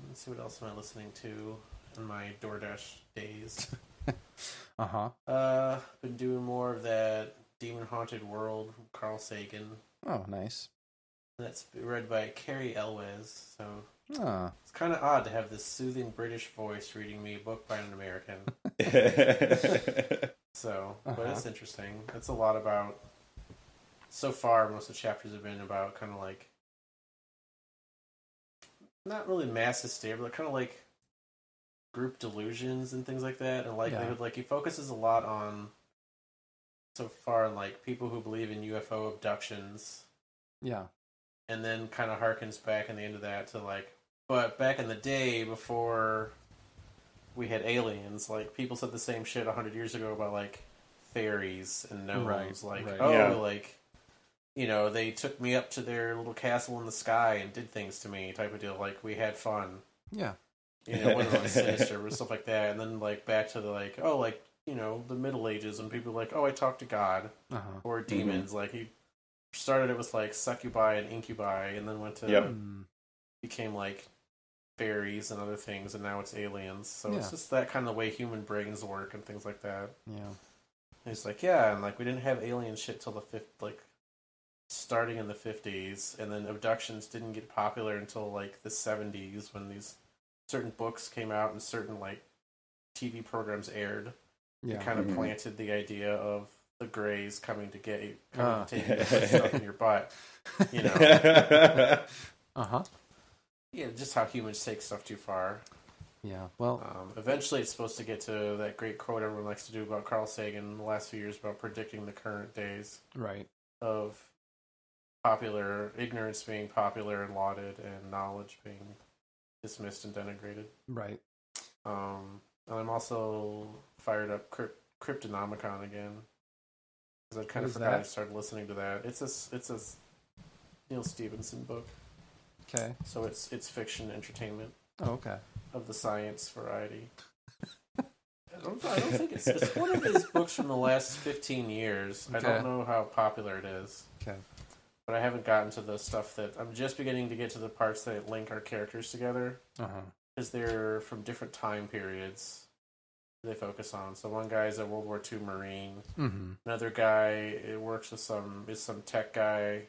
Speaker 1: let's see what else am I listening to in my DoorDash days.
Speaker 2: Uh huh.
Speaker 1: Uh, been doing more of that Demon Haunted World, from Carl Sagan.
Speaker 2: Oh, nice.
Speaker 1: That's read by Carrie Elwes. So
Speaker 2: Ah.
Speaker 1: it's kind of odd to have this soothing British voice reading me a book by an American.
Speaker 3: Hmm.
Speaker 1: So, but
Speaker 2: Uh-huh.
Speaker 1: it's interesting. It's a lot about. So far, most of the chapters have been about kind of like. Not really mass hysteria, but kind of like group delusions and things like that, and likelihood. Like he focuses a lot on. So far, like people who believe in UFO abductions,
Speaker 2: Yeah.
Speaker 1: and then kind of harkens back in the end of that to like, but back in the day before we had aliens, like people said the same shit a hundred years ago about like fairies and gnomes,
Speaker 2: Right,
Speaker 1: like
Speaker 2: right.
Speaker 1: oh,
Speaker 3: Yeah.
Speaker 1: like you know they took me up to their little castle in the sky and did things to me, type of deal. Like we had fun,
Speaker 2: Yeah.
Speaker 1: you know, it wasn't really sinister, but stuff like that. And then like back to the like oh, like you know the Middle Ages when people were like oh, I talked to God
Speaker 2: Uh huh.
Speaker 1: or
Speaker 3: Mm-hmm.
Speaker 1: demons. Like he started it with like succubi and incubi, and then went to
Speaker 3: Yep.
Speaker 2: Mm,
Speaker 1: became like fairies and other things, and now it's aliens. So
Speaker 2: Yeah.
Speaker 1: it's just that kind of way human brains work and things like that.
Speaker 2: yeah.
Speaker 1: And he's like, yeah, and like we didn't have alien shit till the fifth, like starting in the fifties, and then abductions didn't get popular until like the seventies when these certain books came out and certain like TV programs aired.
Speaker 2: Yeah. Mm-hmm.
Speaker 1: It kind of
Speaker 3: Mhm.
Speaker 1: planted the idea of the Greys coming to get you, coming
Speaker 2: Ah.
Speaker 1: to take you to put stuff in your butt. You know,
Speaker 2: Uh huh.
Speaker 1: yeah, just how humans take stuff too far.
Speaker 2: Yeah. Well.
Speaker 1: Um, eventually, it's supposed to get to that great quote everyone likes to do about Carl Sagan in the last few years about predicting the current days
Speaker 2: Right.
Speaker 1: of popular ignorance being popular and lauded, and knowledge being dismissed and denigrated.
Speaker 2: Right.
Speaker 1: Um, and I'm also fired up Crypt- Cryptonomicon again because I kind of
Speaker 2: What is
Speaker 1: forgot I
Speaker 2: that?
Speaker 1: started listening to that. It's a s- it's a s- Neil Stevenson book,
Speaker 2: Okay.
Speaker 1: so it's it's fiction entertainment.
Speaker 2: Oh, okay.
Speaker 1: of the science variety. I don't, I don't think it's, it's one of his books from the last 15 years. I
Speaker 2: Okay.
Speaker 1: don't know how popular it is,
Speaker 2: Okay.
Speaker 1: but I haven't gotten to the stuff that I'm just beginning to get to the parts that link our characters together
Speaker 2: Uh huh.
Speaker 1: because they're from different time periods they focus on. So one guy's a World War II Marine,
Speaker 2: Mm-hmm.
Speaker 1: another guy it works with some is some tech guy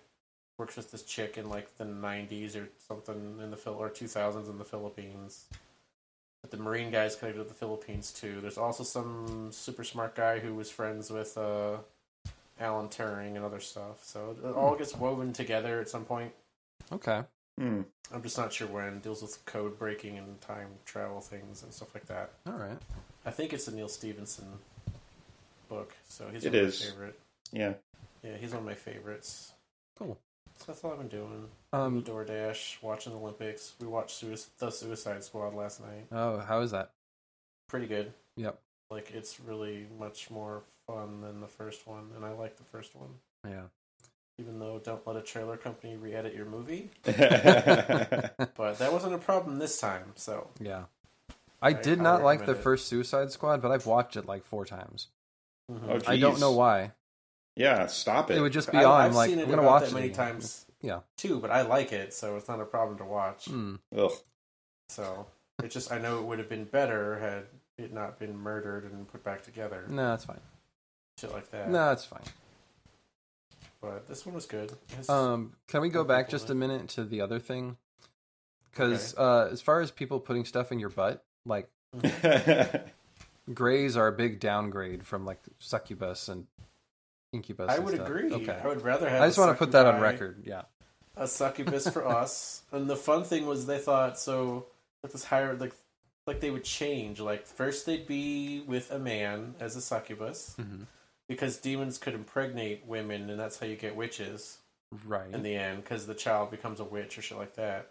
Speaker 1: works with this chick in like the 90s or something in the Phil or 2000s in the Philippines But the Marine guys connected to the Philippines too. There's also some super smart guy who was friends with uh, Alan Turing and other stuff. So it all gets woven together at some point.
Speaker 2: Okay.
Speaker 3: Hmm.
Speaker 1: I'm just not sure when. Deals with code breaking and time travel things and stuff like that.
Speaker 2: All right.
Speaker 1: I think it's a Neil Stevenson book, so he's
Speaker 3: It
Speaker 1: one of
Speaker 3: is.
Speaker 1: my favorite.
Speaker 3: Yeah.
Speaker 1: Yeah, he's one of my favorites.
Speaker 2: Cool.
Speaker 1: So that's all I've been doing.
Speaker 2: Um.
Speaker 1: DoorDash, watching the Olympics. We watched Suis- The Suicide Squad last night.
Speaker 2: Oh, how is that?
Speaker 1: Pretty good.
Speaker 2: Yep.
Speaker 1: Like it's really much more fun than the first one, and I like the first one.
Speaker 2: Yeah.
Speaker 1: Even though don't let a trailer company re-edit your movie,
Speaker 3: yeah.
Speaker 1: but that wasn't a problem this time. So
Speaker 2: Yeah. I
Speaker 1: I-
Speaker 2: did
Speaker 1: I
Speaker 2: not like the
Speaker 1: recommend it.
Speaker 2: first Suicide Squad, but I've watched it like four times.
Speaker 1: mhm.
Speaker 3: Okay.
Speaker 2: I don't know
Speaker 3: Oh, Jeez.
Speaker 2: why.
Speaker 3: Stop it.
Speaker 2: It would just be
Speaker 1: I,
Speaker 2: on.
Speaker 1: I've
Speaker 2: like
Speaker 1: seen it
Speaker 2: I'm gonna
Speaker 1: about
Speaker 2: watch
Speaker 1: that
Speaker 2: it
Speaker 1: many
Speaker 2: anyway.
Speaker 1: times.
Speaker 2: Yeah.
Speaker 1: too, but I like it, so it's not a problem to watch.
Speaker 2: Mm.
Speaker 3: Ugh.
Speaker 1: So it's just I know it would have been better had it not been murdered and put back together,
Speaker 2: No, that's fine.
Speaker 1: shit like that.
Speaker 2: No, that's fine.
Speaker 1: But this one was good. It's-
Speaker 2: Um, can we go
Speaker 1: Okay,
Speaker 2: back
Speaker 1: cool,
Speaker 2: just a
Speaker 1: man.
Speaker 2: minute to the other thing? Because uh, as far as people putting stuff in your butt, like grays are a big downgrade from like succubus and incubus.
Speaker 1: I
Speaker 2: and
Speaker 1: would
Speaker 2: stuff.
Speaker 1: agree.
Speaker 2: Okay.
Speaker 1: I would rather have.
Speaker 2: I just
Speaker 1: a
Speaker 2: want to put that on
Speaker 1: succubi-
Speaker 2: record. Yeah.
Speaker 1: A succubus for us. And the fun thing was they thought so. Like this higher like like they would change. Like first they'd be with a man as a succubus
Speaker 2: Mm-hmm.
Speaker 1: because demons could impregnate women, and that's how you get witches.
Speaker 2: Right.
Speaker 1: in the end because the child becomes a witch or shit like that.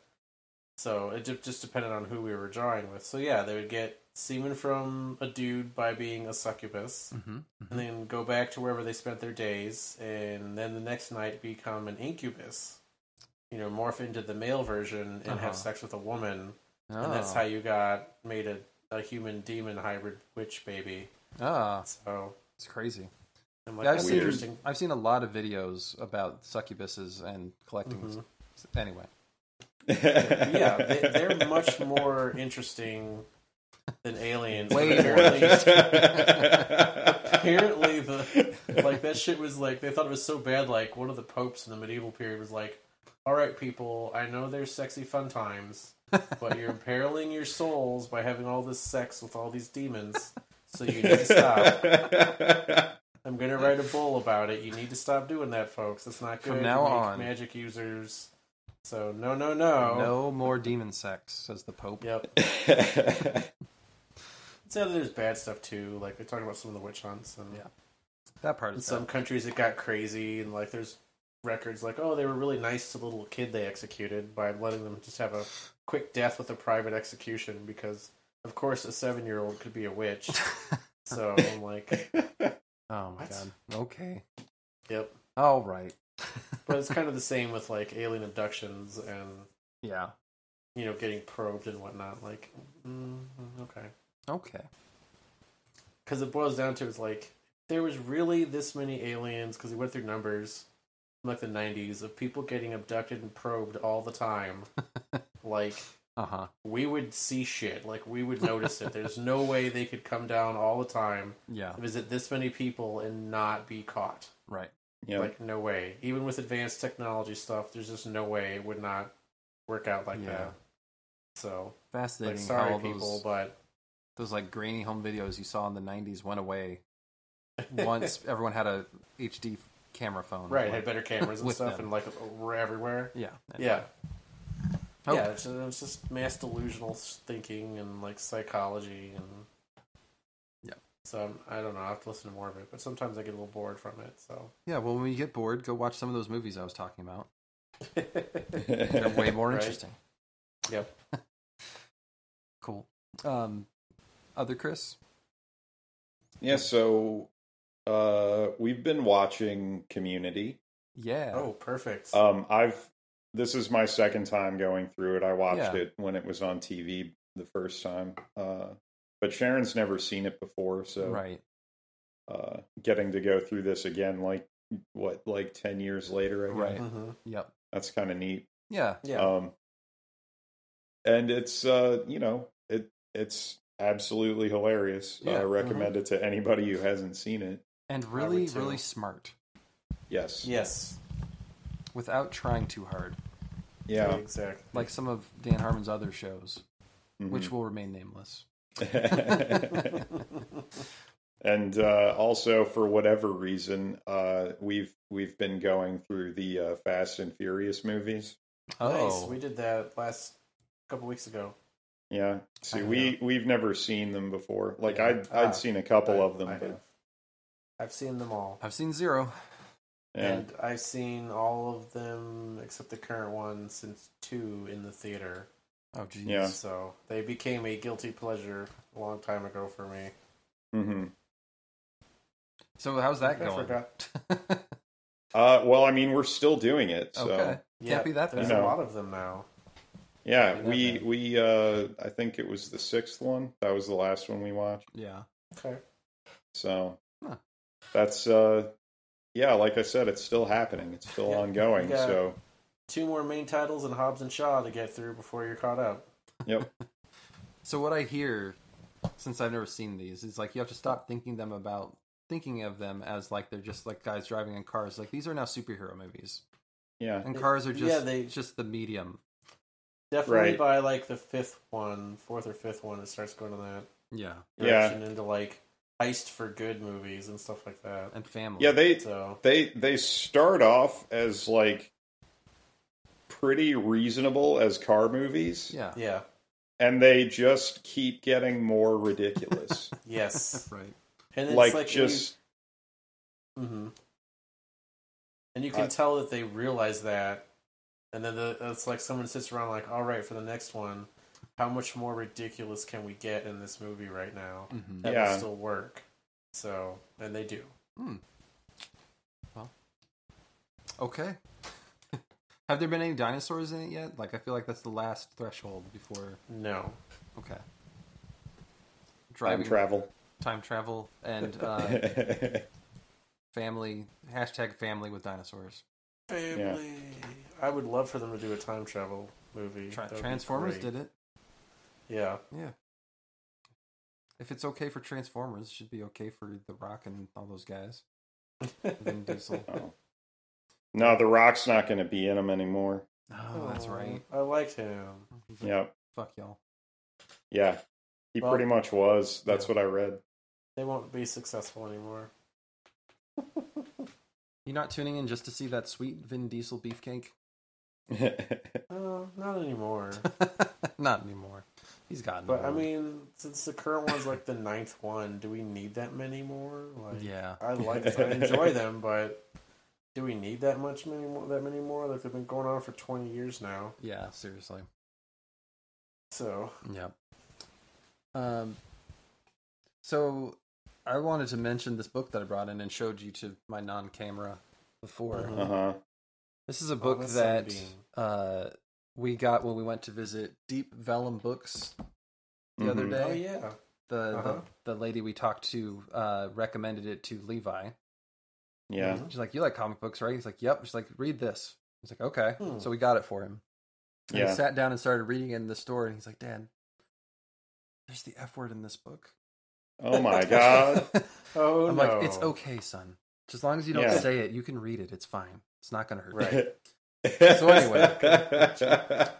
Speaker 1: So it ju- just depended on who we were drawing with. So yeah, they would get semen from a dude by being a succubus,
Speaker 2: hmm
Speaker 1: and then go back to wherever they spent their days, and then the next night become an incubus. You know, morph into the male version and
Speaker 2: Uh-huh.
Speaker 1: have sex with a woman,
Speaker 2: Mm-hmm.
Speaker 1: and
Speaker 2: Oh.
Speaker 1: that's how you got made a, a human demon hybrid witch baby.
Speaker 2: Ah,
Speaker 1: So
Speaker 2: it's crazy.
Speaker 1: I'm
Speaker 2: Yeah, I've
Speaker 1: like, that's
Speaker 2: seen-
Speaker 1: interesting.
Speaker 2: I've seen a lot of videos about succubuses and collecting.
Speaker 1: Mhm.
Speaker 2: Anyway,
Speaker 1: yeah, they, they're much more interesting than aliens.
Speaker 2: Way more
Speaker 1: apparently, apparently the like that shit was like they thought it was so bad. Like one of the popes in the medieval period was like, "All right, people, I know there's sexy fun times, but you're imperiling your souls by having all this sex with all these demons." So you need to stop. I'm gonna write a bull about it. You need to stop doing that, folks. It's not good.
Speaker 2: From now
Speaker 1: You make
Speaker 2: on.
Speaker 1: magic users. So no, no, no,
Speaker 2: no more demon sex, says the Pope.
Speaker 1: Yep. So there's bad stuff too. Like they're talking about some of the witch hunts, and
Speaker 2: Yeah. That part
Speaker 1: in
Speaker 2: is
Speaker 1: some countries it got crazy, and like there's records like, oh, they were really nice to the little kid they executed by letting them just have a quick death with a private execution because, of course, a seven year old could be a witch.
Speaker 2: bad.
Speaker 1: so I'm like,
Speaker 2: oh my
Speaker 1: What?
Speaker 2: god. Okay.
Speaker 1: yep.
Speaker 2: All right.
Speaker 1: But it's kind of the same with like alien abductions and
Speaker 2: yeah.
Speaker 1: you know getting probed and whatnot. Like, mm, okay.
Speaker 2: Okay.
Speaker 1: because it boils down to is like there was really this many aliens because we went through numbers from like the 90s of people getting abducted and probed all the time like
Speaker 2: Uh huh.
Speaker 1: we would see shit like we would notice it there's no way they could come down all the time
Speaker 2: Yeah.
Speaker 1: visit this many people and not be caught
Speaker 2: Right.
Speaker 3: Yeah.
Speaker 1: like no way even with advanced technology stuff there's just no way it would not work out like
Speaker 2: Yeah.
Speaker 1: that so
Speaker 2: Fascinating
Speaker 1: like
Speaker 2: how
Speaker 1: sorry
Speaker 2: all
Speaker 1: people
Speaker 2: those
Speaker 1: but
Speaker 2: those like grainy home videos you saw in the '90s went away once everyone had a HD camera phone.
Speaker 1: right
Speaker 2: Like,
Speaker 1: had better cameras and
Speaker 2: With
Speaker 1: stuff
Speaker 2: them.
Speaker 1: and like were everywhere
Speaker 2: yeah. Oh,
Speaker 1: yeah
Speaker 3: Oh.
Speaker 2: Okay.
Speaker 1: Yeah, it's, it's just mass delusional s- thinking and like psychology and
Speaker 2: Yeah.
Speaker 1: So I'm, I don't know. I have to listen to more of it, but sometimes I get a little bored from it. So
Speaker 2: Yeah. Well, when you get bored, go watch some of those movies I was talking about. They're
Speaker 3: yeah.
Speaker 2: way more
Speaker 1: Right.
Speaker 2: interesting.
Speaker 1: Yep.
Speaker 2: cool. Um, other Chris.
Speaker 3: So uh, we've been watching Community.
Speaker 2: Yeah.
Speaker 1: oh, perfect.
Speaker 3: Um, I've this is my second time going through it. I watched
Speaker 2: Yeah.
Speaker 3: it when it was on TV the first time, uh, but Sharon's never seen it before, so
Speaker 2: Right.
Speaker 3: uh, getting to go through this again, like what, like ten years later, I guess.
Speaker 2: Right.
Speaker 1: hmm
Speaker 2: Yep.
Speaker 3: That's kind of neat.
Speaker 2: Yeah.
Speaker 1: Yeah.
Speaker 3: Um, and it's uh, you know it it's absolutely hilarious.
Speaker 2: Yeah. uh-huh.
Speaker 3: I recommend it to anybody who hasn't seen it.
Speaker 2: And really,
Speaker 1: too.
Speaker 2: really smart
Speaker 3: Yes.
Speaker 1: yes.
Speaker 2: without trying too hard,
Speaker 3: Yeah.
Speaker 1: Exactly.
Speaker 2: like some of Dan Harmon's other shows.
Speaker 1: Mm-hmm.
Speaker 3: mm-hmm.
Speaker 2: which will remain nameless.
Speaker 3: and uh, also, for whatever reason, uh, we've we've been going through the uh, Fast and Furious movies.
Speaker 2: Oh.
Speaker 1: Nice. We did that last couple weeks ago.
Speaker 3: Yeah, see,
Speaker 1: I
Speaker 3: we we've never seen them before. Like I'd
Speaker 1: Ah,
Speaker 3: I'd seen a couple
Speaker 1: I-
Speaker 3: of them,
Speaker 1: I
Speaker 3: but
Speaker 1: have. I've seen them all.
Speaker 2: I've seen zero.
Speaker 3: yeah.
Speaker 1: And I've seen all of them except the current one since two in the theater.
Speaker 2: Oh, geez.
Speaker 3: Yeah.
Speaker 1: So they became a guilty pleasure a long time ago for me.
Speaker 3: hmm
Speaker 2: So how's that
Speaker 1: I
Speaker 2: going?
Speaker 1: forgot.
Speaker 3: Uh, well, I mean, we're still doing it, so
Speaker 2: okay.
Speaker 1: Yeah,
Speaker 2: be that
Speaker 1: There's
Speaker 3: bad.
Speaker 1: a lot of them now.
Speaker 3: yeah,
Speaker 1: I know
Speaker 3: we
Speaker 1: that.
Speaker 3: we uh, I think it was the sixth one. That was the last one we watched.
Speaker 2: Yeah.
Speaker 1: Okay.
Speaker 3: So
Speaker 2: Huh.
Speaker 3: that's uh, yeah, like I said, it's still happening. It's still
Speaker 1: Yeah,
Speaker 3: ongoing.
Speaker 1: you got-
Speaker 3: So
Speaker 1: Two more main titles and Hobbs and Shaw to get through before you're caught up.
Speaker 3: yep,
Speaker 2: So what I hear, since I've never seen these, is like you have to stop thinking them about thinking of them as like they're just like guys driving in cars. Like these are now superhero movies,
Speaker 3: yeah,
Speaker 2: and cars are just
Speaker 1: Yeah, they-
Speaker 2: just the medium.
Speaker 1: Definitely
Speaker 3: Right.
Speaker 1: by like the fifth one, fourth or fifth one, it starts going to that
Speaker 2: Yeah,
Speaker 3: Yeah.
Speaker 1: direction into like heist for good movies and stuff like that.
Speaker 2: and family.
Speaker 3: yeah. They
Speaker 1: So
Speaker 3: they they start off as like pretty reasonable as car movies,
Speaker 2: yeah,
Speaker 1: yeah,
Speaker 3: and they just keep getting more ridiculous.
Speaker 1: yes,
Speaker 2: right.
Speaker 1: and it's
Speaker 3: like,
Speaker 1: like,
Speaker 3: just
Speaker 1: hmm And you can
Speaker 3: Mm-hmm. I-
Speaker 1: tell that they realize that, and then the, it's like someone sits around like, "All right, for the next one, how much more ridiculous can we get in this movie right now
Speaker 2: hmm
Speaker 1: that
Speaker 3: Yeah.
Speaker 1: will still work?" So, and they do.
Speaker 2: Okay. have there been any dinosaurs in it yet? Like I feel like that's the last threshold before.
Speaker 1: No,
Speaker 2: Okay.
Speaker 3: time
Speaker 2: Driving,
Speaker 3: travel.
Speaker 2: time travel, and uh, family hashtag family with dinosaurs.
Speaker 1: family. I would love for them to do a time travel movie.
Speaker 2: Tra- Transformers did it.
Speaker 1: Yeah,
Speaker 2: Yeah. If it's okay for Transformers, it should be okay for The Rock and all those guys. Vin Diesel.
Speaker 3: Oh. No, The Rock's not going to be in them anymore.
Speaker 2: Oh, that's
Speaker 1: Aw,
Speaker 2: right.
Speaker 1: I liked him.
Speaker 2: He's like,
Speaker 3: Yep.
Speaker 2: Fuck y'all.
Speaker 3: Yeah. He
Speaker 1: Well-
Speaker 3: pretty much was. That's what I read.
Speaker 1: They won't be successful anymore.
Speaker 2: You're not tuning in just to see that sweet Vin Diesel beefcake? Uh-huh.
Speaker 1: No, not anymore.
Speaker 2: not anymore. He's gotten.
Speaker 1: But I
Speaker 2: old.
Speaker 1: mean, since the current one's like the ninth one, do we need that many more? Like,
Speaker 2: yeah.
Speaker 1: I like, I enjoy them, but do we need that much many more? That many more? Like they've been going on for twenty years now.
Speaker 2: Yeah, seriously.
Speaker 1: So
Speaker 2: Yep. Um, so I wanted to mention this book that I brought in and showed you to my non camera before.
Speaker 1: Mhm.
Speaker 3: uh huh.
Speaker 2: This is a book
Speaker 1: Oh, that's
Speaker 2: that
Speaker 1: Sunbeam.
Speaker 2: uh, we got when we went to visit Deep Vellum Books the
Speaker 3: Mm-hmm.
Speaker 2: other day.
Speaker 1: oh yeah,
Speaker 2: The,
Speaker 1: Uh-huh.
Speaker 2: the the lady we talked to uh, recommended it to Levi.
Speaker 3: Yeah.
Speaker 1: Mhm.
Speaker 2: She's like, "You like comic books, right?" He's like, "Yep." She's like, "Read this." He's like, "Okay."
Speaker 1: Hmm.
Speaker 2: So we got it for him. And
Speaker 3: Yeah.
Speaker 2: He sat down and started reading it in the store, and he's like, "Dad, there's the f word in this book." Uh-huh.
Speaker 3: Oh my god.
Speaker 1: oh
Speaker 2: I'm
Speaker 1: no,
Speaker 2: like, "It's okay, son. Just as long as you don't
Speaker 3: Yeah.
Speaker 2: say it, you can read it. It's fine. It's not gonna hurt."
Speaker 1: Right.
Speaker 3: so
Speaker 2: anyway.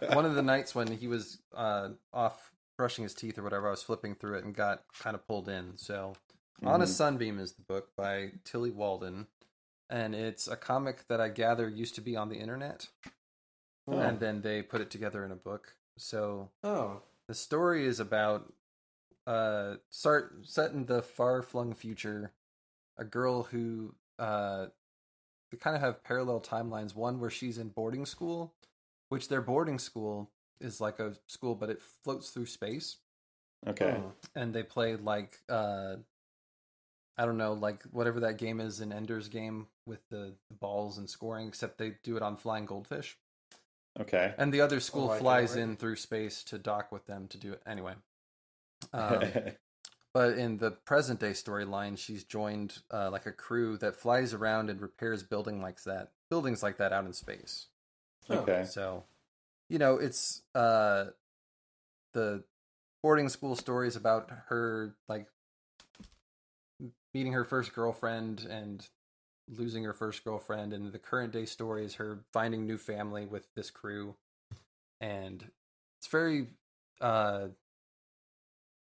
Speaker 2: one of the nights when he was uh, off brushing his teeth or whatever, I was flipping through it and got kind of pulled in. So, On
Speaker 3: Mm-hmm.
Speaker 2: a Sunbeam is the book by Tilly Walden, and it's a comic that I gather used to be on the internet,
Speaker 1: Oh.
Speaker 2: and then they put it together in a book. So,
Speaker 1: oh
Speaker 2: the story is about uh, start, set in the far flung future, a girl who uh, they kind of have parallel timelines. One where she's in boarding school, which their boarding school is like a school, but it floats through space,
Speaker 3: Mm-hmm. okay.
Speaker 1: hmm.
Speaker 2: and they play like uh, I don't know, like whatever that game is in Ender's Game with the, the balls and scoring, except they do it on flying goldfish. Oh.
Speaker 3: Okay.
Speaker 2: And the other school
Speaker 1: Oh, I
Speaker 2: flies
Speaker 1: can't wait.
Speaker 2: in through space to dock with them to do it anyway. Um, but in the present day storyline, she's joined uh, like a crew that flies around and repairs building like that, buildings like that out in space. Oh,
Speaker 1: Oh.
Speaker 3: okay.
Speaker 2: So, you know, it's uh, the boarding school stories about her like meeting her first girlfriend and losing her first girlfriend, and the current day story is her finding new family with this crew, and it's very uh,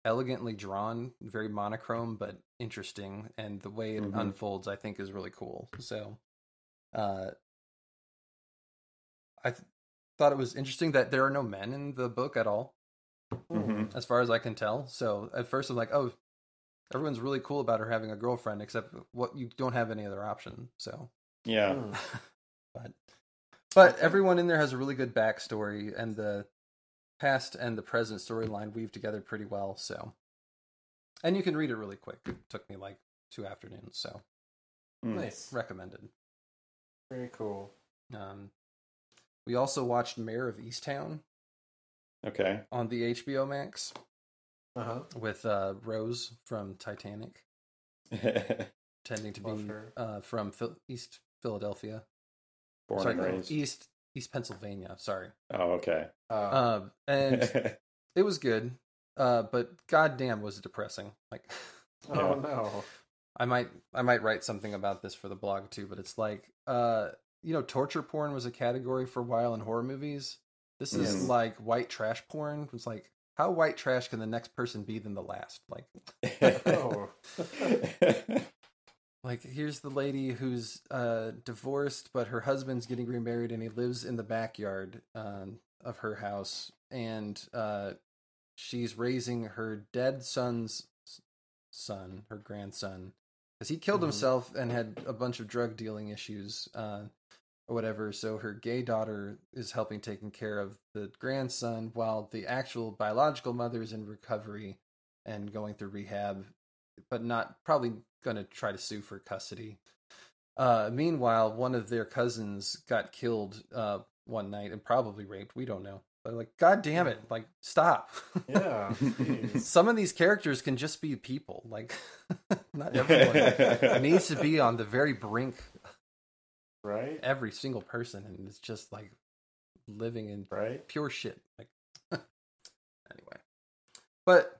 Speaker 2: elegantly drawn, very monochrome, but interesting. And the way it
Speaker 3: Mhm.
Speaker 2: unfolds, I think, is really cool. So, uh, I th- thought it was interesting that there are no men in the book at all,
Speaker 3: hmm
Speaker 2: as far as I can tell. So at first, I'm like, oh, everyone's really cool about her having a girlfriend, except what you don't have any other option. So
Speaker 3: Yeah.
Speaker 1: Hmm.
Speaker 2: but but everyone in there has a really good backstory and the past and the present storyline weave together pretty well so and you can read it really quick it took me like two afternoons so Oh,
Speaker 3: Mm.
Speaker 1: Nice.
Speaker 2: recommended
Speaker 1: Very cool.
Speaker 2: um we also watched mayor of easttown
Speaker 3: Okay.
Speaker 2: on the hbo max
Speaker 1: Uh huh.
Speaker 2: with uh rose from titanic tending to
Speaker 1: Love
Speaker 2: be
Speaker 1: her.
Speaker 2: uh from Phil- east philadelphia
Speaker 3: Born
Speaker 2: sorry
Speaker 3: and
Speaker 2: no,
Speaker 3: raised.
Speaker 2: east east pennsylvania sorry
Speaker 3: Oh, okay.
Speaker 1: Uh,
Speaker 3: Ah.
Speaker 2: um and it was good uh but goddamn was it depressing like
Speaker 1: oh no.
Speaker 2: i might i might write something about this for the blog too but it's like uh you know torture porn was a category for a while in horror movies this is
Speaker 3: Mhm.
Speaker 2: like white trash porn it's like how white trash can the next person be than the last like
Speaker 1: Oh.
Speaker 2: like here's the lady who's uh divorced but her husband's getting remarried and he lives in the backyard um, of her house and uh she's raising her dead son's son her grandson because he killed
Speaker 1: Mhm.
Speaker 2: himself and had a bunch of drug dealing issues uh or whatever so her gay daughter is helping taking care of the grandson while the actual biological mother is in recovery and going through rehab but not probably going to try to sue for custody. Uh, meanwhile, one of their cousins got killed uh, one night and probably raped. We don't know. But like, god damn it! Like, stop.
Speaker 1: Yeah. Jeez.
Speaker 2: Some of these characters can just be people. Like, not everyone needs to be on the very brink.
Speaker 1: right.
Speaker 2: Every single person, and it's just like living in
Speaker 1: Right.
Speaker 2: pure shit. Like, anyway, but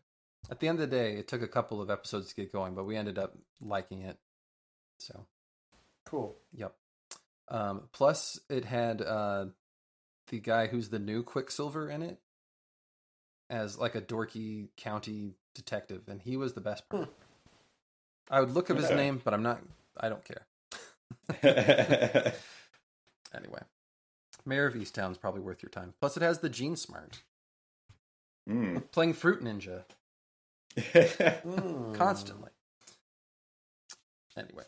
Speaker 2: at the end of the day, it took a couple of episodes to get going, but we ended up liking it. So,
Speaker 1: Cool.
Speaker 2: yep. Um, plus, it had uh, the guy who's the new Quicksilver in it as like a dorky county detective, and he was the best part. I would look up his
Speaker 3: Okay.
Speaker 2: name, but I'm not. I don't care. Anyway, Mayor of Easttown is probably worth your time. Plus, it has the Gene Smart
Speaker 3: Hmm.
Speaker 2: playing Fruit Ninja.
Speaker 1: Mm.
Speaker 2: constantly. Anyway.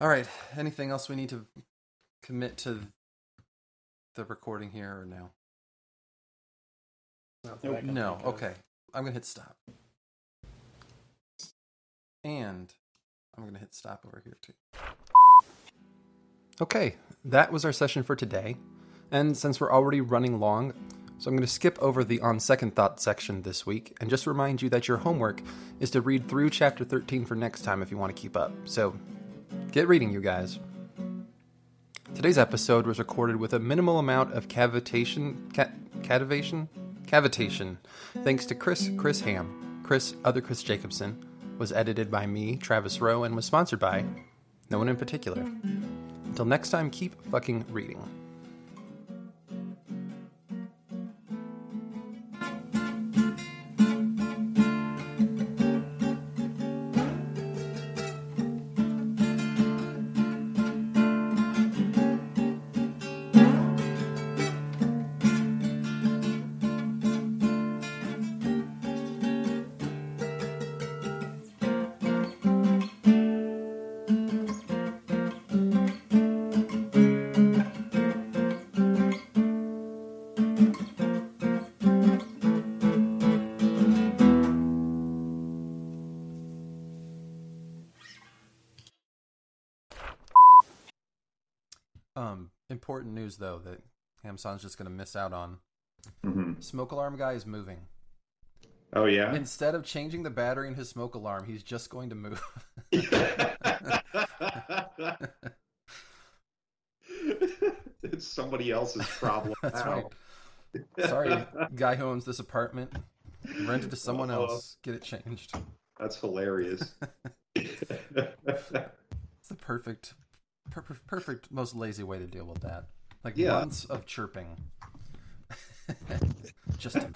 Speaker 2: All right. Anything else we need to commit to the recording here or no?
Speaker 1: Not that I can
Speaker 2: No.
Speaker 1: think uh, of.
Speaker 2: Okay. I'm going to hit stop. And I'm going to hit stop over here too. Okay. That was our session for today. And since we're already running long, so I'm going to skip over the on second thought section this week and just remind you that your homework is to read through chapter 13 for next time if you want to keep up. So get reading, you guys. Today's episode was recorded with a minimal amount of cavitation, ca- cativation, cavitation. Thanks to Chris, Chris Ham, Chris, other Chris Jacobson, was edited by me, Travis Rowe, and was sponsored by no one in particular. Until next time, keep fucking reading. Um, important news though that Hamson's just gonna miss out on.
Speaker 3: Mhm.
Speaker 2: Smoke alarm guy is moving.
Speaker 3: Oh yeah.
Speaker 2: Instead of changing the battery in his smoke alarm, he's just going to move.
Speaker 4: it's somebody else's problem.
Speaker 2: That's
Speaker 4: now.
Speaker 2: right. Sorry, guy who owns this apartment. Rent it to someone
Speaker 4: Uh-oh.
Speaker 2: else. Get it changed.
Speaker 4: That's hilarious.
Speaker 2: It's the perfect, per- per- perfect, most lazy way to deal with that. Like
Speaker 4: Yeah.
Speaker 2: months of chirping. just to